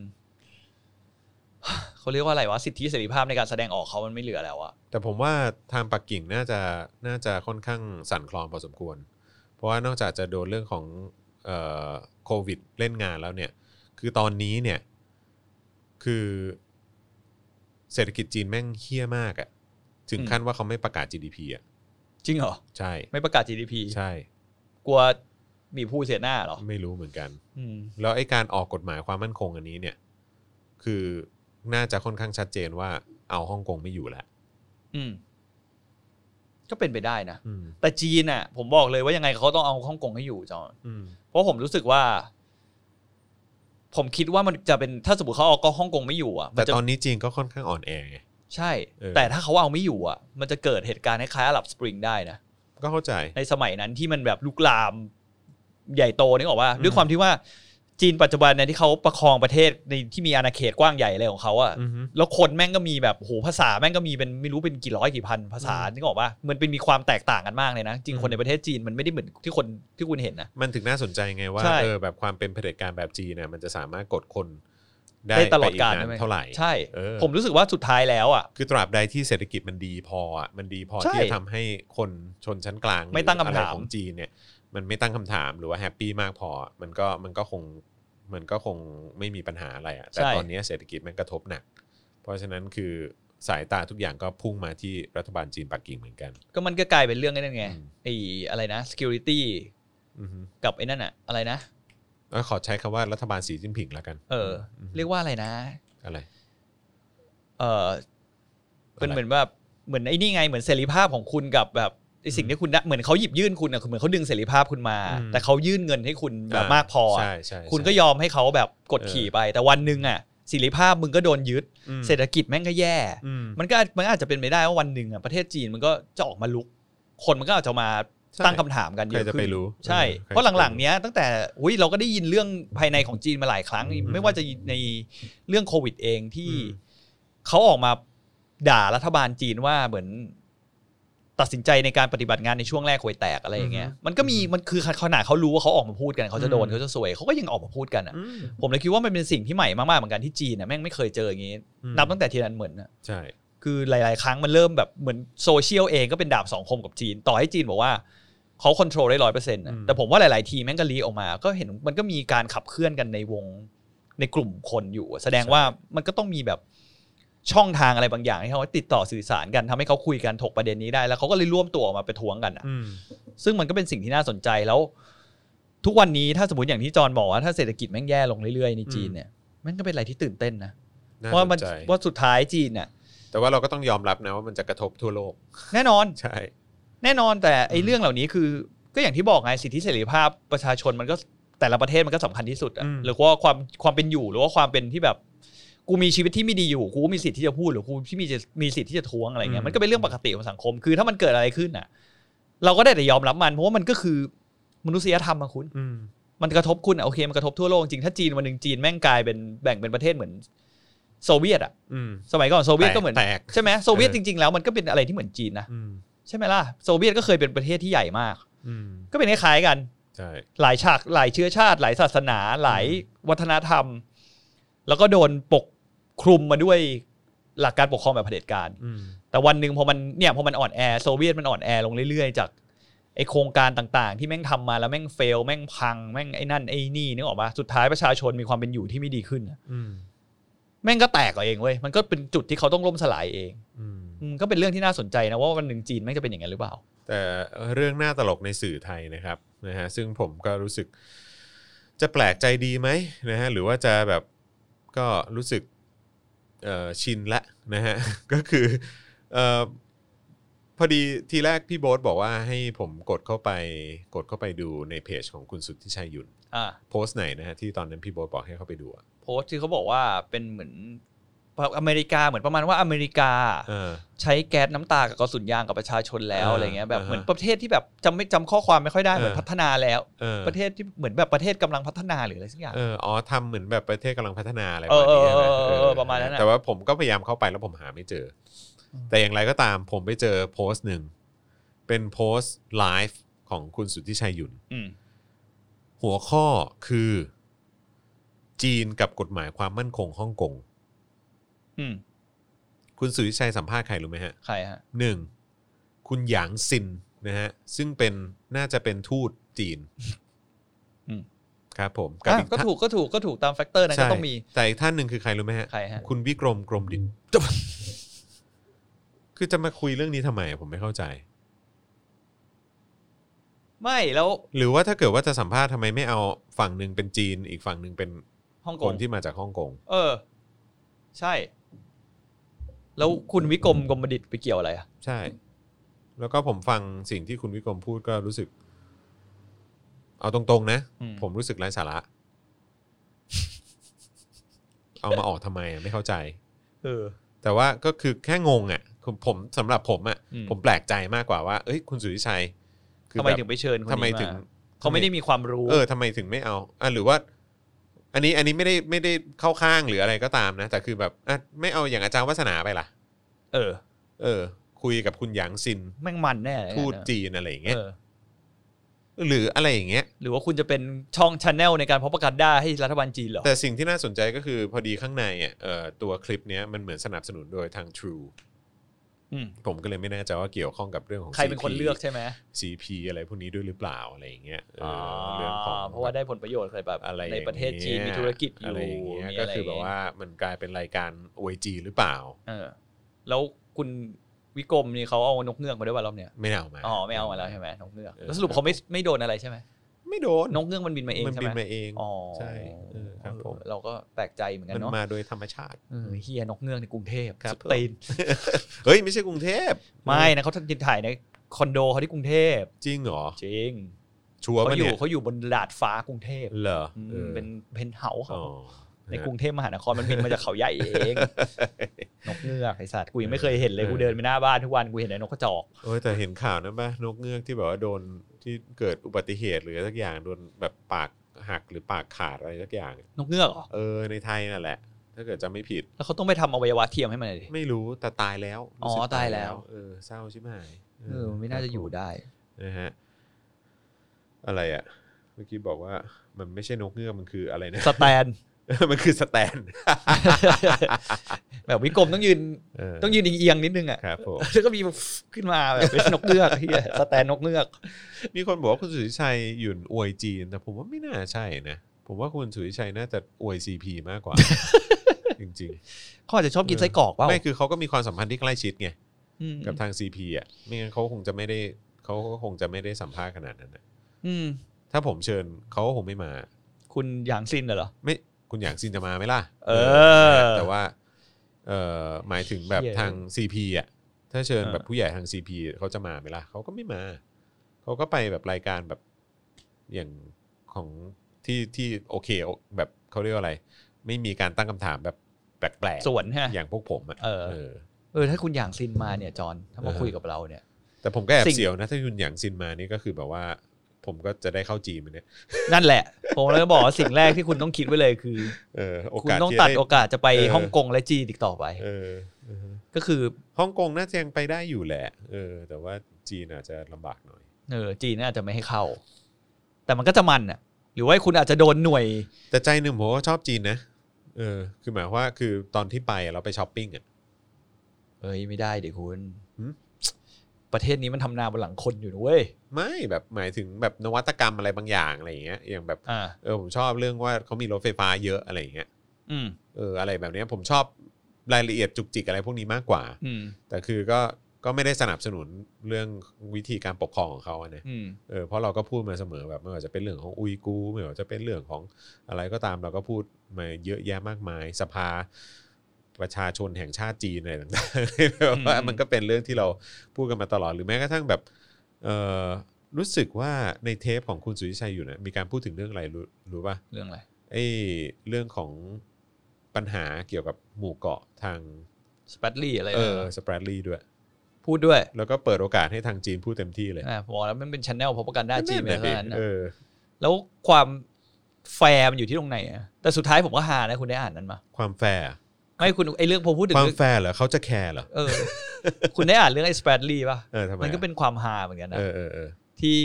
Speaker 2: เขาเรียกว่าอะไรวะสิทธิเสรีภาพในการแสดงออกเขามันไม่เหลือแล้วอะ
Speaker 1: แต่ผมว่าทางปักกิ่งน่าจะน่าจะค่อนข้างสั่นคลอนพอสมควร เพราะว่านอกจากจะโดนเรื่องของเอ่อโควิดเล่นงานแล้วเนี่ย คือตอนนี้เนี่ยคือเศรษฐกิจจีนแม่งเฮี้ยมากอะถึงขั้นว่าเขาไม่ประกาศ GDP อะ
Speaker 2: จริงเหรอ
Speaker 1: ใช่
Speaker 2: ไม่ประกาศ GDP
Speaker 1: ใช่
Speaker 2: กลัวมีผู้เสียหน้าเหรอ
Speaker 1: ไม่รู้เหมือนกัน
Speaker 2: อืม
Speaker 1: แล้วไอ้การออกกฎหมายความมั่นคงอันนี้เนี่ย คือน่าจะค่อนข้างชัดเจนว่าเอาฮ่องกงไม่อยู่แล้ว
Speaker 2: อืม ก็เป็นไปได้นะ
Speaker 1: อืม
Speaker 2: แต่จีนน่ะ ผมบอกเลยว่ายังไงเขาต้องเอาฮ่องกงให้อยู่จอน
Speaker 1: อืม
Speaker 2: เพราะผมรู้สึกว่า ผมคิดว่ามันจะเป็นถ้าสมมติเขาเอาก็ฮ่องกงไม่อยู่อ่ะมั
Speaker 1: แต่
Speaker 2: จะ
Speaker 1: ตอนนี้จีนก็ค่อนข้างอ่อนแอไง
Speaker 2: ใช่
Speaker 1: เออ
Speaker 2: แต่ถ้าเขาเอาไม่อยู่อ่ะ มันจะเกิดเหตุการณ์คล้ายๆอาหรับสปริงได้นะ
Speaker 1: ก็เข้าใจ
Speaker 2: ในสมัยนั้นที่มันแบบลุกลามใหญ่โตนี่บอกว่า
Speaker 1: อืม
Speaker 2: ด้วยความที่ว่าจีนปัจจุบันเนี่ยที่เขาประคองประเทศในที่มีอาณาเขตกว้างใหญ่อะไรของเขาอ่ะ
Speaker 1: อือฮึ
Speaker 2: แล้วคนแม่งก็มีแบบโหภาษาแม่งก็มีเป็นไม่รู้เป็นกี่ร้อยกี่พันภาษา
Speaker 1: อืม
Speaker 2: นี่บอกว่ามันเป็นมีความแตกต่างกันมากเลยนะจริง
Speaker 1: อืม
Speaker 2: คนในประเทศจีนมันไม่ได้เหมือนที่คนที่คุณเห็นนะ
Speaker 1: มันถึงน่าสนใจไงว่า
Speaker 2: ใช่
Speaker 1: เออแบบความเป็นเผด็จการแบบจีนเนี่ยมันจะสามารถกดคนได้
Speaker 2: ได้ตลอดกาล
Speaker 1: ไปอีนน
Speaker 2: ใช่หม
Speaker 1: เท่าไหร่
Speaker 2: ใช่
Speaker 1: เออ
Speaker 2: ผมรู้สึกว่าสุดท้ายแล้วอ่ะ
Speaker 1: คือตราบใดที่เศรษฐกิจมันดีพออ่ะมันดีพอ
Speaker 2: ใช่
Speaker 1: ที่จะทำให้คนชนชั้นกลาง
Speaker 2: ไม่ตั้งคำถา
Speaker 1: หรืออะ
Speaker 2: ม
Speaker 1: ไรของจีนเนี่ย มันไม่ตั้งคำถามหรือว่าแฮปปี้มากพอ มันก็มันก็คงมันก็คงไม่มีปัญหาอะไรอ่ะแต่ตอนนี้เศรษฐกิจมันกระทบหนัก เพราะฉะนั้นคือสายตาทุกอย่างก็พุ่งมาที่รัฐบาลจีนปักกิ่งเหมือนกัน
Speaker 2: ก็มันก็กลายเป็นเรื่องไอ้นั่นไง
Speaker 1: อืม
Speaker 2: ไอ้อะไรนะ security
Speaker 1: อือฮึ
Speaker 2: กับไอ้นั่นอะอะไรนะ
Speaker 1: แล้วขอใช้คำว่ารัฐบาลสีจิ้นผิงแล้วกัน
Speaker 2: เอออ
Speaker 1: ม
Speaker 2: เรียกว่าอะไรนะ
Speaker 1: อะไร
Speaker 2: เออเป็น
Speaker 1: อะไร
Speaker 2: เหมือนแบบเหมือนไอ้นี่ไงเหมือนเสรีภาพของคุณกับแบบไอ้สิ่ง
Speaker 1: อืม
Speaker 2: ที่คุณได้เหมือนเขาหยิบยื่นคุณอะคือเหมือนเขาดึงเสรีภาพคุณมา
Speaker 1: อืม
Speaker 2: แต่เขายื่นเงินให้คุณแบบมากพออะ
Speaker 1: ใช่ใช่ใช่
Speaker 2: คุณก็ยอมให้เขาแบบกด
Speaker 1: เออ
Speaker 2: ขี่ไป แต่วันหนึ่งอะเสรีภาพมึงก็โดนยึด
Speaker 1: อืม
Speaker 2: เศรษฐกิจแม่งก็แย่
Speaker 1: อืม
Speaker 2: มันก็มันอาจจะเป็นไปได้ว่าวันหนึ่งอะประเทศจีนมันก็จะออกมาลุก คนมันก็อาจจะมา
Speaker 1: ใช่
Speaker 2: ตั้งคำถามกันเยอะ
Speaker 1: ใครจะ
Speaker 2: ขึ้
Speaker 1: ไป
Speaker 2: น
Speaker 1: รู้
Speaker 2: ใช่
Speaker 1: เออใครจะไปรู้
Speaker 2: เพราะหลังๆเนี้ยตั้งแต่อุ้ยเราก็ได้ยินเรื่องภายในของจีนมาหลายครั้ง
Speaker 1: อืม
Speaker 2: ไม่ว่าจะในเรื่องโควิดเองที่
Speaker 1: อืม
Speaker 2: เขาออกมาด่ารัฐบาลจีนว่าเหมือน ตัดสินใจในการปฏิบัติงานในช่วงแรกควยแตกอะไรอย่างเงี้ย มันก็มีมันคือขนาดเขารู้ว่าเขาออกมาพูดกันเขาจะโดนเขาจะสวยเขาก็ยังออกมาพูดกันอะ
Speaker 1: อืม
Speaker 2: ผมเลยคิดว่ามันเป็นสิ่งที่ใหม่มากๆเหมือนกันที่จีนอะแม่งไม่เคยเจออย่างงี้นับตั้งแต่เทียนอันเหมือนอะ
Speaker 1: ใช่
Speaker 2: คือหลาย ๆ ครั้งมันเริ่มแบบเหมือนโซเชียลเองก็เป็นดาบสองคมกับจีน ต่อให้จีนบอกว่าเขาค o n t r o l ได้ร้อยเปอร์เซ็นต์แต่ผมว่าหลาย ๆ ทีมแม่งก็ลีออกมา ก็เห็นมันก็มีการขับเคลื่อนกันในวงในกลุ่มคนอยู่ แสดงว่ามันก็ต้องมีแบบช่องทางอะไรบางอย่างให้เขาติดต่อสื่อสารกันทำให้เขาคุยกันถกประเด็นนี้ได้ แล้วเขาก็เลยร่วมตัวออกมาไปท้วงกันอะ
Speaker 1: อืม
Speaker 2: ซึ่งมันก็เป็นสิ่งที่น่าสนใจแล้ว ทุกวันนี้ถ้าสมมติอย่างที่จอห์นบอกว่าถ้าเศรษฐกิจแม่งแย่ลงเรื่อย ๆ ในจีนเนี่ยมันก็เป็นอะไรที่ตื่นเต้นนะ
Speaker 1: น่า
Speaker 2: ว่ามั
Speaker 1: สนใจ
Speaker 2: ว่าสุดท้ายจีนน่ะ
Speaker 1: แต่ว่าเราก็ต้องยอมรับนะว่ามันจะกระทบทั่วโลก
Speaker 2: แน่นอน
Speaker 1: ใช่
Speaker 2: แน่นอนแต่
Speaker 1: อื
Speaker 2: ไอ้
Speaker 1: ม
Speaker 2: เรื่องเหล่านี้คือ ก็อย่างที่บอกไงสิทธิเสรีภาพประชาชนมันก็แต่ละประเทศมันก็สำคัญที่สุดอะ
Speaker 1: อืม
Speaker 2: หรือว่าความความเป็นอยู่หรือว่าความเป็นที่แบบ กูมีชีวิตที่ไม่ดีอยู่กูก็มีสิทธิ์ที่จะพูดหรือกูที่มีจะมีสิทธิ์ที่จะท้วงอะไรเงี้ยมันก็เป็นเรื่องปกติของสังคม คือถ้ามันเกิดอะไรขึ้นอ่ะ เราก็ได้แต่ยอมรับมัน เพราะว่ามันก็คือมนุษยธรรมอะคุณ
Speaker 1: อืม
Speaker 2: มันกระทบคุณอะโอเคมันกระทบทั่วโลกจริงถ้าจีนวันหนึ่งจีนแม่งกลายเป็นแบ่งเป็นประเทศเหมือนโซเวียตอะ
Speaker 1: อืม
Speaker 2: สมัยก่อนโซเวียตก็เหมือน
Speaker 1: แตก
Speaker 2: ใช่ไหมโซเวียตจริงๆแล้วมันก็เป็นอะไรที่เหมือนจีนนะ
Speaker 1: อืม
Speaker 2: ใช่ไหมล่ะโซเวียตก็เคยเป็นประเทศที่ใหญ่มาก
Speaker 1: อืม
Speaker 2: ก็เป็นคล้ายๆกัน
Speaker 1: ใช่
Speaker 2: หลายฉากหลายเชื้อชาติ หลายศาสนา หลายวัฒนธรรม แล้วก็โดนปกคลุมมาด้วยหลักการปกครองแบบเผด็จการ
Speaker 1: อืม
Speaker 2: แต่วันหนึ่งพอมันเนี่ยพอมันอ่อนแอโซเวียตมันอ่อนแอลงเรื่อยๆ จากไอโครงการต่างๆ ที่แม่งทำมาแล้วแม่งเฟลแม่งพังแม่งไอ้นั่นไอ้นี่นึกออกปะสุดท้ายประชาชนมีความเป็นอยู่ที่ไม่ดีขึ้นอะ
Speaker 1: อืม
Speaker 2: แม่งก็แตกเอาเองเว้ยมันก็เป็นจุดที่เขาต้องล่มสลายเอง
Speaker 1: อืม
Speaker 2: อืมก็เป็นเรื่องที่น่าสนใจนะว่าวันหนึ่งจีนแม่งจะเป็นอย่างนั้นหรือเปล่า
Speaker 1: แต่เรื่องน่าตลกในสื่อไทยนะครับนะฮะซึ่งผมก็รู้สึก จะแปลกใจดีไหมนะฮะหรือว่าจะแบบก็รู้สึกเอ่อชินละนะฮ ะ ก็คือเอ่อพอดีทีแรกพี่โบ๊ทบอกว่าให้ผมกดเข้าไปกดเข้าไปดูในเพจของคุณสุทธิชัยหยุ่น
Speaker 2: อ่า
Speaker 1: โพสต์ไหนนะฮะที่ตอนนั้นพี่โบ๊ทบอกให้เข้าไปดูอะ
Speaker 2: โพสต์ที่เขาบอกว่าเป็นเหมือนอเมริกาเหมือนประมาณว่าอเมริกา
Speaker 1: เออ
Speaker 2: ใช้แก๊สน้ำตากับกระสุนยางกับประชาชนแล้ว
Speaker 1: อ่า
Speaker 2: อะไรเงี้ยแบบ
Speaker 1: อ่าฮะ
Speaker 2: เหมือนประเทศที่แบบจำไม่จำข้อความไม่ค่อยได้
Speaker 1: เออ
Speaker 2: เหมือนพัฒนาแล้ว
Speaker 1: เออ
Speaker 2: ประเทศที่เหมือนแบบประเทศกำลังพัฒนาหรืออะไรสักอย่าง
Speaker 1: เอออ๋อทำเหมือนแบบประเทศกำลังพัฒนาอะไร
Speaker 2: เออ
Speaker 1: แบบนี้
Speaker 2: เออ
Speaker 1: นะ
Speaker 2: เออเออเออประมาณนั้นน่ะ
Speaker 1: แต่ว่าผมก็พยายามเข้าไปแล้วผมหาไม่เจออ
Speaker 2: ม
Speaker 1: แต่อย่างไรก็ตามผมไปเจอโพสต์หนึ่ง เป็นโพสต์ไลฟ์ของคุณสุทธิชัยหยุ่น
Speaker 2: อืม
Speaker 1: หัวข้อคือ จีนกับกฎหมายความมั่นคงฮ่องกง
Speaker 2: อืม
Speaker 1: คุณสุทธิชัยสัมภาษณ์ใครรู้ไหมฮะ
Speaker 2: ใครฮะ
Speaker 1: หนึ่งคุณหยางซินนะฮะ ซึ่งเป็นน่าจะเป็นทูตจีน
Speaker 2: อืม
Speaker 1: ครับผมบ
Speaker 2: อ่ะ
Speaker 1: อี
Speaker 2: ก็
Speaker 1: ท่าน
Speaker 2: ถูกก็ถูกก็ถูกตามแฟกเตอร์นะก็
Speaker 1: ใช่
Speaker 2: ต้องมี
Speaker 1: แต่อีกท่านหนึ่งคือใครรู้ไหมฮะ
Speaker 2: ใครฮะ
Speaker 1: คุณวิกรมกรมดิต คือจะมาคุยเรื่องนี้ทำไมผมไม่เข้าใจ
Speaker 2: ไม่แล้ว
Speaker 1: หรือว่าถ้าเกิดว่าจะสัมภาษณ์ทำไมไม่เอาฝั่งหนึ่งเป็นจีน อีกฝั่งหนึ่งเป็น
Speaker 2: ฮ่องก
Speaker 1: ค
Speaker 2: ง
Speaker 1: นที่มาจากฮ่องกง
Speaker 2: เออ ใช่ แล้วคุณวิกรมกรมดิตไปเกี่ยวอะไรอ่ะ
Speaker 1: ใช่ แล้วก็ผมฟังสิ่งที่คุณวิกรมพูดก็รู้สึก เอาตรงๆนะ
Speaker 2: อืม
Speaker 1: ผมรู้สึกไร้สาระ เอามาออกทำไมอะไม่เข้าใจ
Speaker 2: เออ
Speaker 1: แต่ว่าก็คือแค่งงอ่ะคือผมสำหรับผมอ่ะ
Speaker 2: อืม
Speaker 1: ผมแปลกใจมากกว่าว่าเอ้ยคุณสุริชัยคือ
Speaker 2: ทำไม
Speaker 1: แบบ
Speaker 2: ถึงไปเชิญคน
Speaker 1: ทำไม
Speaker 2: นี้
Speaker 1: ถึง
Speaker 2: มาเขาไม่ได้มีความรู้
Speaker 1: เออทำไมถึงไม่เอาอ่ะหรือว่า อันนี้อันนี้ไม่ได้ไม่ได้เข้าข้างหรืออะไรก็ตามนะ แต่คือแบบอ่ะไม่เอาอย่างอาจารย์วัฒนาไปล่ะ
Speaker 2: เออ
Speaker 1: เออ คุยกับคุณหยางซิน
Speaker 2: แม่งมันแน่เลย
Speaker 1: ทูต
Speaker 2: นะ
Speaker 1: จีนอะไรอย่างเงี้ย
Speaker 2: เออ
Speaker 1: หรืออะไรอย่างเงี้ย
Speaker 2: หรือว่าคุณจะเป็นช่องชแนลในการพบประกาศได้ให้รัฐบาลจีนเหรอ
Speaker 1: แต่สิ่งที่น่าสนใจก็คือพอดีข้างในอ่ะเอ่อตัวคลิปเนี้ยมันเหมือนสนับสนุนโดยทาง True
Speaker 2: อืม
Speaker 1: ผมก็เลยไม่แน่ใจว่าเกี่ยวข้องกับเรื่องของ
Speaker 2: ใครเป็นคน
Speaker 1: CP
Speaker 2: เลือกใช่ไหม
Speaker 1: CP อะไรพวกนี้ด้วยหรือเปล่าอะไรอย่างเงี้ยเอออ
Speaker 2: เ
Speaker 1: เรื่องของ
Speaker 2: เพราะว่าได้ผลประโยชน์เคยแบบ
Speaker 1: อะไร
Speaker 2: ในประเทศจีน
Speaker 1: อย่าง
Speaker 2: มี
Speaker 1: งี้ย
Speaker 2: ธุรกิจอยู่
Speaker 1: อะไรอย่างเงี้ย
Speaker 2: มี
Speaker 1: ก็
Speaker 2: อะไร
Speaker 1: คือแบบว่ามันกลายเป็นรายการอวยจีหรือเปล่า
Speaker 2: เออ แล้วคุณวิกรมนี่เขาเอานกเงือกมาด้วยวันรอบเนี่ย
Speaker 1: ไม่เอามา
Speaker 2: อ๋อไม่เอามาแล้วใช่ไหมนกเงือก
Speaker 1: เออ
Speaker 2: แล้วสรุปเขาไม่ไม่โดนอะไรใช่ไหม
Speaker 1: ไม่โดน
Speaker 2: นกเงือกมันบินมาเอง
Speaker 1: มัน
Speaker 2: ใช่
Speaker 1: บิน
Speaker 2: ไหม
Speaker 1: มาเอง
Speaker 2: อ๋อ
Speaker 1: ใช่เออครับผม
Speaker 2: เออเราก็แปลกใจเหมือนกัน
Speaker 1: มัน
Speaker 2: เนาะ
Speaker 1: มาโดยธรรมชาติ
Speaker 2: เออเฮียนกเงือกในกรุงเทพ
Speaker 1: ครับ
Speaker 2: สุด
Speaker 1: ผม
Speaker 2: ตีน
Speaker 1: เฮ้ย ไม่ใช่กรุงเทพ
Speaker 2: ไม่นะเขาถ่ายในคอนโดเขาที่กรุงเทพ
Speaker 1: จริงเหรอ
Speaker 2: จริง
Speaker 1: ชัวร์
Speaker 2: เขา
Speaker 1: ปะ
Speaker 2: อยู่
Speaker 1: เนี่ย
Speaker 2: เขาอยู่บนดาดฟ้ากรุงเทพ
Speaker 1: เหรอ
Speaker 2: อืม
Speaker 1: ออ
Speaker 2: เป็นเพนท์เฮาส์เขา
Speaker 1: อ๋อ
Speaker 2: ใน กรุงเทพมหานครมันบินมาจากเขาใหญ่เอง นกเงือกไอสัตว์กูยังไม่เคยเห็นเลยกูเดินไปหน้าบ้านทุกวันกูเห็นไอ้นกกระจอก
Speaker 1: โอ้ยแต่เห็นข่าวนะป่ะนกเงือกที่แบบว่าโดนที่เกิดอุบัติเหตุหรือสักอย่างโดนแบบปากหักหรือปากขาดอะไรสักอย่าง
Speaker 2: นกเงือกเหรอ
Speaker 1: เออในไทยนั่นแหละ ถ้าเกิดจะไม่ผิด
Speaker 2: แล้วเขาต้องไปทำอวัยวะเทียมให้มันเลยดิ
Speaker 1: ไม่รู้แต่ตายแล้ว
Speaker 2: อ๋อ
Speaker 1: รู้สึก
Speaker 2: ตายแล้ว
Speaker 1: เออเศร้าชิบหาย
Speaker 2: เออไม่น่าจะอยู่ได้
Speaker 1: นะฮะอะไรอ่ะ เมื่อกี้บอกว่ามันไม่ใช่นกเงือกมันคืออะไรนะ
Speaker 2: ส แตน
Speaker 1: มันคือสแตน
Speaker 2: แบบวิกรมต้องยืน
Speaker 1: เ
Speaker 2: ต้องยืนเอียงๆนิดนึงอ่ะ
Speaker 1: ครับ ผม
Speaker 2: แล้วก็มีขึ้นมาแบบเป็นนกเงือกเหียสแตนนกเงือก
Speaker 1: มีคนบอกว่าคุณสุทธิชัยหยุ่นอวยจีน แต่ผมว่าไม่น่าใช่นะ ผมว่าคุณสุทธิชัยน่าจะอวยซีพีมากก ว่า จริง
Speaker 2: เขาอาจจะชอบกินไส้กรอก
Speaker 1: ๆ
Speaker 2: เปล่า
Speaker 1: ไม่คือเขาก็มีความสัมพันธ์ที่ใกล้ชิดไง
Speaker 2: อืม
Speaker 1: กับทางซีพีอ่ะไม่งั้นเขาคงจะไม่ได้เขาก็คงจะไม่ได้สัมภาษณ์ขนาดนั้นนะ
Speaker 2: อืม
Speaker 1: ถ้าผมเชิญเขาก็คงไม่มา
Speaker 2: คุณหยางซินน่ะเหรอ
Speaker 1: ไม่คุณอย่างซินจะมาไหมล่ะ
Speaker 2: เออ
Speaker 1: นะแต่ว่าเออหมายถึงแบบ
Speaker 2: เชี่ย
Speaker 1: ทาง CP อ่ะถ้าเชิญ
Speaker 2: เออ
Speaker 1: แบบผู้ใหญ่ทาง CP เขาจะมาไหมล่ะเขาก็ไม่มา เขาก็ไปแบบรายการแบบอย่างของที่ที่โอเคแบบเขาเรียกว่าอะไร ไม่มีการตั้งคำถามแบบแปลก
Speaker 2: สวนฮะ
Speaker 1: อย่างพวกผมอะ
Speaker 2: เออ
Speaker 1: เออ
Speaker 2: เออถ้าคุณอย่างซินมาเนี่ยจอนถ้ามา
Speaker 1: เออ
Speaker 2: คุยกับเราเนี่ย
Speaker 1: แต่ผมก็แอบ
Speaker 2: สิ่ง
Speaker 1: เสียวนะ ถ้ายุนหยางซินมานี่ก็คือแบบว่า ผมก็จะได้เข้าจีนไหมเนี่ย
Speaker 2: นั่นแหละ ผมเลยบอกว่าสิ่งแรกที่คุณต้องคิดไว้เลยคือ
Speaker 1: เออโอ
Speaker 2: คุณ
Speaker 1: กาส
Speaker 2: ต้อง
Speaker 1: ที่
Speaker 2: ตัด
Speaker 1: จะไ
Speaker 2: โอกาสจะไป
Speaker 1: เออ
Speaker 2: ฮ่องกงและจีนอีกต่อไป
Speaker 1: เออเออ
Speaker 2: ก็คือ
Speaker 1: ฮ่องกงน่าจะยังไปได้อยู่แหละ เออ แต่ว่าจีนอาจจะลำบากหน่อย
Speaker 2: เออจีนน่าจะไม่ให้เข้า แต่มันก็จะมันอ่ะ หรือว่าคุณอาจจะโดนหน่วย
Speaker 1: แต่ใจหนึ่งผมก็ชอบจีนนะเออ คือหมายความว่าคือตอนที่ไปอะเราไปช้อปปิ้งอ่ะ
Speaker 2: เอ้ยไม่ได้เดี๋ยวคุณ
Speaker 1: หืม
Speaker 2: ประเทศนี้มันทำนาบนหลังคนอยู่นะเว้ย
Speaker 1: ไม่แบบหมายถึงแบบนวัตกรรมอะไรบางอย่างอะไรอย่างเงี้ยอย่างแบบ
Speaker 2: อ่า
Speaker 1: เออผมชอบเรื่องว่าเขามีรถไฟฟ้าเยอะอะไรอย่างเงี้ย
Speaker 2: อืม
Speaker 1: เอออะไรแบบเนี้ยผมชอบรายละเอียดจุกจิกอะไรพวกนี้มากกว่า
Speaker 2: อืม
Speaker 1: แต่คือก็ก็ไม่ได้สนับสนุนเรื่องวิธีการปกครองของเขาอะนะ
Speaker 2: อืม
Speaker 1: เออเพราะเราก็พูดมาเสมอแบบไม่ว่าจะเป็นเรื่องของอุยกูร์ไม่ว่าจะเป็นเรื่องของอะไรก็ตามเราก็พูดมาเยอะแยะมากมาย สภาประชาชนแห่งชาติจีนอะไรต่างๆ แบบว่า
Speaker 2: อืม
Speaker 1: มันก็เป็นเรื่องที่เราพูดกันมาตลอดหรือแม้กระทั่งแบบเออรู้สึกว่าในเทปของคุณสุริชัยอยู่นะมีการพูดถึงเรื่องอะไรรู้รู้ป่ะ
Speaker 2: เรื่องอะไร
Speaker 1: ไอ้เรื่องของปัญหาเกี่ยวกับหมู่เกาะทาง
Speaker 2: สเปตลี่อะไร
Speaker 1: เอ
Speaker 2: นะ
Speaker 1: อสเปรดลีด้วย
Speaker 2: พูดด้วย
Speaker 1: แล้วก็เปิดโอกาสให้ทางจีนพูดเต็มที่เลย
Speaker 2: อ่าบอกแล้วมันเป็นชแนลพบกันด้าจีนไป
Speaker 1: นั่น
Speaker 2: เท่า
Speaker 1: น่ะ
Speaker 2: นั้น
Speaker 1: ดิ
Speaker 2: นะ
Speaker 1: เออ
Speaker 2: แล้วความแฟร์มันอยู่ที่ตรงไหนอะแต่สุดท้ายผมก็หานะคุณได้อ่านนั้นมา
Speaker 1: ความแฟร์
Speaker 2: ไม่คุณไอเรื่องพอพูดถึง
Speaker 1: ความ
Speaker 2: เรื่อง
Speaker 1: แฟร์เหรอเขาจะแคร์เหรอ
Speaker 2: เออ คุณได้อ่านเรื่องไอ้สเปตลี่ป่ะ
Speaker 1: เออทำไม
Speaker 2: มันก็
Speaker 1: อะ
Speaker 2: เป็นความฮาเหมือนกันนะ
Speaker 1: เออเออเออ
Speaker 2: ที่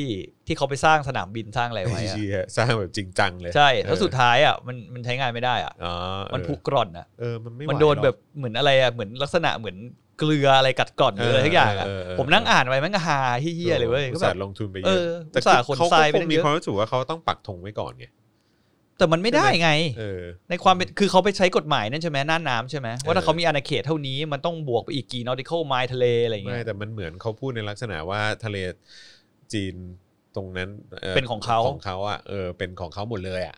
Speaker 2: ที่เขาไปสร้างสนามบินสร้างอะไรไว้อะ
Speaker 1: เชี่ยสร้างแบบจริงจังเลย
Speaker 2: ใช่แล้ว
Speaker 1: เออ
Speaker 2: สุดท้ายอ่ะมันมันใช้งานไม่ได้อ่ะ
Speaker 1: อ๋อ
Speaker 2: มัน
Speaker 1: เออ
Speaker 2: ผุกร่อนอ่ะ
Speaker 1: เออมันไม่
Speaker 2: มันโดน
Speaker 1: ไหวหรอก
Speaker 2: แบบเหมือนอะไรอ่ะเหมือนลักษณะเหมือนเกลืออะไรกัดกร่อนหรืออะไรทุกอย่างอ่ะ
Speaker 1: เออเออเออ
Speaker 2: ผมนั่งอ่านไปมันก็ฮาเฮี้ยๆเลยเว้ย
Speaker 1: ออ
Speaker 2: ก็
Speaker 1: อุต
Speaker 2: แบ
Speaker 1: ส่า
Speaker 2: บ
Speaker 1: ห์ลงทุนไปเย
Speaker 2: เอ
Speaker 1: อะ
Speaker 2: อ
Speaker 1: แต่
Speaker 2: อุตส่าห์ขนทรายไป
Speaker 1: เขา
Speaker 2: ตั้
Speaker 1: คง
Speaker 2: ง
Speaker 1: มี
Speaker 2: เยอะ
Speaker 1: ความรู้สึกว่าเขาต้องปักธงไว้ก่อนไง
Speaker 2: แต่มันไม่ได้ไง
Speaker 1: เออ
Speaker 2: ในความเป็นคือเขาไปใช้กฎหมายนั่นใช่ไหมน่านน้ำใช่ไหมว่า
Speaker 1: เอ
Speaker 2: ถ้า
Speaker 1: อ
Speaker 2: เขามีอาณาเขตเท่านี้มันต้องบวกไปอีกกี่นอติคอลไมล์ทะเลอะไรอย่าง
Speaker 1: ไม่
Speaker 2: เงี้ย
Speaker 1: แต่มันเหมือนเขาพูดในลักษณะว่าทะเลจีนตรงนั้น
Speaker 2: เป็นของเขา
Speaker 1: ของเขาอ่ะเออเป็นของเขาหมดเลยอ่ะ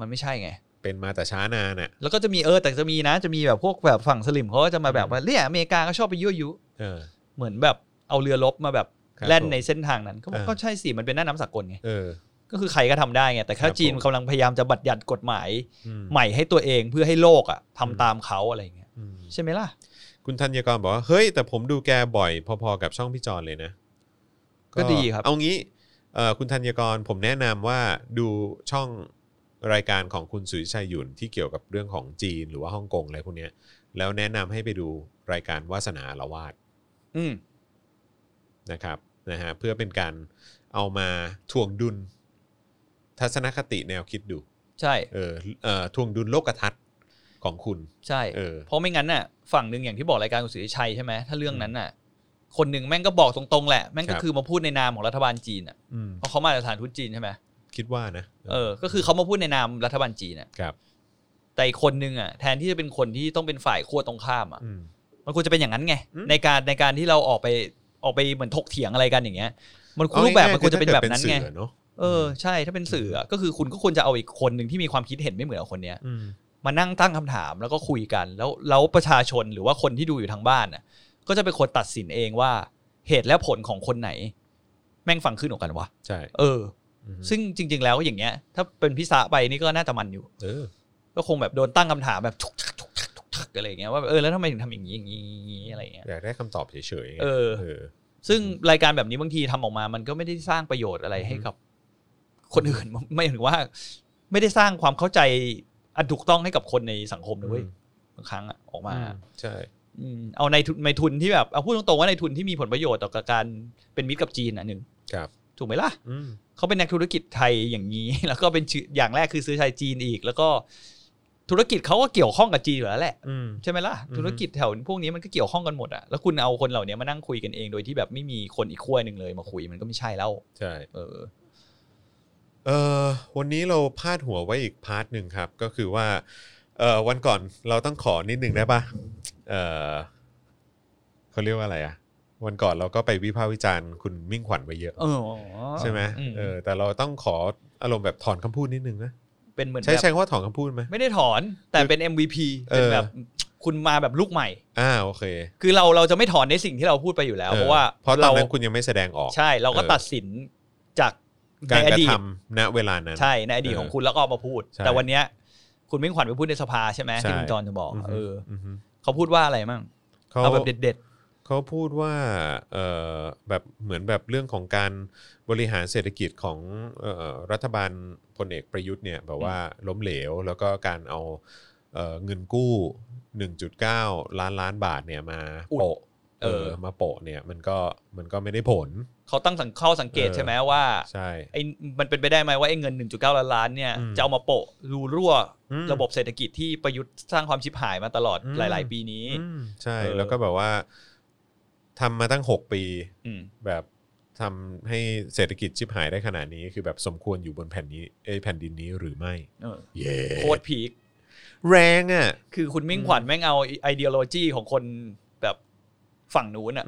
Speaker 2: มันไม่ใช่ไง
Speaker 1: เป็นมาแต่ช้านานอ่ะ
Speaker 2: แล้วก็จะมีเออแต่จะมีนะ จะมีแบบพวกแบบฝั่งสลิมเขาก็จะมาแบบ
Speaker 1: อืม
Speaker 2: ว่าเนี่ยอเมริกาก็ชอบไปยั่วยุ
Speaker 1: เออ
Speaker 2: เหมือนแบบเอาเรือรบมาแบบ
Speaker 1: ครับ
Speaker 2: แล่นในเส้นทางนั้นก็บอก
Speaker 1: เออ
Speaker 2: ก็ใช่สิมันเป็นหน้าน้ำสากลไง
Speaker 1: เออ
Speaker 2: ก็คือใครก็ทำได้ไงแต่
Speaker 1: ค
Speaker 2: แค่
Speaker 1: รับ
Speaker 2: จีน
Speaker 1: ผม
Speaker 2: กำลังพยายามจะบัดยัดกฎหมาย
Speaker 1: อืม
Speaker 2: ใหม่ให้ตัวเองเพื่อให้โลกอ่ะทำตามเขาอะไรอย่างเงี้ย
Speaker 1: อืม
Speaker 2: ใช่ไหมล่ะ
Speaker 1: คุณธัญกรบอกว่าเฮ้ยแต่ผมดูแกบ่อย พอๆกับช่องพี่จอนเลยนะ
Speaker 2: ก็ดีครับ
Speaker 1: เอางี้เอ่อคุณธัญกรผมแนะนำว่าดูช่องรายการของคุณสุริชัยหยุ่นที่เกี่ยวกับเรื่องของจีนหรือว่าฮ่องกงอะไรพวกเนี้ยแล้วแนะนำให้ไปดูรายการวาสนาละวาด
Speaker 2: อืม
Speaker 1: นะครับนะฮะเพื่อเป็นการเอามาทวงดุลทัศนคติแนวคิดดู
Speaker 2: ใช่
Speaker 1: เออเอ่อทวงดุลโลกทัศน์ของคุณ
Speaker 2: ใช่
Speaker 1: เออ
Speaker 2: เพราะไม่งั้นน่ะฝั่งหนึ่งอย่างที่บอกรายการคุณสุริชัยใช่ไหมถ้าเรื่องนั้นน่ะ คนหนึ่งแม่งก็บอกตรงๆแหละแม่งก็
Speaker 1: ครับ
Speaker 2: คือมาพูดในนามของรัฐบาลจีนอ่ะ
Speaker 1: อืม
Speaker 2: เพราะเขามาจากสถานทูตจีนใช่ไหม
Speaker 1: คิดว่านะ
Speaker 2: เออก็คือเขามาพูดในนามรัฐบาลจีนอ่ะ
Speaker 1: ครับ
Speaker 2: แต่อีกคนหนึ่งอ่ะแทนที่จะเป็นคนที่ต้องเป็นฝ่ายขั้วตรงข้ามอ่ะ
Speaker 1: อืม
Speaker 2: มันควรจะเป็นอย่างนั้นไง
Speaker 1: อืม
Speaker 2: ในการในการที่เราออกไปออกไปเหมือนถกเถียงอะไรกันอย่างเงี้ย มัน
Speaker 1: เอา
Speaker 2: รูปแบบ
Speaker 1: ง่าย
Speaker 2: มันควรจะเป็นแบบนั้นไง
Speaker 1: ถ้าเกิดเป็สื่อเนอะ
Speaker 2: เออใช่ถ้าเป็นสื่ออะก็คือคุณก็ควรจะเอาอีกคนหนึ่งที่มีความคิดเห็นไม่เหมือนกับคนเนี้ย
Speaker 1: อืม
Speaker 2: มานั่งตั้งคำถามแล้วก็คุยกัน แล้วแล้วประชาชนหรือว่าคนที่ดูอยู่ทางบ้านน่ะ ก็จะเป็นคนตัดสินเองว่าเหตุและผลของคนไหน แม่งฟังขึ้นออกกันวะ
Speaker 1: ใช่
Speaker 2: เออ
Speaker 1: อืม
Speaker 2: ซึ่งจริง ๆ แล้วอย่างเงี้ย ถ้าเป็นพิสะไปนี่ก็น่าจะมันอยู่
Speaker 1: เออ
Speaker 2: ก็คงแบบโดนตั้งคำถามแบบทุกทักทุกทักทุกทักอะไรอย่างเงี้ยว่าแบบเออแล้วทำไมถึงทำอย่างนี้อย่างนี้อย่างนี้อะไรอย่างเงี้ย
Speaker 1: อยากได้คำตอบเฉยๆไง
Speaker 2: เออ
Speaker 1: เออ
Speaker 2: ซึ่งรายการแบบนี้บางทีทำออกมา มันก็ไม่ได้สร้างประโยชน์อะไรให้กับ คนอื่น ไม่ถึงว่า ไม่ได้สร้างความเข้าใจอันถูกต้องให้กับคนในสังคมนะเว้ย
Speaker 1: อืม
Speaker 2: บางครั้งอะออกมา
Speaker 1: อืใช่
Speaker 2: อืมเอาในทุนในทุนที่แบบเอาพูดตรงๆว่าในทุนที่มีผลประโยชน์ต่อการเป็นมิตรกับจีนอ่ะหนึ่ง
Speaker 1: ครับ
Speaker 2: ถูกไหมล่ะ
Speaker 1: อืม
Speaker 2: เขาเป็นนักธุรกิจไทยอย่างนี้ แล้วก็เป็นชื่ออย่างแรกคือซื้อชายจีนอีก แล้วก็ธุรกิจเขาก็เกี่ยวข้องกับจีนอยู่แล้วแหละ
Speaker 1: อืม
Speaker 2: ใช่ไหมล่ะ
Speaker 1: อือฮึ
Speaker 2: ธุรกิจแถวพวกนี้มันก็เกี่ยวข้องกันหมดอ่ะแล้วคุณเอาคนเหล่านี้มานั่งคุยกันเองโดยที่แบบไม่มีคนอีกขั้วหนึ่งเลยมาคุยมันก็ไม่ใช่แล้ว
Speaker 1: ใช่
Speaker 2: เออ
Speaker 1: เออวันนี้เราพาดหัวไว้อีกพาร์ทหนึ่งครับ ก็คือว่าเออวันก่อนเราต้องขอนิดหนึ่งได้ปะเออเขาเรียกว่าอะไรอะวันก่อนเราก็ไปวิพากษ์วิจารณ์คุณมิ่งขวัญไปเยอะ
Speaker 2: เออ
Speaker 1: ใช่ไหม
Speaker 2: อื
Speaker 1: เออ แต่เราต้องขออารมณ์แบบถอนคำพูดนิดนึงนะ
Speaker 2: เป็นเหมือน
Speaker 1: ใช้
Speaker 2: แบบ
Speaker 1: ใช้คำว่าถอนคำพูดไหม
Speaker 2: ไม่ได้ถอนแต่เป็น MVP เป็นแบบคุณมาแบบลูกใหม่
Speaker 1: อ่าโอเค
Speaker 2: คือเราเราจะไม่ถอนในสิ่งที่เราพูดไปอยู่แล้วเพราะว่า
Speaker 1: ออเพราะตอนนั้นคุณยังไม่แสดงออก
Speaker 2: ใช่เราก็
Speaker 1: เออ
Speaker 2: ตัดสิน จาก
Speaker 1: การ
Speaker 2: ในอก
Speaker 1: ระ
Speaker 2: ดีต
Speaker 1: ทำณเวลานั้น
Speaker 2: ใช่ในอดีตของคุณแล้วก็เอามาพูด
Speaker 1: ใช่
Speaker 2: แต่วันเนี้ยคุณมิ่งขวัญไปพูดในสภาใช่ไหม
Speaker 1: ใช่
Speaker 2: ที่คุณจรจะบอก
Speaker 1: ฮึ
Speaker 2: เออ
Speaker 1: อฮึ
Speaker 2: เขาพูดว่าอะไรมั่ง
Speaker 1: เขา
Speaker 2: เอาแบบเด็ด
Speaker 1: เขาพูดว่าเออแบบเหมือนแบบเรื่องของการบริหารเศรษฐกิจของเอ่อรัฐบาลพลเอกประยุทธ์เนี่ยแบบว่าล้มเหลว แล้วก็การเอาเอ่อเงินกู้ 1.9 ล้านล้านบาทเนี่ยมา
Speaker 2: อุด
Speaker 1: โปะเอ
Speaker 2: เอ
Speaker 1: อ
Speaker 2: อ
Speaker 1: มาโปะเนี่ยมันก็มันก็ไม่ได้ผล
Speaker 2: ๆเขาตั้งสังเข้าสังเกต
Speaker 1: เออ
Speaker 2: ใช่ไหมว่า
Speaker 1: ใช่
Speaker 2: ไอ้มันเป็นไปได้ไหมว่าไอ้เงิน 1.9 ล้านล้านเนี่ย
Speaker 1: อืม
Speaker 2: จะเอามาโปะรูรั่ว
Speaker 1: อืม
Speaker 2: ระบบเศรษฐกิจที่ประยุทธ์สร้างความชิบหายมาตลอด
Speaker 1: อืม
Speaker 2: หลาย ๆ ปีนี้
Speaker 1: อืมใช่
Speaker 2: เออ
Speaker 1: แล้วก็แบบว่าทำมาตั้ง 6 ปี
Speaker 2: อืม
Speaker 1: แบบทำให้เศรษฐกิจชิบหายได้ขนาดนี้คือแบบสมควรอยู่บนแผ่นนี้เอยแผ่นดินนี้หรือไม่
Speaker 2: เออ
Speaker 1: เย้
Speaker 2: โคตรพีค
Speaker 1: แรงอ่ะ
Speaker 2: คือคุณมิ่งขวัญแม่งเอาไอเดียโลจีของคนแบบฝั่งนู้นอ่ะ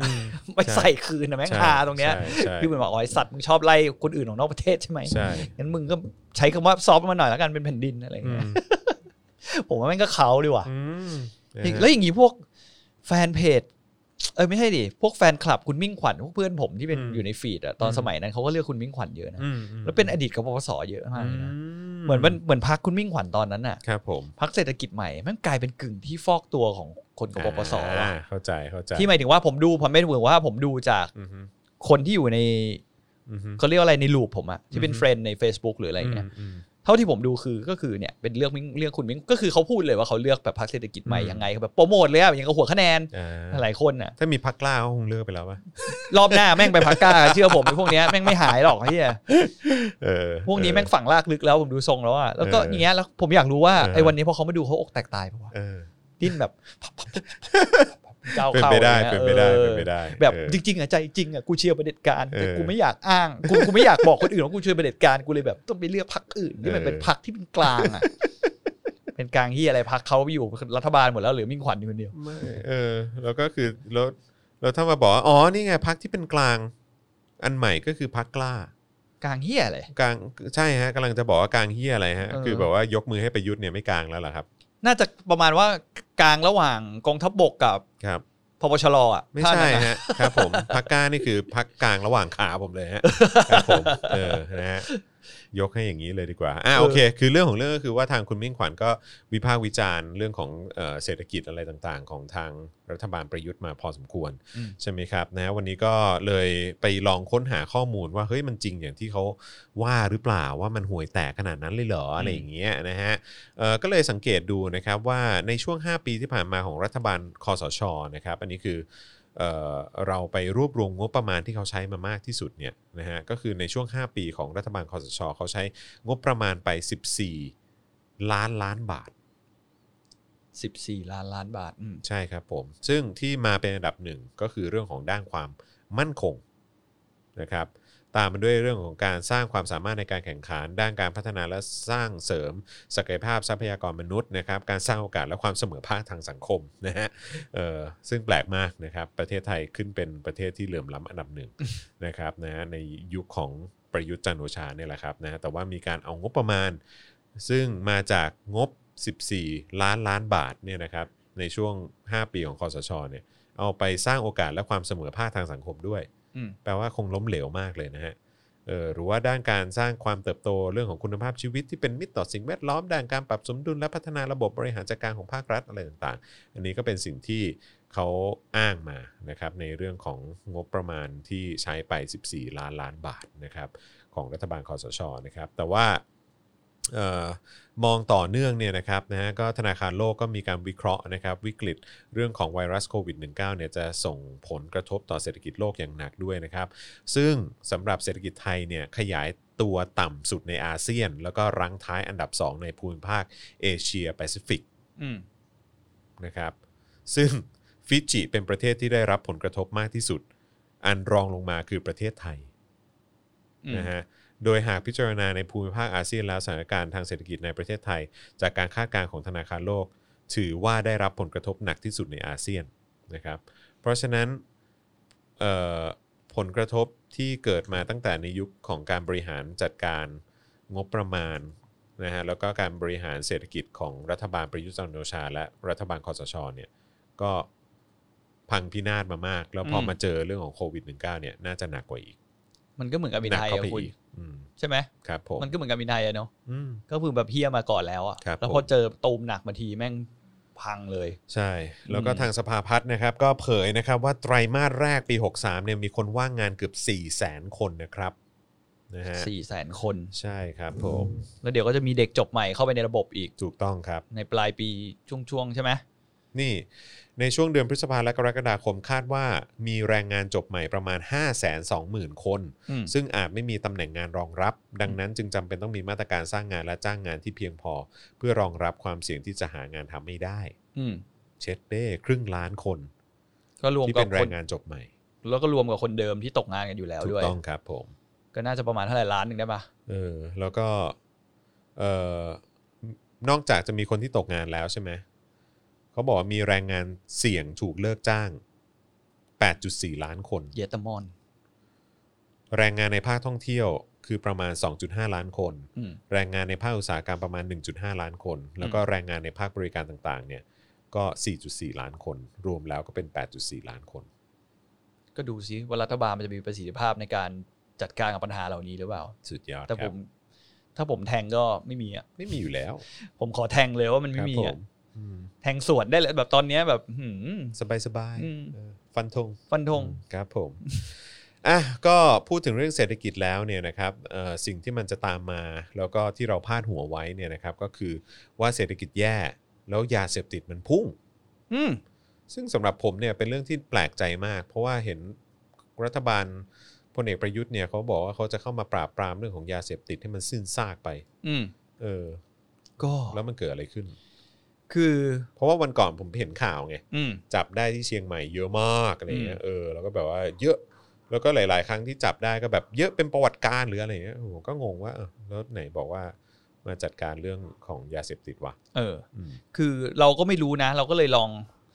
Speaker 2: ไปใส่คืนนะแม่ง
Speaker 1: ใช่
Speaker 2: ฮาตรงเนี้ย
Speaker 1: ใช่ใช่
Speaker 2: คือเหมือนบอกอ๋อไอสัตว์มึงชอบไล่คนอื่นของนอกประเทศใช่ไหม
Speaker 1: ใช่
Speaker 2: งั้นมึงก็ใช้คำว่าซอฟต์มาหน่อยแล้วกันเป็นแผ่นดินอะไรอย่าง
Speaker 1: อื
Speaker 2: เงี้ย
Speaker 1: ม
Speaker 2: ผมว่าแม่งก็เขาดีว่ะ
Speaker 1: อืมนะ
Speaker 2: แล้
Speaker 1: ฮะ
Speaker 2: วอย่างงี้พวกแฟนเพจ เออไม่ใช่ดิพวกแฟนคลับคุณมิ่งขวัญพวกเพื่อนผมที่เป็นอยู่ในฟีดอะตอนสมัยนั้นเขาก็เลือกคุณมิ่งขวัญเยอะนะ
Speaker 1: อืมม
Speaker 2: แล้วเป็นอดีตกบพศเยอะมากเลยนะ
Speaker 1: อื
Speaker 2: เหมือนมันเหมือนพักคุณมิ่งขวัญตอนนั้นน่ะ
Speaker 1: ครับผม
Speaker 2: พักเศรษฐกิจใหม่แมันกลายเป็นกึ่งที่ฟอกตัวของคนกบพศ
Speaker 1: อ่า
Speaker 2: ว่ะ
Speaker 1: เข้าใจเข้าใจ
Speaker 2: ที่หมายถึงว่าผมดูผมไม่ได้บอกว่าผมดูจาก
Speaker 1: อือฮึ
Speaker 2: คนที่อยู่ใน
Speaker 1: อือฮึ
Speaker 2: เขาเรียกว่าอะไรในลูปผมอะที่เป็
Speaker 1: อื
Speaker 2: น
Speaker 1: อฮึ
Speaker 2: เฟรนด์ใน Facebook หรืออะไรเงี้ย
Speaker 1: ม
Speaker 2: เท่าที่ผมดูคือก็คือเนี่ยเป็นเรื่องมิ้งเรื่องคุณมิ้งก็คือเขาพูดเลยว่าเขาเลือกแบบพรรคเศรษฐกิจใหม่
Speaker 1: อืม
Speaker 2: ยังไงแบบโปรโมทเลยอะอย่างกับหัวคะแนน
Speaker 1: อ่า
Speaker 2: หลายคนอะ
Speaker 1: ถ้ามีพักกล้าก็คงเลิกไปแล้วป่ะ
Speaker 2: รอบหน้าแม่งไปพักกล้า เชื่อผมไอ้พวกเนี้ยแม่งไม่หายหรอกไอ้เฮีย
Speaker 1: เออ
Speaker 2: พวกนี้แม่งฝังลากลึกแล้วผมดูทรงแล้วอะแล้วก็
Speaker 1: เออ
Speaker 2: อย่างเงี้ยแล้วผมอยากรู้ว่า
Speaker 1: เออ
Speaker 2: ไอ้วันนี้พอเขามาดูเขาอกแตกตายปะวะ
Speaker 1: เออ
Speaker 2: ดิ้นแบบ เจ้า
Speaker 1: เป็น
Speaker 2: เข้า
Speaker 1: ไปได้
Speaker 2: อะร
Speaker 1: เป็นไป
Speaker 2: เงี้ย
Speaker 1: ได้
Speaker 2: ออ
Speaker 1: เป็นไปได้
Speaker 2: แบบ
Speaker 1: เออ
Speaker 2: จริงๆอ่ะใจจริงอ่ะกูเชียร์ประเผด็จการแต่
Speaker 1: เออ
Speaker 2: กูไม่อยากอ้าง กูกูไม่อยากบอกคนอื่นว่ากูเชียร์ประเผด็จการกูเลยแบบต้องไปเลือกพรรคอื่นที่มัน
Speaker 1: เออ
Speaker 2: เป็นพรรคที่เป็นกลางอ่ะ เป็นกลางที่อะไรพรรคเขาอยู่รัฐบาลหมดแล้วเหรือมิ่งขวัญอยู่คนเดียว
Speaker 1: ไม่เออแล้วก็คือแล้วแล้วถ้ามาบอกว่าอ๋อนี่ไงพักที่เป็นกลางอันใหม่ก็คือพักกล้า
Speaker 2: กลางเฮียอะไร
Speaker 1: กลางใช่ฮะกำลังจะบอกว่ากลางเฮียอะไรฮะ
Speaker 2: เออ
Speaker 1: คือแบบว่ายกมือให้ประยุทธ์เนี่ยไม่กลางแล้วเหรอครับ
Speaker 2: น่าจะประมาณว่ากลางระหว่างกองทัพบกกับ
Speaker 1: ครับ
Speaker 2: พปชรอ่ะ
Speaker 1: ไม่
Speaker 2: ถ้า
Speaker 1: ใช่
Speaker 2: นั้นอะ
Speaker 1: ฮะครับผมพักกล้านี่คือพักกลางระหว่างขาผมเลยฮะครับผมเออนะฮะยกให้อย่างนี้เลยดีกว่าอ่ะโอเค คือเรื่องของเรื่องก็คือว่าทางคุณมิ่งขวัญก็วิพากษ์วิจารณ์เรื่องของเอ่อเศรษฐกิจอะไรต่างๆ ของทางรัฐบาลประยุทธ์มาพอสมควร
Speaker 2: อืม
Speaker 1: ใช่ไหมครับนะวันนี้ก็เลยไปลองค้นหาข้อมูลว่าเฮ้ยมันจริงอย่างที่เขาว่าหรือเปล่าว่ามันห่วยแตกขนาดนั้นเลยเหรออะไรอย่างเงี้ยนะฮะเอ่อก็เลยสังเกตดูนะครับว่าในช่วง 5 ปีที่ผ่านมาของรัฐบาลคอสชนะครับอันนี้คือเอ่อเราไปรวบรวมงบประมาณที่เขาใช้มามากที่สุดเนี่ยนะฮะก็คือในช่วง 5 ปีของรัฐบาลคอสชเขาใช้งบประมาณไป 14 ล้านล้านบาท
Speaker 2: 14 ล้านล้านบาทอืม
Speaker 1: ใช่ครับผม ซึ่งที่มาเป็นอันดับหนึ่งก็คือเรื่องของด้านความมั่นคงนะครับตามมาด้วยเรื่องของการสร้างความสามารถในการแข่งขัน ด้านการพัฒนาและสร้างเสริมศักยภาพทรัพยากรมนุษย์นะครับการสร้างโอกาสและความเสมอภาคทางสังคมนะฮะเอ่อซึ่งแปลกมากนะครับประเทศไทยขึ้นเป็นประเทศที่เหลื่อมล้ำอันดับหนึ่ง นะครับนะฮะในยุคของประยุทธ์จันทร์โอชาเนี่ยแหละครับนะฮะแต่ว่ามีการเอางบประมาณ ซึ่งมาจากงบ 14 ล้านล้านบาทเนี่ยนะครับในช่วง 5 ปีของคอสชเนี่ยเอาไปสร้างโอกาสและความเสมอภาคทางสังคมด้วย
Speaker 2: อืม
Speaker 1: แปลว่าคงล้มเหลวมากเลยนะฮะเออหรือว่าด้านการสร้างความเติบโตเรื่องของคุณภาพชีวิตที่เป็นมิตรต่อสิ่งแวดล้อมด้านการปรับสมดุลและพัฒนาระบบบริหารจัดการของภาครัฐอะไรต่างๆ อันนี้ก็เป็นสิ่งที่เขาอ้างมานะครับในเรื่องของงบประมาณที่ใช้ไป 14 ล้านล้านบาทนะครับของรัฐบาลคอสชนะครับ แต่ว่าเออมองต่อเนื่องเนี่ยนะครับนะฮะก็ธนาคารโลกก็มีการวิเคราะห์นะครับวิกฤตเรื่องของไวรัสโควิด -19 เนี่ยจะส่งผลกระทบต่อเศรษฐกิจโลกอย่างหนักด้วยนะครับ ซึ่งสำหรับเศรษฐกิจไทยเนี่ยขยายตัวต่ำสุดในอาเซียน แล้วก็รั้งท้ายอันดับ 2 ในภูมิภาคเอเชียแปซิฟิก
Speaker 2: อืม
Speaker 1: นะครับ ซึ่งฟิจิเป็นประเทศที่ได้รับผลกระทบมากที่สุด อันรองลงมาคือประเทศไทย
Speaker 2: อืม
Speaker 1: นะฮะ โดยหากพิจารณาในภูมิภาคอาเซียนแล้วสถานการณ์ทางเศรษฐกิจในประเทศไทย จากการคาดการณ์ของธนาคารโลก ถือว่าได้รับผลกระทบหนักที่สุดในอาเซียนนะครับ เพราะฉะนั้นเอ่อผลกระทบที่เกิดมาตั้งแต่ในยุคของการบริหารจัดการงบประมาณนะฮะแล้วก็การบริหารเศรษฐกิจของรัฐบาลประยุทธ์จันทร์โอชา และรัฐบาลคอสชเนี่ยก็พังพินาศมามาก แล้วพอมาเจอเรื่องของโควิด -19 เนี่ยน่าจะหนักกว่าอีก
Speaker 2: มันก็เหมือนการบิน
Speaker 1: หนัก
Speaker 2: ไทย
Speaker 1: เข้า
Speaker 2: อะ
Speaker 1: ไป
Speaker 2: คุณ
Speaker 1: อีกอืม
Speaker 2: ใช่ไหม
Speaker 1: ครับผม
Speaker 2: มันก็เหมือนการบินไทยอะเนาะ
Speaker 1: อืม
Speaker 2: ก็คือแบบเฮียมาก่อนแล้วอะ
Speaker 1: ครับ
Speaker 2: แล้ว
Speaker 1: ผม
Speaker 2: พอเจอตูมหนักมาทีแม่งพังเลย
Speaker 1: ใช่ แล้วก็
Speaker 2: อืม
Speaker 1: ทางสภาพัฒน์นะครับ ก็เผยนะครับว่าไตรมาสแรกปี 63เนี่ยมีคนว่างงานเกือบ 4 0 0 0 0 0 คนนะครับนะฮะ
Speaker 2: สี่แสนคน
Speaker 1: ใช่ครับผม
Speaker 2: แล้วเดี๋ยวก็จะมีเด็กจบใหม่เข้าไปในระบบอีก
Speaker 1: ถูกต้องครับ
Speaker 2: ในปลายปีช่วงๆใช่ไหม
Speaker 1: นี่ในช่วงเดือนพฤษภาและกรกฎาคมคาดว่ามีแรงงานจบใหม่ประมาณ 5 2 0 0 0 0 คน
Speaker 2: อืม
Speaker 1: ซึ่งอาจไม่มีตำแหน่งงานรองรับ ดังนั้นจึงจำเป็นต้องมีมาตรการสร้างงานและจ้างงานที่เพียงพอ เพื่อรองรับความเสี่ยงที่จะหางานทำไม่ได้
Speaker 2: อืม
Speaker 1: เช็ดเด้ครึ่งล้านคน
Speaker 2: ก็รวม
Speaker 1: ที่
Speaker 2: กั
Speaker 1: เป็
Speaker 2: บ
Speaker 1: นแร
Speaker 2: ค
Speaker 1: ง
Speaker 2: น
Speaker 1: งานจบใหม่
Speaker 2: แล้วก็รวมกับคนเดิมที่ตกงานกันอยู่แล้ว
Speaker 1: ถู
Speaker 2: ด้
Speaker 1: ก
Speaker 2: วย
Speaker 1: ต้องครับผม
Speaker 2: ก็น่าจะประมาณเท่าไหร่ล้านหนึ่งได้ปะ
Speaker 1: เออแล้วก็เออนอกจากจะมีคนที่ตกงานแล้วใช่ไหมเขาบอกว่ามีแรงงานเสี่ยงถูกเลิกจ้าง 8.4 ล้านคน
Speaker 2: เยตามอน
Speaker 1: แรงงานในภาคท่องเที่ยวคือประมาณ 2.5 ล้านคน
Speaker 2: อืม
Speaker 1: แรงงานในภาคอุตสาหกรรมประมาณ 1.5 ล้านคน แล้วก็แรงงานในภาคบริการต่างๆ เนี่ย ก็ 4.4 ล้านคน รวมแล้วก็เป็น 8.4 ล้านคน
Speaker 2: ก็ดูซิว่ารัฐบาลมันจะมีประสิทธิภาพในการจัดการกับปัญหาเหล่านี้หรือเปล่า
Speaker 1: สุดยอด
Speaker 2: แต่
Speaker 1: ค
Speaker 2: ผ
Speaker 1: รับ
Speaker 2: ม ถ้าผมแทงก็ไม่มีอ่ะ
Speaker 1: ไม่มีอยู่แล้ว
Speaker 2: ผมขอแทงเลยว่ามัน
Speaker 1: ค
Speaker 2: ไม่
Speaker 1: รับ
Speaker 2: มี
Speaker 1: ผ
Speaker 2: อ่ะ
Speaker 1: มอืม
Speaker 2: แทงสวนได้เลยแบบตอนเนี้ยแบบหืม
Speaker 1: สบายสบายๆ
Speaker 2: อืม
Speaker 1: เออฟันธง
Speaker 2: ฟันธง
Speaker 1: อืมครับผม อ่ะก็พูดถึงเรื่องเศรษฐกิจแล้วเนี่ยนะครับเอ่อสิ่งที่มันจะตามมา แล้วก็ที่เราพาดหัวไว้เนี่ยนะครับ ก็คือว่าเศรษฐกิจแย่แล้วยาเสพติดมันพุ่ง
Speaker 2: อืม
Speaker 1: ซึ่งสำหรับผมเนี่ยเป็นเรื่องที่แปลกใจมาก เพราะว่าเห็นรัฐบาลพลเอกประยุทธ์เนี่ยเขาบอกว่าเขาจะเข้ามาปราบปรามเรื่องของยาเสพติดให้มันสิ้นซากไป
Speaker 2: อืม
Speaker 1: เออ
Speaker 2: ก็
Speaker 1: แล้วมันเกิดอะไรขึ้น
Speaker 2: คือ
Speaker 1: เพราะว่าวันก่อนผมเห็นข่าวไง
Speaker 2: อืม
Speaker 1: จับได้ที่เชียงใหม่เยอะมากอะไรเงี้ยเออแล้วก็แบบว่าเยอะแล้วก็หลาย ๆ ครั้งที่จับได้ก็แบบเยอะเป็นประวัติการหรืออะไรเงี้ยโอ้โหก็งงว่าเออแล้วไหนบอกว่ามาจัดการเรื่องของยาเสพติดวะ
Speaker 2: เออ
Speaker 1: อืม
Speaker 2: คือเราก็ไม่รู้นะ เราก็เลยลอง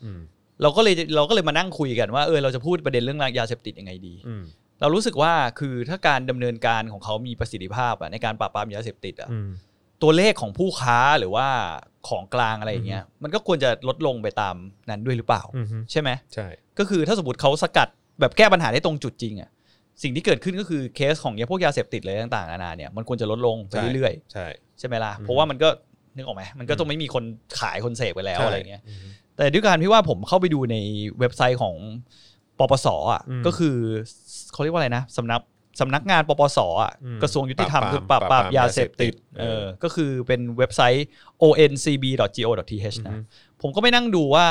Speaker 1: อืม
Speaker 2: เราก็เลยเราก็เลยมานั่งคุยกันว่าเออเราจะพูดประเด็นเรื่องยาเสพติดยังไงดี
Speaker 1: อืม
Speaker 2: เรารู้สึกว่าคือถ้าการดำเนินการของเขามีประสิทธิภาพอะในการปราบปรามยาเสพติดอะ
Speaker 1: อืม
Speaker 2: ตัวเลขของผู้ค้าหรือว่าของกลางอะไรอย่างเงี้ยมันก็ควรจะลดลงไปตามนั้นด้วยหรือเปล่า
Speaker 1: อือฮึ
Speaker 2: ใช่ไหม
Speaker 1: ใช่
Speaker 2: ก็คือถ้าสมมติเขาสกัดแบบแก้ปัญหาได้ตรงจุดจริงอะสิ่งที่เกิดขึ้นก็คือเคสของเนี่ยพวกยาเสพติดอะไรต่างๆนานาเนี่ยมันควรจะลดลงไปเรื่อย
Speaker 1: ใช่
Speaker 2: ๆใช่ไหมล่ะเพราะว่ามันก็นึกออกไหมมันก็ต้องไม่มีคนขายคนเสพไปแล้ว
Speaker 1: ใช่
Speaker 2: อะไรเงี้ย
Speaker 1: อืม
Speaker 2: แต่ด้วยการที่ว่าผมเข้าไปดูในเว็บไซต์ของปปสอ่ะ
Speaker 1: อืม
Speaker 2: ก็คือเขาเรียกว่าอะไรนะสำนักสำนักงานปปสอ่ะ
Speaker 1: อืม
Speaker 2: กระทรวงยุติธรรมคือปราบ
Speaker 1: ป
Speaker 2: ป
Speaker 1: รา
Speaker 2: รา
Speaker 1: บบ ปราม
Speaker 2: ยาเสพติด
Speaker 1: เอ
Speaker 2: เอ
Speaker 1: อ
Speaker 2: อก็คือเป็นเว็บไซต์ oncb.go.th
Speaker 1: อือฮึ
Speaker 2: นะผมก็ไปนั่งดูว่า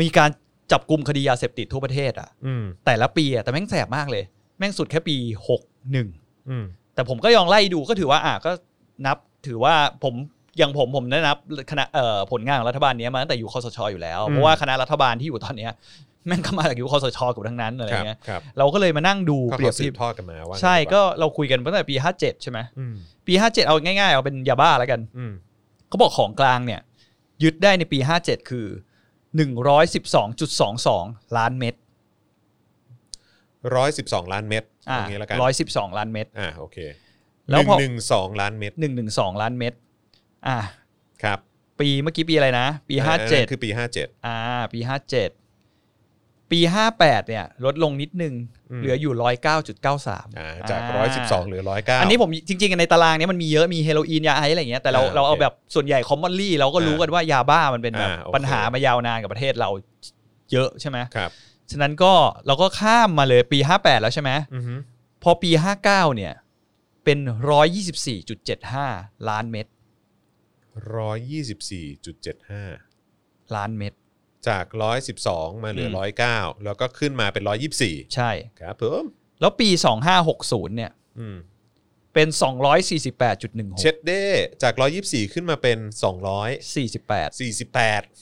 Speaker 2: มีการจับกลุ่มคดียาเสพติดทั่วประเทศอ่ะ
Speaker 1: อืม
Speaker 2: แต่ละปีอ่ะแต่แม่งแสบมากเลย แม่งสุดแค่ปีหกหนึ่ง
Speaker 1: อืม
Speaker 2: แต่ผมก็ยองไล่ดูก็ถือว่าอ่ะก็นับถือว่าผมอย่างผมผมได้นับคณะเอ่อผลงานของรัฐบาลเนี้ยมาตั้งแต่อยู่คอสชอยู่แล้ว
Speaker 1: อืม
Speaker 2: เพราะว่าคณะรัฐบาลที่อยู่ตอนเนี้ยแม่งก็มาจากยุคคอสชเกับทั้งนั้นอะไร
Speaker 1: ครับ
Speaker 2: เงี้ย
Speaker 1: ครับ
Speaker 2: เราก็เลยมานั่งดู
Speaker 1: ก็
Speaker 2: เปรีย
Speaker 1: เขา
Speaker 2: บ
Speaker 1: สื
Speaker 2: เทีย
Speaker 1: บบ ทอดกันมาว่า
Speaker 2: ใช่
Speaker 1: งั้นดี
Speaker 2: ก็
Speaker 1: ว่า
Speaker 2: เราคุยกันตั้งแต่ปี 57 ใช่ไหม
Speaker 1: อืม
Speaker 2: ปี 57 เอาง่ายๆ เอาเป็นยาบ้าแล้วกัน
Speaker 1: อืม
Speaker 2: เขาบอกของกลางเนี่ย ยึดได้ในปี 57 คือ 112.22 ล้านเม็ด
Speaker 1: ร้อยสิบสองล้านเม็ด
Speaker 2: อ่า
Speaker 1: ย่างนี้ละกัน
Speaker 2: 112 ล้านเม็ด
Speaker 1: อ่าโอเค
Speaker 2: แล้วพอ
Speaker 1: หนึ่งหนึ่งสองล้านเม็ด
Speaker 2: 112 ล้านเม็ดอ่า
Speaker 1: ครับ
Speaker 2: ปีเมื่อกี้ปีอะไรนะ ปี
Speaker 1: อันนั้น
Speaker 2: 57
Speaker 1: คือปีห้าเจ็ด
Speaker 2: อ่าปีห้าเจ็ดปีห้าแปดเนี่ย ลดลงนิดนึง
Speaker 1: อืม
Speaker 2: เหลืออยู่ร้อยเก้าจุดเก้าสาม
Speaker 1: จากร้อยสิบสองเหลือร้อยเก้า
Speaker 2: อันนี้ผมจริงๆ ในตารางเนี้ยมันมีเยอะมีเฮโรอีนยาไอซ์อะไรเงี้ยแต่เรา
Speaker 1: อ่า
Speaker 2: เรา
Speaker 1: โอ
Speaker 2: เอา
Speaker 1: เค
Speaker 2: แบบส่วนใหญ่คอมมอนลี่เราก็รู้กันว่ายาบ้ามันเป็นแบบ
Speaker 1: อ่าโอเค
Speaker 2: ปัญหามายาวนานกับประเทศเราเยอะใช่ไหม
Speaker 1: ครับ
Speaker 2: ฉะนั้นก็เราก็ข้ามมาเลยปี 58 แล้วใช่ไหม
Speaker 1: อือฮึ
Speaker 2: พอปี 59 เนี่ย เป็น 124.75 ล้านเม็ด
Speaker 1: ร้อยยี่สิบสี่จุดเจ็ดห้า
Speaker 2: ล้านเม็ด
Speaker 1: จาก 112 มาเหลือ
Speaker 2: อืม
Speaker 1: 109 แล้วก็ขึ้นมาเป็น 124
Speaker 2: ใช่
Speaker 1: ครับผม
Speaker 2: แล้วปี 2560 เนี่ย
Speaker 1: อืม
Speaker 2: เป็น 248.16
Speaker 1: เช็ดเด้จาก 124 ขึ้นมาเป็น
Speaker 2: สี่สิบแปด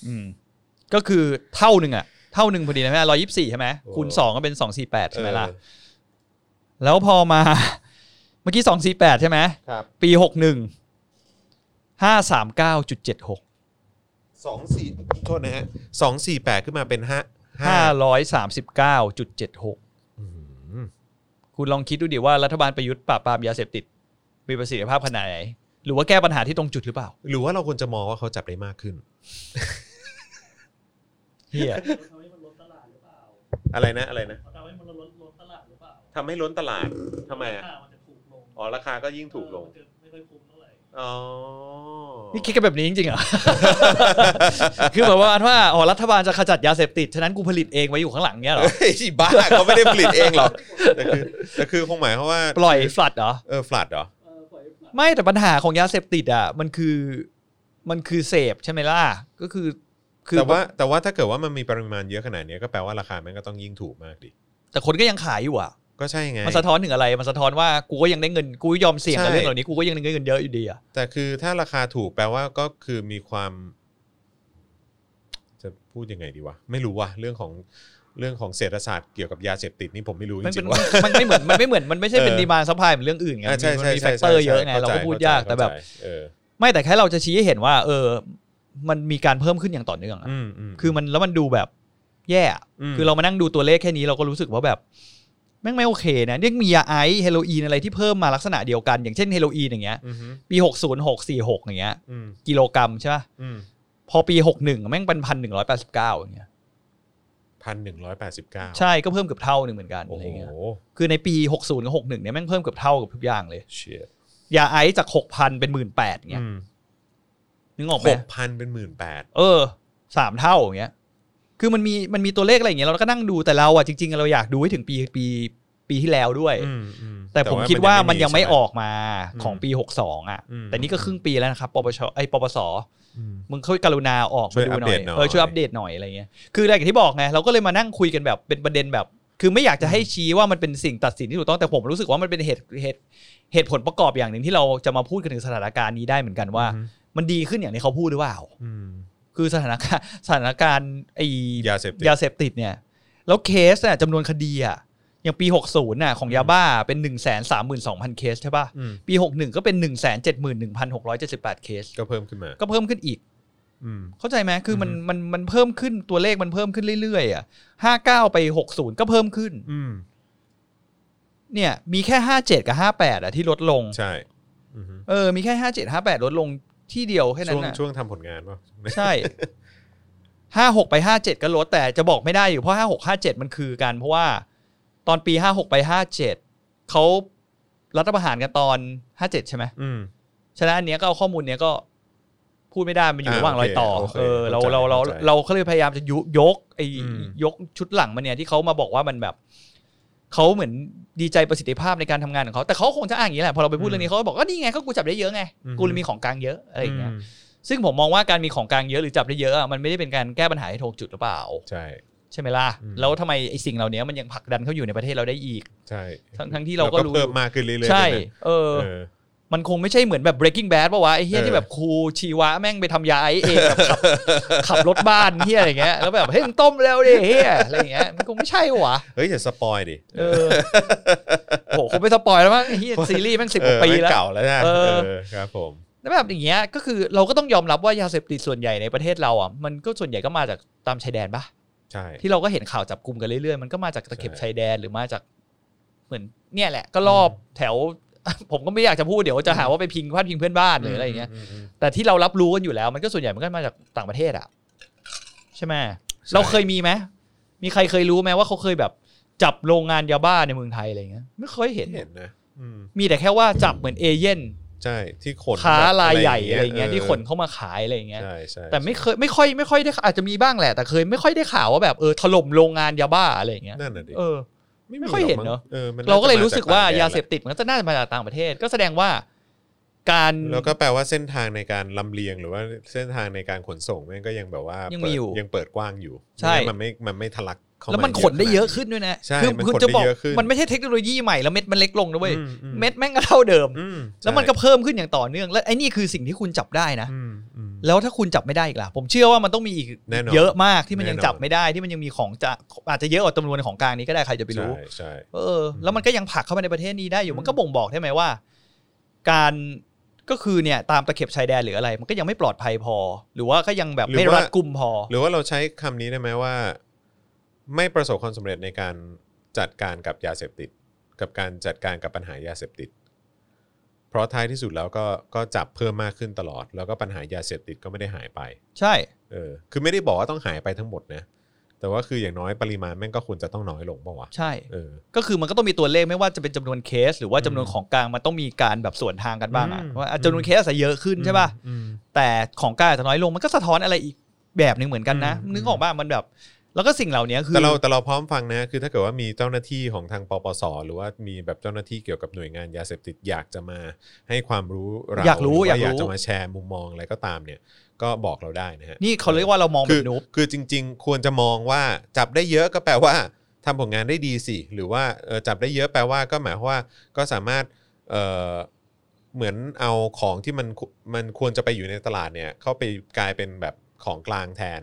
Speaker 1: 248
Speaker 2: ก็คือเท่าหนึ่งอะเท่าหนึ่งพอดีนะแม่ร้อยยี่สี่ใช่ไหม
Speaker 1: โอ้
Speaker 2: คูณสองก็เป็นสองสี่แปดใช่ไหมล่ะ
Speaker 1: เออ
Speaker 2: แล้วพอมา เมื่อกี้สองสี่แปดใช่ไหม
Speaker 1: ครับ
Speaker 2: ปีหกหนึ่งห้าสามเก้าจุดเจ็ดหก
Speaker 1: 24 โทษนะฮะ 248 ขึ้นมาเป็น 5
Speaker 2: ห้าร้อยสามสิบเก้าจุดเจ็ดหก
Speaker 1: 5
Speaker 2: คุณลองคิดดูดิว่ารัฐบาลประยุทธ์ปราบปรามยาเสพติด มีประสิทธิภาพขนาดไหน หรือว่าแก้ปัญหาที่ตรงจุดหรือเปล่า
Speaker 1: หรือว่าเราควรจะมองว่าเขาจับได้มากขึ้น
Speaker 2: เฮีย
Speaker 3: ทำให้มันล้นตลาดหรือเปล่า
Speaker 1: อะไรนะ อะไรนะ
Speaker 3: ทำให้มันล้นล้นตลาดหรือเปล่า
Speaker 1: ทำให้ล้นตลาดทำไม
Speaker 3: รา
Speaker 1: อ่ะ
Speaker 3: คามันจะถูกลง
Speaker 1: อ๋อราคาก็ยิ่งถูกลง
Speaker 3: เออมันจะไม่ค่อยคุ้มเท่าไหร่
Speaker 1: อ๋อ
Speaker 2: นี่คิดกันแบบนี้จริงๆเหรอ คือแบบว่าว่าอ๋อรัฐบาลจะขจัดยาเสพติด ฉะนั้นกูผลิตเองไว้อยู่ข้างหลังเนี้ยเหรอ
Speaker 1: เฮ้ยบ้าเขาไม่ได้ผลิตเองหรอกแต่คือ แต่คือคงหมายความว่า
Speaker 2: ปล่อยฟลัดเหรอ
Speaker 1: เออฟลัดเหรอ
Speaker 3: เออปล่อยให้ผ่าน
Speaker 2: ไม่แต่ปัญหาของยาเสพติดอ่ะ มันคือมันคือเสพใช่ไหมล่ะ ก็คือ คื
Speaker 1: แต่ว่าแต่ว่าถ้าเกิดว่ามันมีปริมาณเยอะขนาดเนี้ยก็แปลว่าราคาแม่งก็ต้องยิ่งถูกมากดิ
Speaker 2: แต่คนก็ยังขายอยู่อ่ะ
Speaker 1: ก็ใช่ไง
Speaker 2: มันสะท้อนถึงอะไร มันสะท้อนว่ากูก็ยังได้เงิน กูยอมเสี่ยงกับ
Speaker 1: ใช่
Speaker 2: เรื่องเหล่านี้ กูก็ยังได้เงินเยอะอยู่ดีอ่ะ
Speaker 1: แต่คือถ้าราคาถูกแปลว่าก็คือมีความ จะพูดยังไงดีวะไม่รู้ว่ะเรื่องของเรื่องของเศรษฐศาสตร์เกี่ยวกับยาเสพติดนี่ผมไม่รู้จ
Speaker 2: มันเป็
Speaker 1: ริ
Speaker 2: น
Speaker 1: งๆว่า
Speaker 2: มันไม่เหมือนมันไม่เหมือนมันไม่ใช่เป็น
Speaker 1: เออ
Speaker 2: ดีมานซัพพลายเหมือนเรื่องอื่นไง
Speaker 1: อ่ะใช่
Speaker 2: มัน
Speaker 1: ใช่
Speaker 2: มีแฟ
Speaker 1: ใช่
Speaker 2: กเต
Speaker 1: ใช่
Speaker 2: อร์
Speaker 1: ใช่
Speaker 2: เยอะไง
Speaker 1: ข้
Speaker 2: เรา
Speaker 1: ใจ
Speaker 2: ก็พูด
Speaker 1: เข้ใจ
Speaker 2: ยากแต่แบบ
Speaker 1: เข้ใจเออ
Speaker 2: ไม่แต่แค่เราจะชี้ให้เห็นว่า เออ มันมีการเพิ่มขึ้นอย่างต่อเนื่องอะ
Speaker 1: อืมอืม
Speaker 2: คือมันแล้วมันดูแบบแย่อะ
Speaker 1: ม
Speaker 2: คือเรามานั่งดูตัวเลขแค่นี้เราก็รู้สึกว่าแบบแม่งไม่โอเคนะเนี่ยมียาไอซ์เฮโรอีนอะไรที่เพิ่มมาลักษณะเดียวกัน อย่างเช่นเฮโรอีนอย่างเงี้ย
Speaker 1: อืมฮึ
Speaker 2: ปีหกศูนย์หกสี่หกอย่างเงี้ย
Speaker 1: อืม
Speaker 2: กิโลกรัมใช่ป่ะ
Speaker 1: อืม
Speaker 2: พอปีหกหนึ่งแม่งเป็นพันหนึ่งร้อยแปดสิบเก้าอย่างเงี้ย
Speaker 1: พันหนึ่งร้อยแปดสิบเก้า
Speaker 2: ใช่ก็เพิ่มเกือบเท่าหนึ่งเหมือนกัน
Speaker 1: โอ้
Speaker 2: อะไร
Speaker 1: โห
Speaker 2: เงี้ยคือในปีหกศูนย์กับหกหนึ่งเนี่ยแม่งเพิ่มเกือบเท่ากับทุกอย่างเลย
Speaker 1: เชีย
Speaker 2: ยาไอซ์จากหกพันเป็นหมื่นแปดเงี้ยนึกออกไห
Speaker 1: ห
Speaker 2: ม
Speaker 1: กพันเป็นหมื่นแปด
Speaker 2: เออสามเท่าอย่างเงี้ย คือมันมีมันมีตัวเลขอะไรอย่างเงี้ยเราก็นั่งดูแต่เราอ่ะจริงๆ เราอยากดูให้ถึงปีปีปีที่แล้วด้วย
Speaker 1: อืมอืม
Speaker 2: แต่ผมคิดว่ามันยังไม่อ
Speaker 1: ใช่ห
Speaker 2: อกมาของปี 62 อ่ะ
Speaker 1: อืม
Speaker 2: แต่นี่ก็ครึ่งปีแล้วนะครับปปชไอ้ปปส
Speaker 1: อืม
Speaker 2: มึงช่วยกรุณาออก
Speaker 1: ช่ว
Speaker 2: มาย ดู
Speaker 1: อัป
Speaker 2: หน่
Speaker 1: เด
Speaker 2: อ
Speaker 1: ต
Speaker 2: ย
Speaker 1: หน่อย
Speaker 2: เออช่วยอัปเดตหน่อยอะไรเงี้ยคืออะไรอย่างที่บอกไงเราก็เลยมานั่งคุยกันแบบเป็นประเด็นแบบ คือไม่อยากจะให้ชี้ว่ามันเป็นสิ่งตัดสินที่ถูกต้องแต่ผมรู้สึกว่ามันเป็นเหตุเหตุเหตุผลประกอบอย่างหนึ่งที่เราจะมาพูดกันถึงสถานการณ์นี้ได้เหมือนกันว่า มันดีขึ้นอย่างที่เขาพูดหรือเปล่า
Speaker 1: อืม
Speaker 2: คือสถานการณ์สถานการณ์ไอ้
Speaker 1: ยาเสพติด
Speaker 2: ยาเสพติดเนี่ย แล้วเคสน่ะจำนวนคดีอ่ะอย่างปี 60น่ะของยาบ้าเป็น 1 3 2 0 0 0 เคสใช่ป่ะ
Speaker 1: อืม
Speaker 2: ปี 61 ก็เป็น 1 7 1 6 7 8 เคส
Speaker 1: ก็เพิ่มขึ้นมา
Speaker 2: ก็เพิ่มขึ้นอีก
Speaker 1: อืม
Speaker 2: เข้าใจไหมคือมัน
Speaker 1: อือฮึ
Speaker 2: มันมันเพิ่มขึ้นตัวเลขมันเพิ่มขึ้นเรื่อยๆอ่ะห้าเก้าไปหกศูนย์ก็เพิ่มขึ้น
Speaker 1: อืม
Speaker 2: เนี่ย มีแค่ห้าเจ็ดกับห้าแปดอ่ะที่ลดลง
Speaker 1: ใช่อืมฮึ
Speaker 2: เออ มีแค่ห้าเจ็ดห้าแปดลดลงที่เดียวแค่นั้
Speaker 1: ช่วน ง
Speaker 2: น่ะ
Speaker 1: ช่วงทำผลงานป่ะ
Speaker 2: ใช่ห้าหกไปห้าเจ็ดก็ลดแต่จะบอกไม่ได้อยู่เพราะห้าหกห้าเจ็ดมันคือกันเพราะว่าตอนปีห้าหกไปห้าเจ็ดเขารัฐประหารกันตอนห้าเจ็ดใช่ไหม
Speaker 1: อืม
Speaker 2: ฉะนั้นอันเนี้ยก็เอาข้อมูลเนี้ยก็พูดไม่ได้มันอยู่
Speaker 1: อ่า
Speaker 2: ระหว่างรอยต่อ
Speaker 1: โอเค
Speaker 2: เออ
Speaker 1: โอเค
Speaker 2: เราเราเรา
Speaker 1: เข้าใจ
Speaker 2: เราก็เลยพยายามจะยุยกไอ้
Speaker 1: อืม
Speaker 2: ยกชุดหลังมันเนี่ยที่เขามาบอกว่ามันแบบเขาเหมือนดีใจประสิทธิภาพในการทำงานของเขาแต่เขาคงจะอ้างอย่างนี้แหละพอเราไปพูดเรื่องนี้เขาก็บอกก็นี่ไงก็กูจับได้เยอะไงกูเลยมีของกลางเยอะอะไรอย่างเงี้ย
Speaker 1: ม
Speaker 2: ซึ่งผมมองว่าการมีของกลางเยอะหรือจับได้เยอะอะมันไม่ได้เป็นการแก้ปัญหาให้ถูกจุดหรือเปล่า
Speaker 1: ใช่
Speaker 2: ใช่ไหมล่ะ
Speaker 1: อืม
Speaker 2: แล้วทำไมไอ้สิ่งเหล่านี้มันยังผลักดันเข้าอยู่ในประเทศเราได้อีก
Speaker 1: ใช่
Speaker 2: ทั้งทั้งที่เราก็รู้
Speaker 1: เพิ่มมากขึ้นเรื่อยๆ
Speaker 2: ใช่
Speaker 1: ด้วยนะ
Speaker 2: เออ
Speaker 1: เออ
Speaker 2: มันคงไม่ใช่เหมือนแบบ breaking bad ปะวะไอ้เฮีย
Speaker 1: เออ
Speaker 2: ที่แบบครูชีวะแม่งไปทำยาไอซ์เองแบ บขับ ขับรถบ้านเฮียอะไรเงี้ยแล้วแบบเฮ้ยมึงต้มแล้วดิเฮียอะไรเงี้ยมันคงไม่ใช่วะ
Speaker 1: เฮ้ยอย่าสปอยดิ
Speaker 2: เออโหคงไปสปอยแล้วมั้งไอ้เฮียซีรีส์แม่งสิบกว่าปี
Speaker 1: เออไม่
Speaker 2: แล้ว
Speaker 1: เก่าแล้วนะ
Speaker 2: เออ
Speaker 1: เออครับผม
Speaker 2: แล้วแบบอย่างเงี้ยก็คือเราก็ต้องยอมรับว่ายาเสพติดส่วนใหญ่ในประเทศเราอ่ะมันก็ส่วนใหญ่ก็มาจากตามชายแดนปะ
Speaker 1: ใช่
Speaker 2: ที่เราก็เห็นข่าวจับกลุ่มกันเรื่อยๆ มันก็มาจากตะเข็บ
Speaker 1: ใช่
Speaker 2: ชายแดนหรือมาจากเหมือนเนี่ยแหละ ก็รอบแถว ผมก็ไม่อยากจะพูดเดี๋ยวจะหาว่าไปพิงพาดพิงเพื่อนบ้านหรืออะไรอย่างเงี้ย
Speaker 1: มม
Speaker 2: แต่ที่เรารับรู้กันอยู่แล้ว มันก็ส่วนใหญ่มันก็มาจากต่างประเทศอ่ะใช่ไหม
Speaker 1: ใช่
Speaker 2: เราเคยมีไหมมีใครเคยรู้ไหมว่าเขาเคยแบบ จับโรงงานยาบ้าในเมืองไทยอะไรอย่างเงี้ยไม่เคยเห็น
Speaker 1: เห็นนะอืม
Speaker 2: มีแต่แค่ว่าจับเหมือนเอเย่น
Speaker 1: ใช่ที่ขน
Speaker 2: ค้า
Speaker 1: แบบ
Speaker 2: รายใหญ่อะไรอย่างเงี้ยที่ขน
Speaker 1: เอ
Speaker 2: เข้ามาขายอะไรอย่าง
Speaker 1: อ
Speaker 2: เงี้ย
Speaker 1: ใช่ใช่
Speaker 2: แต่ไม่เคยไม่ค่อยไม่ค่อยได้อาจจะมีบ้างแหละ แต่เคยไม่ค่อยได้ข่าวว่าแบบเออถล่มโรงงานยาบ้าอะไรอย่างเงี้ย
Speaker 1: นั่นน่ะดิ
Speaker 2: เออ ไม่ค่อย
Speaker 1: รก
Speaker 2: เห็น
Speaker 1: มั้ง
Speaker 2: เนอะ
Speaker 1: ออมัน
Speaker 2: เราก็เลย
Speaker 1: น่จะ
Speaker 2: รู้สึกว่า
Speaker 1: จต่งแดน
Speaker 2: ยาเสพติดมันก็น่าจะมาจากต่างประเทศ ก็แสดงว่า การ
Speaker 1: แล้วก็แปลว่าเส้นทางในการลำเลียงหรือว่าเส้นทางในการขนส่งแม่งก็ยังแบบว่ายัยังเปิดกว้างอยู่
Speaker 2: ใช่
Speaker 1: มันไม่มันไม่ทะลักเข้าา
Speaker 2: แล้วมัน
Speaker 1: เยอะ
Speaker 2: ขนได้เยอะ
Speaker 1: ขาด
Speaker 2: ขึ้นด้วยนะ
Speaker 1: ใช่
Speaker 2: คื
Speaker 1: มันขน
Speaker 2: คุณจะบอก
Speaker 1: ได้เยอะขึ้น
Speaker 2: มันไม่ใช่เทคโนโลยีใหม่แล้วเม็ดมันเล็กลงนะเว้ย
Speaker 1: อือื
Speaker 2: เม็ดแม่งก็เท่าเดิม
Speaker 1: อื
Speaker 2: แล้วมันก็เพิ่มขึ้นอย่างต่อเนื่อง และไอ้นี่คือสิ่งที่คุณจับได้นะ
Speaker 1: อืมอืม
Speaker 2: แล้วถ้าคุณจับไม่ได้อีกล่ะ ผมเชื่อว่ามันต้องมีอีก
Speaker 1: แน่นอน
Speaker 2: เยอะมากที่มันยัง
Speaker 1: แน่นอน
Speaker 2: จับไม่ได้ที่มันยังมีของจะอาจจะเยอะกว่าจำนวนของกลางนี้ก็ได้ใครจะไปรู้
Speaker 1: ใช่ใช่
Speaker 2: เออแล้วมันก็ยังผลักเข้ามาในประเทศนี้ได้อ
Speaker 1: อื
Speaker 2: ยู่
Speaker 1: ม
Speaker 2: มันก็บ่งบอกได้ไหมว่า การก็คือเนี่ย ตามตะเข็บชายแดนหรืออะไร มันก็ยังไม่ปลอดภัยพอ หรือว่าก็ยังแบบไม่รัดกุมพอ
Speaker 1: หรือว่าเราใช้คำนี้ได้ไหมว่า ไม่ประสบความสำเร็จในการจัดการกับยาเสพติด กับการจัดการกับปัญหายาเสพติด เพราะท้ายที่สุดแล้วก็ก็จับเพิ่มมากขึ้นตลอด แล้วก็ปัญหายาเสพติดก็ไม่ได้หายไป
Speaker 2: ใช่
Speaker 1: เออ คือไม่ได้บอกว่าต้องหายไปทั้งหมดนะ แต่ว่าคืออย่างน้อยปริมาณแม่งก็ควรจะต้องน้อยลงเปล่าวะ
Speaker 2: ใช่
Speaker 1: เออ
Speaker 2: ก็คือมันก็ต้องมีตัวเลขไม่ว่าจะเป็นจำนวนเคส หรือว่าจำนวน
Speaker 1: อืม
Speaker 2: ของกลางมันต้องมีการแบบส่วนทางกันบ้างอะ
Speaker 1: อืม
Speaker 2: ว่าอ่ะจำนวนเคสอาจจะเยอะขึ้นใช่ป่ะ
Speaker 1: อืม
Speaker 2: แต่ของกลางอาจจะน้อยลงมันก็สะท้อนอะไรอีกแบบหนึ่งเหมือนกันนะ
Speaker 1: อืม
Speaker 2: นึกออกป่ะมันแบบ แล้วก็สิ่งเหล่านี้คือ
Speaker 1: แต่เราแต่เราพร้อมฟังนะ คือถ้าเกิดว่ามีเจ้าหน้าที่ของทางปปส หรือว่ามีแบบเจ้าหน้าที่เกี่ยวกับหน่วยงานยาเสพติดอยากจะมาให้ความรู้เ
Speaker 2: อยากรู้
Speaker 1: หว่
Speaker 2: อยาก
Speaker 1: อ
Speaker 2: รู้
Speaker 1: ยากจะมาแชร์มุมมองอะไรก็ตามเนี่ย ก็บอกเราได้นะฮะ
Speaker 2: นี่เขาเรียกว่าเรามองแบ
Speaker 1: คื
Speaker 2: บนูบ
Speaker 1: คือจริง ๆ ควรจะมองว่าจับได้เยอะก็แปลว่าทำผลงานได้ดีสิ หรือว่าเอ่อจับได้เยอะแปลว่าก็หมายความว่าก็สามารถเอ่อเหมือนเอาของที่มันคุมันควรจะไปอยู่ในตลาดเนี่ย เข้าไปกลายเป็นแบบของกลางแทน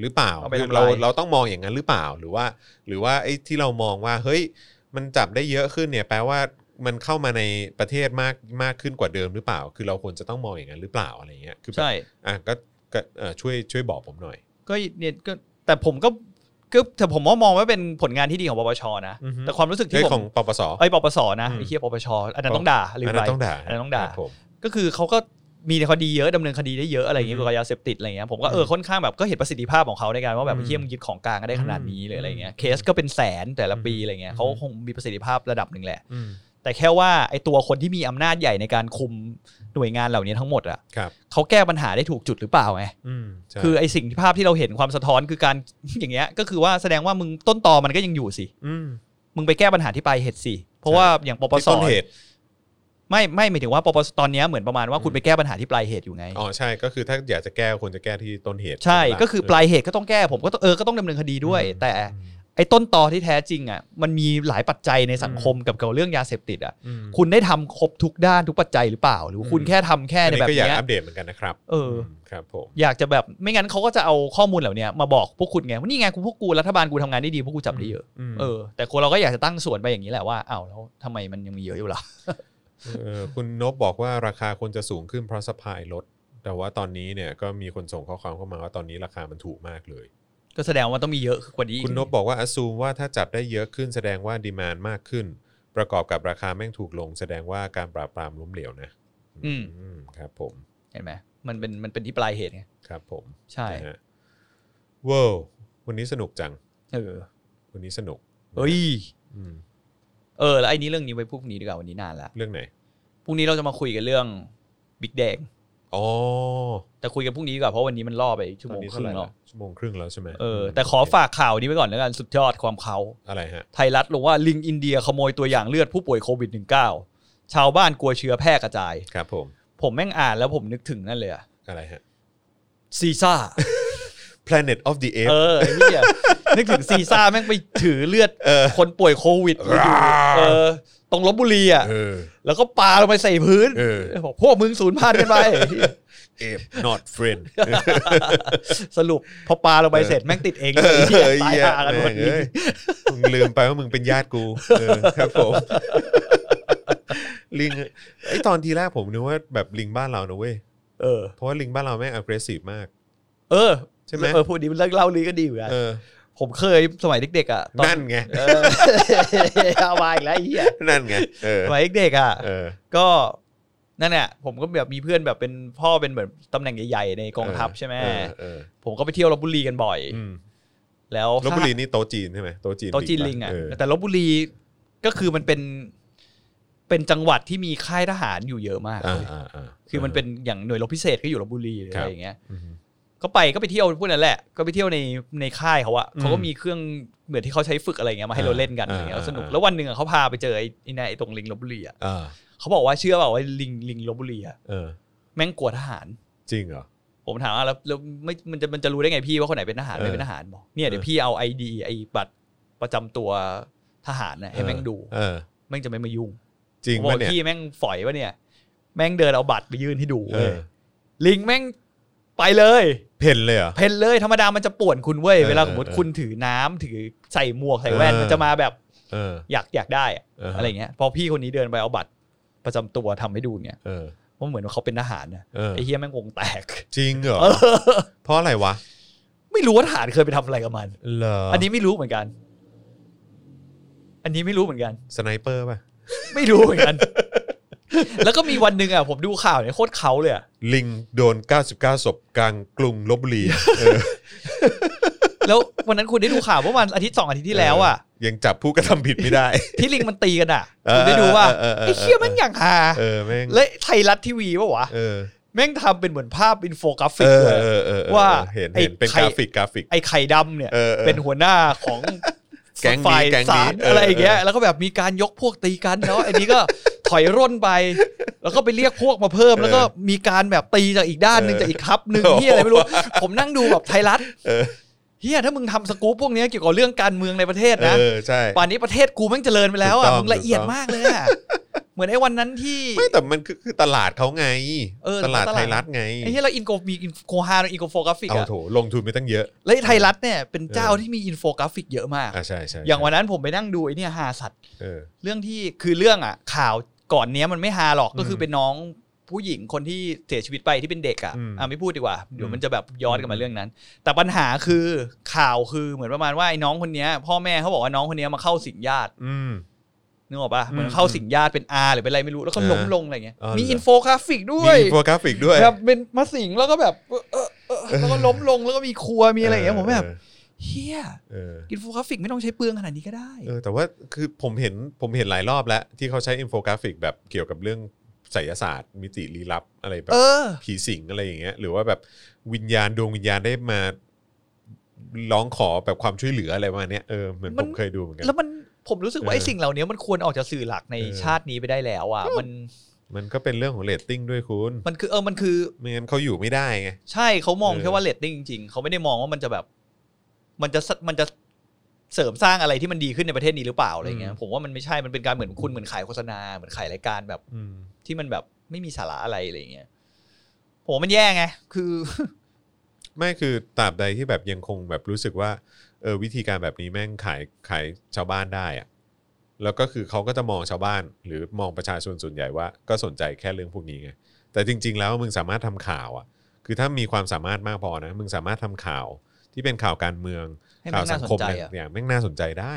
Speaker 1: หรือเปล่า
Speaker 2: เอาไป
Speaker 1: คือ
Speaker 2: ทำลาย
Speaker 1: เราเราต้องมองอย่างนั้นหรือเปล่าหรือว่า หรือว่าไอ้ที่เรามองว่าเฮ้ยมันจับได้เยอะขึ้นเนี่ย แปลว่ามันเข้ามาในประเทศมากมากขึ้นกว่าเดิมหรือเปล่า คือเราควรจะต้องมองอย่างนั้นหรือเปล่าอะไรเงี้ยคือแบบ
Speaker 2: ใช่
Speaker 1: อ่ะก็ก็เอ่อช่วยช่วยบอกผมหน่อย
Speaker 2: ก็เนี่ยก็แต่ผมก็ก็แต่ผมว่ามองว่าเป็นผลงานที่ดีของปปชนะ
Speaker 1: อือฮึ
Speaker 2: แต่ความรู้สึก
Speaker 1: เรื่
Speaker 2: ที่
Speaker 1: อง
Speaker 2: ผ
Speaker 1: ขอ
Speaker 2: ม
Speaker 1: งปปส
Speaker 2: ไอ้ยปปสนะ
Speaker 1: อืม
Speaker 2: ไอ้เคียปปชอันนั้นต้องด่าหรือ
Speaker 1: อัน
Speaker 2: ไร
Speaker 1: นั้นต้องด่า
Speaker 2: อันนั้นต้อง
Speaker 1: ค
Speaker 2: ด่า
Speaker 1: รับผม
Speaker 2: ก็คือเขาก็มีคดีเยอะดำเนินคดีได้เยอะอะไรอย่างเงี้ย
Speaker 1: อืม
Speaker 2: เกี่ยวกับยาเสพติดอะไรเงี้ยผมก็เออ
Speaker 1: ม
Speaker 2: ค่อนข้างแบบก็เห็นประสิทธิภาพของเขาในการว่าแบบ
Speaker 1: อืม
Speaker 2: ไอ้เคียมันยึดของกลางก็ได้ขนาดนี้
Speaker 1: อืม
Speaker 2: เลยอะไรเงี้ยเคสก็เป็นแสนแต่ละปีอะไรเงี้
Speaker 1: อืม
Speaker 2: ยเขาก็คงมีประสิทธิภาพระดับหนึ่งแหละ
Speaker 1: อืม
Speaker 2: แต่แค่ว่าไอ้ตัวคนที่มีอำนาจใหญ่ในการคุมหน่วยงานเหล่านี้ทั้งหมดอ่ะ
Speaker 1: ครับ
Speaker 2: เขาแก้ปัญหาได้ถูกจุดหรือเปล่าไง
Speaker 1: อืมใช่
Speaker 2: คือไอสิ่งที่ภาพที่เราเห็นความสะท้อนคือการ อย่างเงี้ยก็คือว่าแสดงว่ามึงต้นตอมันก็ยังอยู่สิ
Speaker 1: ม
Speaker 2: มึงไปแก้ปัญหาที่ปลายเหตุสิ เพราะว่าอย่างปป
Speaker 1: ที่
Speaker 2: ส
Speaker 1: ต้นเหตุ
Speaker 2: ไม่ไม่หมายถึงว่าปปสตอนเนี้ยเหมือนประมาณว่าคุณไปแก้ปัญหาที่ปลายเหตุอยู่ไง
Speaker 1: อ๋อใช่ก็คือถ้าอยากจะแก้ควรจะแก้ที่ต้นเหตุ
Speaker 2: ใช่
Speaker 1: ไหมล่ะ
Speaker 2: ก็คือปลายเหตุก็ต้องแก้ผมก็ต้องเออก็ต้องดำเนินคดีด้วย
Speaker 1: อืม
Speaker 2: แต่ไอ้ต้นตอที่แท้จริงอ่ะมันมีหลายปัจจัยในสังคมกับเกี่ยวกับเรื่องยาเสพติดอ่ะ
Speaker 1: อืม
Speaker 2: คุณได้ทำครบทุกด้านทุกปัจจัยหรือเปล่า หรือคุณ
Speaker 1: อืม
Speaker 2: แค่ทำแค่
Speaker 1: อัน
Speaker 2: ใน
Speaker 1: นี้
Speaker 2: แบบ
Speaker 1: ก็อยาก
Speaker 2: เนี้ย
Speaker 1: อัปเดตเหมือนกันนะครับ
Speaker 2: เอออื
Speaker 1: มครับผม
Speaker 2: อยากจะแบบไม่งั้นเขาก็จะเอาข้อมูลเหล่าเนี้ยมาบอกพวกคุณไงว่านี่ไงกูพวกกูรัฐบาลกูทำงานได้ดีพวกกูจับได้เยอะ
Speaker 1: ม
Speaker 2: เออแต่คนเราก็อยากจะตั้งส่วนไปอย่างนี้แหละว่าอ้าวแล้วทำไมมันยังมีเยอะอยู่ล่ะ
Speaker 1: เ ออคุณนบบอกว่าราคาควรจะสูงขึ้นเพราะสปายลด แต่ว่าตอนนี้เนี่ยก็มีคนส่งข้อความเข้ามาว่าตอนนี้ราคามันถูกมากเลย
Speaker 2: ก็แสดงว่ามันต้องมีเยอะกว่านี้อีก
Speaker 1: คุณนบบอกว่าอซูมว่าถ้าจับได้เยอะขึ้นแสดงว่าดีมานมากขึ้น ประกอบกับราคาแม่งถูกลง แสดงว่าการปราบปรามล้มเหลวนะอืมครับผม
Speaker 2: เห็นไหมมันเป็นมันเป็นที่ปลายเหตุไง
Speaker 1: ครับผม
Speaker 2: ใช่
Speaker 1: นะฮะว้าววันนี้สนุกจัง
Speaker 2: เออ
Speaker 1: วันนี้สนุก
Speaker 2: เอ้ย
Speaker 1: อืม
Speaker 2: เออแล้วไอ้นี้เรื่องนี้ไว้พรุ่งนี้ดีกว่าวันนี้นานละ
Speaker 1: เรื่องไหน
Speaker 2: พรุ่งนี้เราจะมาคุยกันเรื่องบิ๊กแดง
Speaker 1: อ๋อ
Speaker 2: แต่คุยกันพรุ่งนี้ดีกว่าเพราะวันนี้มันล่อไปชั่ว
Speaker 1: ตอน
Speaker 2: โมง
Speaker 1: นี้
Speaker 2: ค
Speaker 1: เท่า
Speaker 2: รึ่
Speaker 1: ไห
Speaker 2: ง
Speaker 1: ร่
Speaker 2: เนาะ
Speaker 1: ละชั่วโมงครึ่งแล้วใช่ไหม
Speaker 2: เออแต่ขอฝากข่าวนี้ไว้ก่อนแล้วกันสุดยอดความเขา
Speaker 1: อะไรฮะ
Speaker 2: ไทยรัฐลงว่าลิงอินเดียขโมยตัวอย่างเลือดผู้ป่วยโควิด -19 ชาวบ้านกลัวเชื้อแพร่กระจาย
Speaker 1: ครับผม
Speaker 2: ผมแม่งอ่านแล้วผมนึกถึงนั่นเลยอะ
Speaker 1: อะไรฮะ
Speaker 2: ซีซ่า
Speaker 1: Planet of the Apes
Speaker 2: เออไอ้เหี้ยนึกถึงซีซ่าแม่งไปถือเลือด
Speaker 1: เอ อ
Speaker 2: คนป่วยโควิดอยู่เออตรงลบบุรีอ่ะ
Speaker 1: เออ
Speaker 2: แล้วก็ปาลงไปใส่พื้น
Speaker 1: เออ
Speaker 2: บอกพวกมึงศูนย์พันกันไป
Speaker 1: Ape not friend
Speaker 2: สรุปพอปาลงไปเสร็จแม่งติดเองเลย
Speaker 1: เออ
Speaker 2: ตาย
Speaker 1: เหี้ย
Speaker 2: หากันหมด
Speaker 1: แม่งเอ้ยมึงลืมไปว่ามึงเป็นญาติกูเออครับผมลิงไอตอนทีแรกผมนึกว่าแบบลิงบ้านเรานะเว้ย
Speaker 2: เออ
Speaker 1: เพราะว่าลิงบ้านเราแม่ง aggressive มาก
Speaker 2: เออ
Speaker 1: ใช่ไหม
Speaker 2: เออพูดดีมันเลิกเล่าลือก็ดีเหมือนกัน
Speaker 1: เออ
Speaker 2: ผมเคยสมัยเด็กๆอ่ะตอ
Speaker 1: นั่นไง
Speaker 2: เออเอามาอีกแล้วไอ้เหี้ย
Speaker 1: นั่นไง เออ
Speaker 2: สมัยเด็กๆอ่ะ
Speaker 1: เออ
Speaker 2: ก็นั่นแหละผมก็แบบมีเพื่อนแบบเป็นพ่อเป็นเหมือนตำแหน่งใหญ่ๆในกองทัพใช่ไหม
Speaker 1: เออเออ
Speaker 2: ผมก็ไปเที่ยวลบบุรีกันบ่อย
Speaker 1: อืม
Speaker 2: แล้ว
Speaker 1: ลบบุรีนี่โต๊ะจีนใช่ไหมโต๊ะจีน
Speaker 2: โต๊ะจีนลิงอ่ะ
Speaker 1: เ
Speaker 2: แต่ลบบุรีก็คือมันเป็น เป็นจังหวัดที่มีค่ายทหารอยู่เยอะมาก
Speaker 1: อ่า
Speaker 2: เลย
Speaker 1: อ่าา
Speaker 2: คือมันเป็นอย่างหน่วยรบพิเศษก็อยู่ลบบุรีหรือ
Speaker 1: ครับ
Speaker 2: อะไรอย่างเงี้ย
Speaker 1: อืม
Speaker 2: ก็ไปก็ไปเที่ยวพวกนั้นแหละ ก็ไปเที่ยวในในค่ายเขาอะ
Speaker 1: อืม
Speaker 2: เขาก็มีเครื่องเหมือนที่เขาใช้ฝึกอะไรเงี้ยมาให้เราเล่นกัน
Speaker 1: อ่า
Speaker 2: อะไรเงี้ยแล้วสนุก
Speaker 1: อ่า
Speaker 2: แล้ววันหนึ่งอะเขาพาไปเจอไอ้ไอ้นายไอ้ตรงลิงลบบุรีอะ
Speaker 1: อ่า
Speaker 2: เขาบอกว่าเชื่อเปล่าว่าลิงลิงลบบุรีอะ
Speaker 1: เออ
Speaker 2: แม่งกลัวทหาร
Speaker 1: จริงเหรอ
Speaker 2: ผมถามว่าแล้วแล้วไม่มันจะมันจะรู้ได้ไงพี่ว่าคนไหนเป็นทหาร
Speaker 1: เออ
Speaker 2: ไม่เป็นทหารบอกเนี่ยเดี๋ยว
Speaker 1: เออ
Speaker 2: พี่เอาไอดีไอบัตรประจำตัวทหารนะให้แม่งดู
Speaker 1: เออ
Speaker 2: แม่งจะไม่มายุ่ง
Speaker 1: จริง
Speaker 2: ผมบอ
Speaker 1: ปะ
Speaker 2: ก
Speaker 1: เนี่ย
Speaker 2: พี่แม่งฝอยวะเนี่ย แม่งเดินเอาบัตรไปยื่นให้ดู
Speaker 1: เอ
Speaker 2: เลย
Speaker 1: อ
Speaker 2: ลิงแม่งไปเลย
Speaker 1: เพ่นเลยเหรอ
Speaker 2: เพนเลยธรรมดามันจะป่วนคุณเว้ย
Speaker 1: เออ
Speaker 2: เวลาสมมติ
Speaker 1: เออ
Speaker 2: คุณถือน้ำถือใส่หมวกใส่แว่น
Speaker 1: เออ
Speaker 2: มันจะมาแบบ
Speaker 1: เออ
Speaker 2: อยากอยากได้อะ
Speaker 1: เออฮะ
Speaker 2: อะไรเงี้ยพอพี่คนนี้เดินไปเอาบัตรประจำตัวทำให้ดูเนี่ย
Speaker 1: เออ
Speaker 2: ว่าเหมือนว่าเขาเป็นทหารนะ
Speaker 1: เออ
Speaker 2: ไอ้เฮียแม่งวงแตก
Speaker 1: จริงเหรอ
Speaker 2: เออ
Speaker 1: เพราะอะไรวะ
Speaker 2: ไม่รู้ว่าทหารเคยไปทำอะไรกับมัน
Speaker 1: เหรอ
Speaker 2: อั
Speaker 1: อั
Speaker 2: นนี้ไม่รู้เหมือนกัน อันนี้ไม่รู้เหมือนกัน
Speaker 1: สไนเปอร์ป่ะ
Speaker 2: ไม่รู้เหมือน กัน แล้วก็มีวันหนึ่งอ่ะผมดูข่าวเนี่ยโคตรเขาเลยอะ
Speaker 1: ลิงโดน 99ศพกลางกรุงลบบุรีเออ
Speaker 2: แล้ววันนั้นคุณได้ดูข่าวเมื่อวันอาทิตย์สองอาทิตย์ที่แล้วอ่ะ
Speaker 1: ยังจับผู้กระทำผิดไม่ได้
Speaker 2: ที่ลิงมันตีกันอ่ะ
Speaker 1: เออ
Speaker 2: คุณได้ดูว่า
Speaker 1: เออเออเออ
Speaker 2: ไอ้เชี่ยแมันอย่างฮา
Speaker 1: เออแม่ง
Speaker 2: และไทยรัฐทีวีปะวะ
Speaker 1: เออ
Speaker 2: แม่งทำเป็นเหมือนภาพอินโฟกราฟิ
Speaker 1: เอก อ
Speaker 2: เลย
Speaker 1: เออเออเออ
Speaker 2: ว่า
Speaker 1: เห็น
Speaker 2: ไอ้
Speaker 1: เห็นเป็น
Speaker 2: ใค
Speaker 1: ก
Speaker 2: ร
Speaker 1: ราฟิกกราฟิก
Speaker 2: ไอ้ไข่ดำเนี่ย
Speaker 1: เออเออ
Speaker 2: เป็นหัวหน้าของ
Speaker 1: แก๊งนี้
Speaker 2: ฝ่าย
Speaker 1: แก๊งนี้
Speaker 2: สาร
Speaker 1: เอออ
Speaker 2: อะไรอย่างเงี้ย
Speaker 1: เออ
Speaker 2: แล้วก็แบบมีการยกพวกตีกันแล้วอันนี้ก็ ถอยร่นไป แล้วก็ไปเรียกพวกมาเพิ่ม แล้วก็มีการแบบตีจากอีกด้านหนึ่งจากอีกครับ หนึ่งเฮียอะไรไม่รู้ ผมนั่งดูแบบไทยรัฐ
Speaker 1: เออ
Speaker 2: เฮียถ้ามึงทำสกู๊ปพวกเนี้ยเกี่ยวกับเรื่องการเมืองในประเทศ
Speaker 1: เอ
Speaker 2: นะ
Speaker 1: อใช่
Speaker 2: ป่านนี้ประเทศกูแม่งเจริญไปแล้ว
Speaker 1: ถู
Speaker 2: อ่ะ
Speaker 1: กต้อง
Speaker 2: มึงละเอียด
Speaker 1: ถูกต้อง
Speaker 2: มากเลยอ่ะ เหมือนไอ้วันนั้นที่
Speaker 1: ไม่แต่มันคือคือตลาดเขาไง
Speaker 2: เออ
Speaker 1: ตลาด
Speaker 2: ตลาด
Speaker 1: ไทยรัฐไง
Speaker 2: ไอ้ที่เราอินโกมีอินโคฮาอินโกโฟกราฟิก
Speaker 1: เอา
Speaker 2: อ่ะ
Speaker 1: โถลงทุนไปตั้งเยอะ
Speaker 2: แล้วไอ้ไทยรัฐเนี่ยเป็นเจ้า
Speaker 1: เออ
Speaker 2: ที่มีอินโฟกราฟิกเยอะมาก
Speaker 1: อ่ะใช่ใช่
Speaker 2: อย่างวันนั้นผมไปนั่งดูไอ้เนี่ยฮาสัตว์
Speaker 1: เออ
Speaker 2: เรื่องที่คือเรื่องอ่ะ ข่าวก่อนเนี้ยมันไม่ฮาหรอกก็คือ
Speaker 1: ม
Speaker 2: เป็นน้องผู้หญิงคนที่เสียชีวิตไปที่เป็นเด็กอ่ะ
Speaker 1: อืม
Speaker 2: อ่ะไม่พูดดีกว่าเดี๋ย
Speaker 1: อื
Speaker 2: ว
Speaker 1: ม
Speaker 2: มันจะแบบย้อนกลับมาเรื่องนั้น แต่ปัญหาคือข่าวคือเหมือนประมาณว่าไอ้น้องคนเนี้ย พ่อแม่เขาบอกว่าน้องคนเนี้ยมาเข้าสิงญาติ
Speaker 1: อืม
Speaker 2: นึกออกปะ
Speaker 1: อืม
Speaker 2: เหมือนเข้าสิงญาติเป็นอาหรือเป็นอะไรไม่รู้แล้วก็ล้ม
Speaker 1: เออ
Speaker 2: ลงอะไรเงี้ย
Speaker 1: เออ
Speaker 2: มี
Speaker 1: เหรออิ
Speaker 2: อินโฟกราฟิกด้ว
Speaker 1: มี
Speaker 2: ย
Speaker 1: อินโฟกราฟิกด้วย
Speaker 2: แบบเป็นมาสิงแล้วก็แบบเออเออเออแล้วก็ล้มลงแล้วก็มีครัวมีอะไรอย่างเงี้ยผมแบบเฮีย
Speaker 1: เออ
Speaker 2: อินโฟกราฟิกไม่ต้องใช้เปลืองขนาดนี้ก็ได้
Speaker 1: เออ แต่ว่าคือผมเห็นผมเห็นหลายรอบแล้ว ที่เขาใช้อินโฟกราฟิกแบบเกี่ยวกับเรื่องไสยศาสตร์ มิติลี้ลับอะไรแบบ
Speaker 2: เออ
Speaker 1: ผีสิงอะไรอย่างเงี้ยหรือว่าแบบวิญญาณดวงวิญญาณได้มาร้องขอแบบความช่วยเหลืออะไรประมาณเนี้ยเออเหมือนผ
Speaker 2: มัน
Speaker 1: มเคยดูเหมือนกัน
Speaker 2: แล้วมันผมรู้สึกว่าไอ้
Speaker 1: เออ
Speaker 2: สิ่งเหล่านี้มันควรออกจากสื่อหลักใน
Speaker 1: เออ
Speaker 2: ชาตินี้ไปได้แล้วอ่ะมัน
Speaker 1: มันก็เป็นเรื่องของเรตติ้งด้วยคุณ
Speaker 2: มันคือเออมันคือ
Speaker 1: ไม่งั้นเขาอยู่ไม่ได้ไง
Speaker 2: ใช่เขามอง
Speaker 1: เออ
Speaker 2: แค่ว่าเลตติ้งจริงๆเขาไม่ได้มองว่ามันจะแบบ มันจะสมันจะเสริมสร้างอะไรที่มันดีขึ้นในประเทศนี้หรือเปล่าอะไรเงี้ยผมว่ามันไม่ใช่มันเป็นการเหมือนคุณเหมือนขายโฆษณาเหมือนขายรายการแบบ
Speaker 1: อืม
Speaker 2: ที่มันแบบไม่มีสาระอะไรอะไรอย่างเงี้ยผมว่ามันแย่ไง คือ
Speaker 1: ไม่คือตราบใดที่แบบยังคงแบบรู้สึกว่าเออวิธีการแบบนี้แม่งขายขายชาวบ้านได้อะแล้วก็คือเขาก็จะมองชาวบ้าน หรือมองประชาชนส่วนใหญ่ว่า ก็สนใจแค่เรื่องพวกนี้ไงแต่จริง ๆ แล้วมึงสามารถทำข่าวอ่ะ คือถ้ามีความสามารถมากพอนะมึงสามารถทำข่าวที่เป็นข่าวการเมือง
Speaker 2: ให้มั
Speaker 1: ข่าวน สั
Speaker 2: น่าง สน
Speaker 1: คม
Speaker 2: ใจ
Speaker 1: เนี่ย
Speaker 2: อ่ะ
Speaker 1: เนี่ยแม่งน่าสนใจได้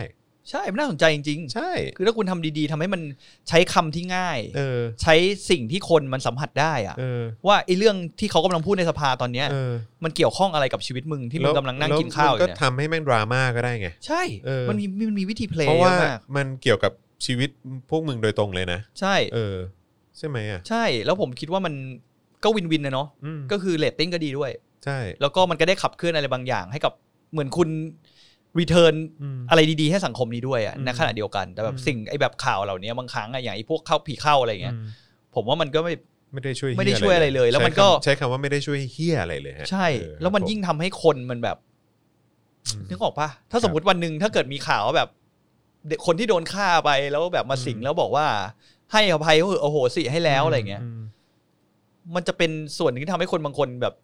Speaker 2: ใช่มันน่าสนใจจริง
Speaker 1: ใช่
Speaker 2: ๆคือถ้าคุณทำดีๆทำให้มันใช้คำที่ง่าย
Speaker 1: เออ
Speaker 2: ใช้สิ่งที่คนมันสัมผัสได้อะ
Speaker 1: เออ
Speaker 2: ว่าไอ้เรื่องที่เขากำลังพูดในสภาตอนเนี้ย
Speaker 1: เออ
Speaker 2: มันเกี่ยวข้องอะไรกับชีวิตมึงที่มึ
Speaker 1: แว
Speaker 2: งกำลังนั่ง
Speaker 1: แว
Speaker 2: กินข้าวอ
Speaker 1: ก็
Speaker 2: ยู่เนี่ย
Speaker 1: ทำให้แม่งดราม่าก็ได้ไง
Speaker 2: ใช่
Speaker 1: เออ
Speaker 2: มันมีมันมีวิธีเพลย์
Speaker 1: เพราะว่า
Speaker 2: เยอะมาก
Speaker 1: มันเกี่ยวกับชีวิตพวกมึงโดยตรงเลยนะ
Speaker 2: ใช่
Speaker 1: เออ ใช่ไหมอ่ะ
Speaker 2: ใช่ แล้วผมคิดว่ามันก็วินวินนะเนาะ
Speaker 1: อืม
Speaker 2: ก็คือเรตติ้งก็ดีด้วย
Speaker 1: ใช่
Speaker 2: แล้วก็มันก็ได้ขับเคลื่อนอะไรบางอย่าง ให้กับเหมือนคุณรีเทิร์น
Speaker 1: อืม
Speaker 2: อะไรดีๆให้สังคมนี้ด้วยอะ
Speaker 1: อืม
Speaker 2: ในขณะเดียวกัน แต่แบ
Speaker 1: อื
Speaker 2: บ
Speaker 1: ม
Speaker 2: สิ่งไอ้แบบข่าวเหล่านี้บางครั้งอะอย่างไอ้พวกเข้าผีเข้าอะไรเงี้ย
Speaker 1: อืม
Speaker 2: ผมว่ามันก็ไม่
Speaker 1: ไม่ได้ช่วยเหี้
Speaker 2: ไม่ได้ช่วยอะไรเลยแล้วมันก็
Speaker 1: ใช้คำใช้คำว่าไม่ได้ช่วยเฮียอะไรเลยฮะ
Speaker 2: ใช่
Speaker 1: เออ
Speaker 2: แล้วมั
Speaker 1: ค
Speaker 2: น
Speaker 1: รับ
Speaker 2: ยิ่งทำให้คนมันแบบ
Speaker 1: อืม
Speaker 2: นึกออกปะถ้าสมมติวันหนึ่งถ้าเกิดมีข่าวว่าแบบเด็กคนที่โดนฆ่าไปแล้วแบบมาสิง
Speaker 1: อืม
Speaker 2: แล้วบอกว่า ให้อภัยเขาเถอะโอ้โหสิให้แล้วอะไรเงี้ย
Speaker 1: ม
Speaker 2: มันจะเป็นส่วนหนึ่งที่ทำให้คนบางคนแบบ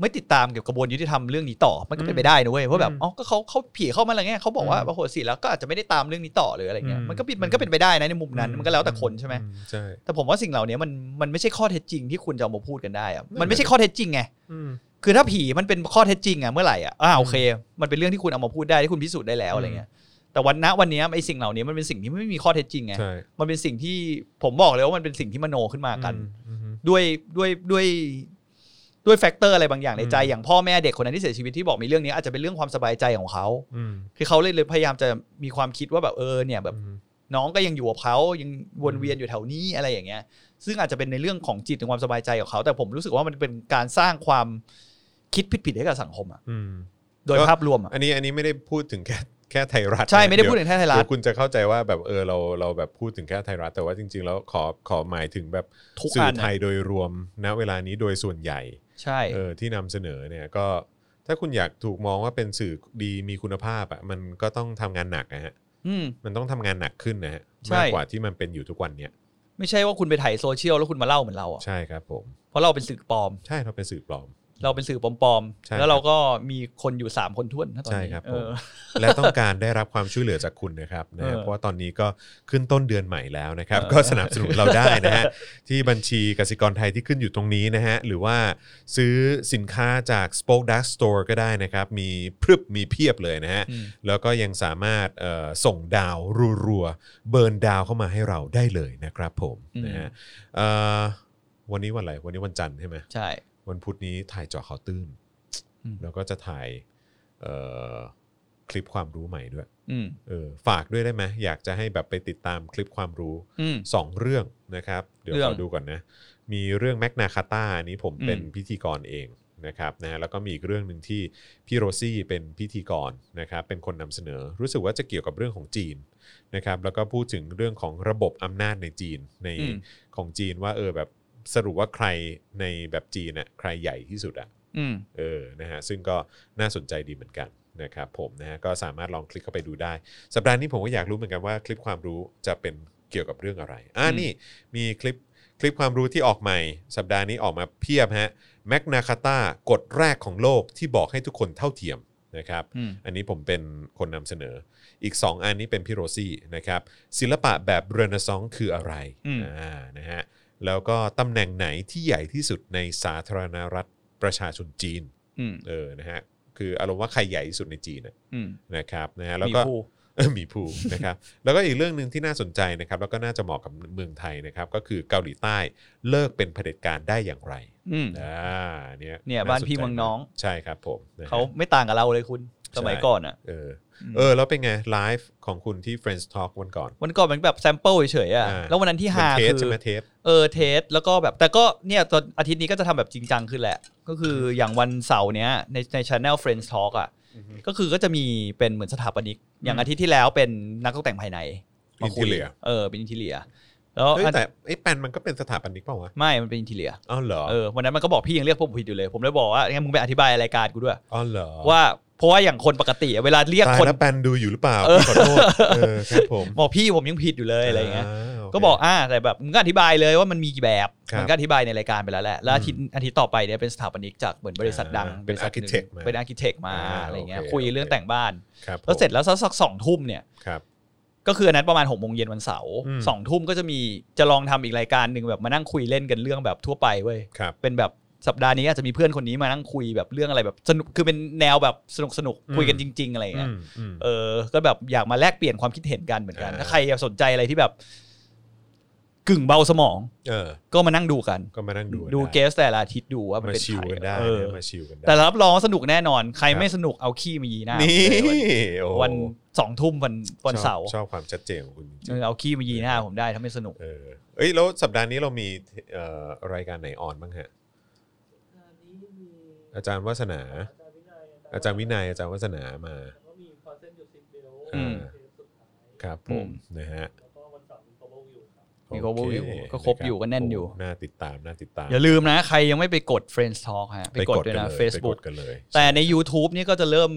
Speaker 2: ไม่ติดตามเกี่ยวกับกระบวนยุติธรรมเรื่องนี้ต่อมันก็เป็นไปได้นะเว้ยเพราะแบบอ๋อก็เขาเขาผีเข้ามาอะไรเงี้ยเขาบอกว่าโอ้โหสิแล้วก็อาจจะไม่ได้ตามเรื่องนี้ต่อหรืออะไรเงี้ยมันก็เป็นมันก็เป็นไปได้นะในมุมนั้นมันก็แล้วแต่คนใช่ไหม
Speaker 1: อืใช่
Speaker 2: แต่ผมว่าสิ่งเหล่านี้มันมันไม่ใช่ข้อเท็จจริงที่คุณจะเอามาพูดกันได้อะมันไม่ใช่ข้อเท็จจริงไง
Speaker 1: อืม
Speaker 2: คือถ้าผีมันเป็นข้อเท็จจริงอะเมื่อไหร่อะอ่าโอเค มันเป็นเรื่องที่คุณเอามาพูดได้ที่คุณพิสูจน์ได้แล้วอะไรเงี้ย แต่วันณวันเนี้ยไอ้สิ่งเหล่านี้มันเป็นสิ่งที่ไม่มีข้อเท็จจริงไง
Speaker 1: ใช่
Speaker 2: มันเป็นสิ่งที่ผมบอกเลยว่ามันเป็นสิ่งที่มโนขึ้นมากัน
Speaker 1: อืม
Speaker 2: ด้วยด้วยด้วยด้วยแฟกเตอร์อะไรบางอย่างในใจ
Speaker 1: อืม
Speaker 2: อย่างพ่อแม่เด็กคนนั้นที่เสียชีวิตที่บอกมีเรื่องนี้อาจจะเป็นเรื่องความสบายใจของเขา
Speaker 1: อืม
Speaker 2: คือเขาเลยเลยพยายามจะมีความคิดว่าแบบเออเนี่ยแบบ
Speaker 1: อืม
Speaker 2: น้องก็ยังอยู่กับเขายังวนเวียน
Speaker 1: อืม
Speaker 2: อยู่แถวนี้อะไรอย่างเงี้ย ซึ่งอาจจะเป็นในเรื่องของจิตถึงความสบายใจของเขา แต่ผมรู้สึกว่ามันเป็นการสร้างความคิดผิดๆให้กับสังคมอะ
Speaker 1: อืม
Speaker 2: โดย
Speaker 1: ก็
Speaker 2: ภาพรวมอะ
Speaker 1: อันนี้อันนี้ไม่ได้พูดถึงแค่แค่ไทยรัฐ
Speaker 2: ใช่ไม่ได้
Speaker 1: เยว
Speaker 2: พูดถึงแค่ไทยรั
Speaker 1: เดี๋
Speaker 2: ฐ
Speaker 1: ยวคุณจะเข้าใจว่าแบบเออเราเราแบบพูดถึงแค่ไทยรัฐ แต่ว่าจริง ๆ แล้วขอขอหมายถึงแบบ
Speaker 2: ทุก
Speaker 1: สื่
Speaker 2: อั
Speaker 1: อน ไท
Speaker 2: อะ
Speaker 1: ยโดยรวมนะเวลานี้โดยส่วนใหญ่
Speaker 2: ใช่
Speaker 1: เออที่นำเสนอเนี่ยก็ถ้าคุณอยากถูกมองว่าเป็นสื่อดีมีคุณภาพอ่ะมันก็ต้องทำงานหนักนะฮะ
Speaker 2: อืม
Speaker 1: มันต้องทำงานหนักขึ้นนะฮะ
Speaker 2: ใช่
Speaker 1: มากกว่าที่มันเป็นอยู่ทุกวันเนี่ย
Speaker 2: ไม่ใช่ว่าคุณไปถ่ายโซเชียลแล้วคุณมาเล่าเหมือนเราอะ
Speaker 1: ใช่ครับผม
Speaker 2: เพราะเราเป็นสื่อปลอม
Speaker 1: ใช่เราเป็นสื่อปลอม
Speaker 2: เราเป็นสื่อปลอม
Speaker 1: ใช่
Speaker 2: ๆแล้วเราก็มีคนอยู่สามคนท้วนนะตอน
Speaker 1: ใช่
Speaker 2: นี้
Speaker 1: ครับผม
Speaker 2: เออ
Speaker 1: และต้องการได้รับความช่วยเหลือจากคุณนะครับนะฮะ
Speaker 2: เออ
Speaker 1: เพราะว่าตอนนี้ก็ขึ้นต้นเดือนใหม่แล้วนะครับ
Speaker 2: เออ
Speaker 1: ก็สนับสนุนเราได้ นะฮะ ที่บัญชีกสิกรไทยที่ขึ้นอยู่ตรงนี้นะฮะ หรือว่าซื้อสินค้าจาก Spoke Dark Store ก็ได้นะครับ มีพรึบมีเพียบเลยนะฮะ
Speaker 2: อืม
Speaker 1: แล้วก็ยังสามารถเอ่อส่งดาวรัวๆเบิร์นดาวเข้ามาให้เราได้เลยนะครับผมนะฮะเอ่อวันนี้วันอะไรวันนี้วันจันทร์ใช่ไหม
Speaker 2: ใช่
Speaker 1: วันพุธนี้ถ่ายเจอข่าวตื้น
Speaker 2: อืม
Speaker 1: แล้วก็จะถ่าย เอ่อคลิปความรู้ใหม่ด้วย
Speaker 2: อืม
Speaker 1: เออฝากด้วยได้ไหมอยากจะให้แบบไปติดตามคลิปความรู้
Speaker 2: อืม
Speaker 1: สองเรื่องนะครับ เดี๋ยว
Speaker 2: เรื่อ
Speaker 1: ข
Speaker 2: ง
Speaker 1: อดูก่อนนะ มีเรื่องแมกนาคาตาอันนี้ผม
Speaker 2: อืม
Speaker 1: เป็นพิธีกรเองนะครับนะแล้วก็มีอีกเรื่องหนึ่งที่พี่โรซี่เป็นพิธีกรนะครับเป็นคนนำเสนอ รู้สึกว่าจะเกี่ยวกับเรื่องของจีนนะครับแล้วก็พูดถึงเรื่องของระบบอำนาจในจีนใน
Speaker 2: อืม
Speaker 1: ของจีนว่าเออแบบสรุปว่าใครในแบบจีนอ่ะใครใหญ่ที่สุดอ่ะ
Speaker 2: อืม
Speaker 1: เออ นะฮะ ซึ่งก็น่าสนใจดีเหมือนกันนะครับผมนะฮะ ก็สามารถลองคลิกเข้าไปดูได้ สัปดาห์นี้ผมก็อยากรู้เหมือนกันว่าคลิปความรู้จะเป็นเกี่ยวกับเรื่องอะไร อ่า
Speaker 2: อืม
Speaker 1: นี่ มีคลิป คลิปความรู้ที่ออกใหม่ สัปดาห์นี้ออกมาเพียบฮะแมกนาคาตากฎแรกของโลกที่บอกให้ทุกคนเท่าเทียมนะครับ
Speaker 2: อืม
Speaker 1: อันนี้ผมเป็นคนนำเสนอ อีก 2 อันนี้เป็นพี่โรซี่นะครับ ศิลปะแบบเรเนซองส์คืออะไร
Speaker 2: อืม
Speaker 1: อ่านะฮะ แล้วก็ตำแหน่งไหนที่ใหญ่ที่สุดในสาธารณรัฐประชาชนจีน
Speaker 2: อืม
Speaker 1: เออ นะฮะ คืออารมณ์ว่าใครใหญ่ที่สุดในจีนน่ะ
Speaker 2: อืม
Speaker 1: นะครับ นะฮะ แล้วก็
Speaker 2: มีผู้
Speaker 1: เออหมีภูนะครับ แล้ว ก็อีกเรื่องหนึ่งที่น่าสนใจนะครับ แล้วก็น่าจะเหมาะกับเมืองไทยนะครับ ก็คือเกาหลีใต้เลิกเป็นเผด็จการได้อย่างไร
Speaker 2: อืม
Speaker 1: อ่า เนี่ย
Speaker 2: เนี่ยบ้านพี่เมืองน้อง
Speaker 1: ใช่ครับผมนะฮะ
Speaker 2: เขาไม่ต่างกับเราเลยคุณ สมัย
Speaker 1: ใช่
Speaker 2: ก่อนอ่ะ
Speaker 1: เออ
Speaker 2: อืม
Speaker 1: เออ แล้วเป็นไง ไลฟ์ของคุณที่ Friends Talk วันก่อน
Speaker 2: วันก่อนมันแบบแซมเปิลเฉยๆอ่ะ
Speaker 1: อ่า
Speaker 2: แล้ววันนั้นที่ฮา
Speaker 1: เป็นเทส
Speaker 2: คื
Speaker 1: ใช่
Speaker 2: อ
Speaker 1: ไหมเทป
Speaker 2: เออเทสแล้วก็แบบแต่ก็เนี่ยตอนอาทิตย์นี้ก็จะทำแบบจริงจังขึ้นแหละ ก็คืออย่างวันเสาร์เนี้ยในในช anel Friends Talk อ่ะก็คือก็จะมีเป็นเหมือนสถาปนิก อย่างอาทิตย์ที่แล้วเป็นนักตกแต่งภายในมาคุ
Speaker 1: Interior
Speaker 2: เออเป็นอินทีเลียแล้ว
Speaker 1: เฮ้ย
Speaker 2: อัน
Speaker 1: แต่ไอ้แปนมันก็เป็นสถาปนิกเปล่าวะ
Speaker 2: ไม่ มันเป็นอินทีเลีย
Speaker 1: อ๋อเหรอ
Speaker 2: เออวันนั้นมันก็บอกพี่ยังเรียกผมผิดอยู่เลย ผมเลยบอกว่างั้นมึงไปอธิบายรายการกูด้วย
Speaker 1: อ๋อเหรอ
Speaker 2: ว่าเพราะว่าอย่างคนปกติอะเวลาเรียก
Speaker 1: ตาย
Speaker 2: คน
Speaker 1: แล้วแปนดูอยู่หรือเปล่าพี่ขอโทษเออครับผม
Speaker 2: บอกพี่ผมยังผิดอยู่เลยอะไรอย่างเงี้ย
Speaker 1: าโค
Speaker 2: ก็บอกอ่าแต่แบบมึงก็อธิบายเลยว่ามันมีกี่แบบ
Speaker 1: ครับ
Speaker 2: มัก็อธิบายในรายการไปแล้วแหละ แล้วอาทิตย์อาทิตย์ต่อไปเนี่ยเป็นสถาปนิกจากเหมือนบริษัทดัง
Speaker 1: อ่าเป็น
Speaker 2: บษัทหง
Speaker 1: architect มา
Speaker 2: เป็นอาร์เคเต็กมา
Speaker 1: อ่า
Speaker 2: อะไรเงี้ย
Speaker 1: โอเค
Speaker 2: คุยเรื่อ
Speaker 1: โอง เค
Speaker 2: แต่งบ้าน
Speaker 1: ครับผม
Speaker 2: แล้วเสร็จแล้วสักสองทุ่มเนี่ย
Speaker 1: ครับ
Speaker 2: ก็คืออันนั้นประมาณหกโมงเย็นวันเสาร์
Speaker 1: อืม
Speaker 2: สองทุ่มก็จะมีจะลองทำอีกรายการหนึ่งแบบมานั่งคุยเล่นกันเรื่องแบบทั่วไปเว้ย
Speaker 1: ครับ
Speaker 2: เป็นแบบสัปดาห์นี้อาจจะมีเพื่อนคนนี้มานั่งคุยแบบเรื่องอะไรแบบสนุก คือเป็นแนวแบบสนุกสนุกๆคุยกันจริง ๆ อะไรเงี้ย
Speaker 1: อืมอืม
Speaker 2: เออ ก็แบบอยากมาแลกเปลี่ยนความคิดเห็นกันเหมือนกัน
Speaker 1: อ่า
Speaker 2: ถ้าใครอยากสนใจอะไรที่แบบ กึ่งเบาสมอง
Speaker 1: เออ
Speaker 2: ก็มานั่งดูกัน
Speaker 1: ก็มานั่งดูน
Speaker 2: ดู
Speaker 1: ได้
Speaker 2: เกสแต่ละอาทิตย์ดูว่ามัน
Speaker 1: มา
Speaker 2: เป็น
Speaker 1: ชิล
Speaker 2: ใคร
Speaker 1: กันได้
Speaker 2: เออ
Speaker 1: นะมาชิลกัน
Speaker 2: แต่
Speaker 1: ได้
Speaker 2: รับรองว่าสนุกแน่นอน ใคร
Speaker 1: ครับ
Speaker 2: ไม่สนุกเอาขี้มายีหน้า
Speaker 1: นี่โอ้
Speaker 2: ผมเลยวันสองทุ่มวันวันเสาร์
Speaker 1: ชอบชอบความชัดเจนของคุณจริง
Speaker 2: เออเอาขี้มายีหน้าผมได้ถ้าไม่สนุก
Speaker 1: ๆเออเอ้ยแล้วสัปดาห์นี้เรามีเอ่อรายการไหนออนบ้างฮะ
Speaker 3: งานนี้มี
Speaker 1: อาจารย์วาสนา
Speaker 3: อาจารย์วินัย
Speaker 1: อาจารย์วินัยอาจารย์วาสนามา
Speaker 3: แล้วก็มีคอนเซนต์อยู่สิบเบล
Speaker 1: อืม
Speaker 3: เทปสุดท้าย
Speaker 1: ครับผมนะฮะ
Speaker 3: แล้วก็วันเสาร์มีโคโบอยู่ครับ
Speaker 2: มี cover
Speaker 1: โเ
Speaker 2: อยู่ก็ครบอยู่ก็แน่นอยู่
Speaker 1: โน่าติดตามน่าติดตาม
Speaker 2: อย่าลืมนะ ใครยังไม่ไปกด Friends Talk ฮะไปกดด้วยนะ
Speaker 1: ไปก
Speaker 2: Facebook
Speaker 1: ดกันเลย
Speaker 2: แต่ใน YouTube นี่ก็จะเริ่ม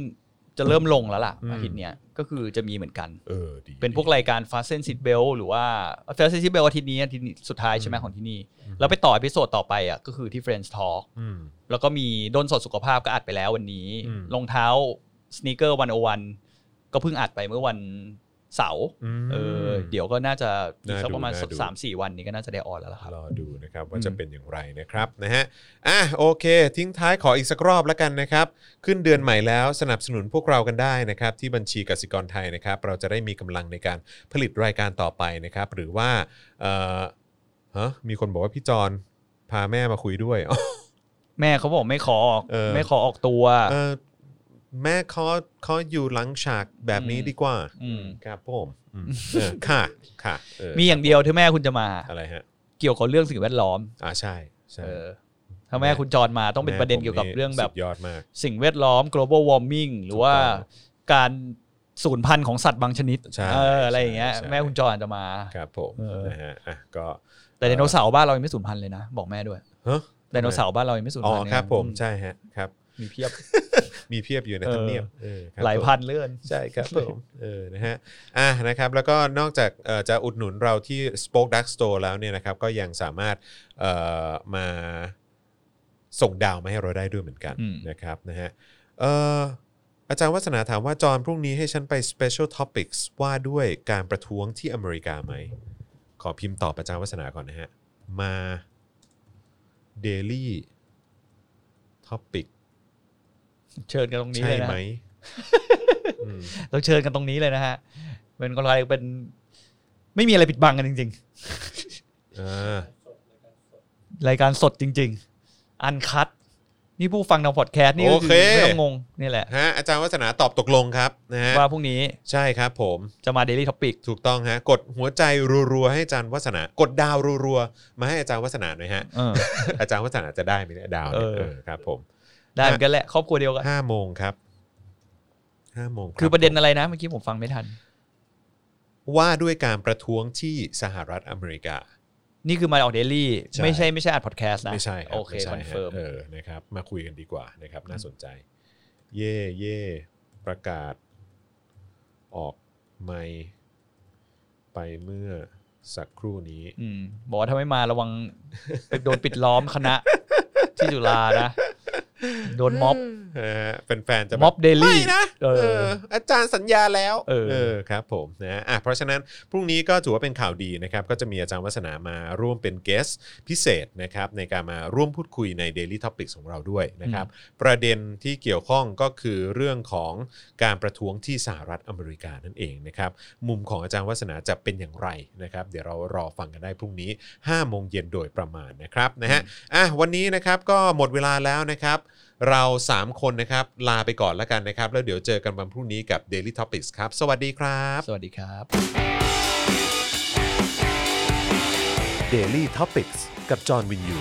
Speaker 2: จะเริ่มลงแล้วล่ะ
Speaker 1: อืม
Speaker 2: อาทิตย์เนี้ยก็คือจะมีเหมือนกัน
Speaker 1: เออดี
Speaker 2: เป็นพวกรายการ f a s t e n s i t b e l หรือว่า f a s t e n s i t b e l อาทิตย์นี้อาทิตย์นี้สุดท้ายใช่ไหมของที่นี่ แล้วไปต่อพิโซดต่อไปอ่ะก็คือที่ Friends Talk
Speaker 1: อืม
Speaker 2: แล้วก็มีด้นสดสุขภาพก็อัดไปแล้ววันนี้
Speaker 1: อืม
Speaker 2: รองเท้า sneaker 101 ก็เพิ่งอัดไปเมื่อวันเสาร์
Speaker 1: ม
Speaker 2: เออเดี๋ยวก็น่าจะอีกสัก
Speaker 1: น่าดู
Speaker 2: ประมาณสัก
Speaker 1: น่าดู
Speaker 2: สามสี่วันนี้ก็น่าจะได้ออนแล้วล่ะครับ
Speaker 1: รอดูนะครับว่า
Speaker 2: อืม
Speaker 1: จะเป็นอย่างไรนะครับนะฮะอ่ะโอเค ทิ้งท้ายขออีกสักรอบแล้วกันนะครับ ขึ้นเดือนใหม่แล้วสนับสนุนพวกเรากันได้นะครับ ที่บัญชีกสิกรไทยนะครับ เราจะได้มีกำลังในการผลิตรายการต่อไปนะครับ หรือว่าเอ่อฮะมีคนบอกว่าพี่จอนพาแม่มาคุยด้วย
Speaker 2: แม่เขาบอกไม่ขอออก
Speaker 1: เออ
Speaker 2: ไม่ขอออกตัว
Speaker 1: เออแม่ขอขออยู่หลังฉากแบบนี้ดีกว่า
Speaker 2: อืม
Speaker 1: ครับผมอืมเออค่ะค่ะเออ
Speaker 2: มีอย่างเดียวที่แม่คุณจะมา
Speaker 1: อะไรฮะ
Speaker 2: เกี่ยวกับเรื่องสิ่งแวดล้อม
Speaker 1: อ่าใช่ใช่
Speaker 2: เออถ้าแม่คุณจรมาต้องเป็นประเด็นเกี่ยวกับ
Speaker 1: แม่ผม
Speaker 2: เรื่องแบบ
Speaker 1: สุดยอดมาก
Speaker 2: สิ่งแวดล้อม global warming หรือว่า
Speaker 1: ถูกต้
Speaker 2: การสูญพันธุ์ของสัตว์บางชนิด
Speaker 1: ใช่
Speaker 2: เอออะไรอย่างเงี้ย
Speaker 1: ใช่ใช่
Speaker 2: แม่คุณจอนจะมา
Speaker 1: ครับผม
Speaker 2: เออ
Speaker 1: นะฮะอ่ะก็
Speaker 2: แต่ไดโนเสาร์บ้านเรายังไม่สูญพันธุ์เลยนะ บอกแม่ด้วย
Speaker 1: ฮะ
Speaker 2: ไดโนเสาร์บ้านเรายังไม่สูญ
Speaker 1: อ๋อ
Speaker 2: พันธุ์เลยนะครับ
Speaker 1: ผมใช่ฮะครับ
Speaker 2: มีเพียบ
Speaker 1: มีเพียบอยู่ใน
Speaker 2: เออ
Speaker 1: ทำเนียบเออครับ
Speaker 2: หลาย
Speaker 1: ผม
Speaker 2: พันเลื่อน
Speaker 1: ใช่ครับผมเออนะฮะอ่ะนะครับแล้วก็นอกจากเอ่อจะอุดหนุนเราที่ Spoke Dark Store แล้วเนี่ยนะครับก็ยังสามารถเอ่อมาส่งดาวมาให้เราได้ด้วยเหมือนกัน
Speaker 2: อืม
Speaker 1: นะครับนะฮะเอ่ออาจารย์วัฒนาถามว่า จอห์นพรุ่งนี้ให้ฉันไป Special Topics ว่าด้วยการประท้วงที่อเมริกาไหม ขอพิมพ์ตอบอาจารย์วัฒนาก่อนนะฮะ มา Daily Topic
Speaker 2: เชิญกันตรงนี้
Speaker 1: ใช่
Speaker 2: เลยนะ
Speaker 1: ไหมอืม
Speaker 2: เราเชิญกันตรงนี้เลยนะฮะเป็นอะไรเป็นไม่มีอะไรปิดบังกันจริง
Speaker 1: เออ
Speaker 2: ๆ รายการสดจริง ๆ อันคัด นี่ผู้ฟังทางพอดแคสต์นี่ก็
Speaker 1: โอ
Speaker 2: คือ
Speaker 1: เค
Speaker 2: ไม่ต้องงงนี่แหละ
Speaker 1: ฮะอาจารย์วัฒนาตอบตกลงครับนะฮะ
Speaker 2: ว่าพรุ่งนี้
Speaker 1: ใช่ครับผม
Speaker 2: จะมา Daily Topic
Speaker 1: ถูกต้องฮะ กดหัวใจรัวๆให้อาจารย์วัฒนากดดาวรัวๆมาให้อาจารย์วัฒนาหน่อยฮะ
Speaker 2: เออ
Speaker 1: อาจารย์วัฒนาจะได้ไหมเนี่ยดาวเนี่ย
Speaker 2: เออ
Speaker 1: เออครับผม
Speaker 2: ได้เหมือนกันแหละ ครอบครัวเดียวกัน
Speaker 1: ห้าโมงครับห้าโมงบ
Speaker 2: คือประเด็นอะไรนะ เมื่อกี้ผมฟังไม่ทัน
Speaker 1: ว่าด้วยการประท้วงที่สหรัฐอเมริกา
Speaker 2: นี่คือมาออกเดลี่
Speaker 1: ใช่
Speaker 2: ไม่ใช่ไม่ใช่อัดพอดแคสต์นะ
Speaker 1: ไม่ใช่รับ
Speaker 2: โอเค
Speaker 1: ไม่ใช่
Speaker 2: คอนเฟิร์ม
Speaker 1: ฮะเออนะครับ มาคุยกันดีกว่านะครับ น่าสนใจ เย่เย่ประกาศ ออกไม่ไปเมื่อสักครู่นี้
Speaker 2: มบอกว่าถ้าไม่มาระวังไปโดนปิดล้อมค ณะ ที่จุฬานะ โดนม็อบ
Speaker 1: เออแฟนๆจะแบบ
Speaker 2: ม็อบเด
Speaker 1: ไม่
Speaker 2: ลี่
Speaker 1: นะ
Speaker 2: เออ
Speaker 1: เอออาจารย์สัญญาแล้ว
Speaker 2: เออ
Speaker 1: ครับผมนะอ่ะเพราะฉะนั้นพรุ่งนี้ก็ถือว่าเป็นข่าวดีนะครับ ก็จะมีอาจารย์วัฒนามาร่วมเป็นเกสพิเศษนะครับ ในการมาร่วมพูดคุยใน Daily Topics ของเราด้วยนะครับ ประเด็นที่เกี่ยวข้องก็คือเรื่องของการประท้วงที่สหรัฐอเมริกานั่นเองนะครับ มุมของอาจารย์วัฒนาจะเป็นอย่างไรนะครับ เดี๋ยวเรารอฟังกันได้พรุ่งนี้ 5 โมงเย็นโดยประมาณนะครับนะฮะอ่ะวันนี้นะครับก็หมดเวลาแล้วนะครับ เรา 3 คนนะครับ ลาไปก่อนแล้วกันนะครับ แล้วเดี๋ยวเจอกันวันพรุ่งนี้กับ Daily Topics ครับ สวัสดีครับ
Speaker 2: สวัสดีครับ
Speaker 1: Daily Topics กับจอห์นวินยู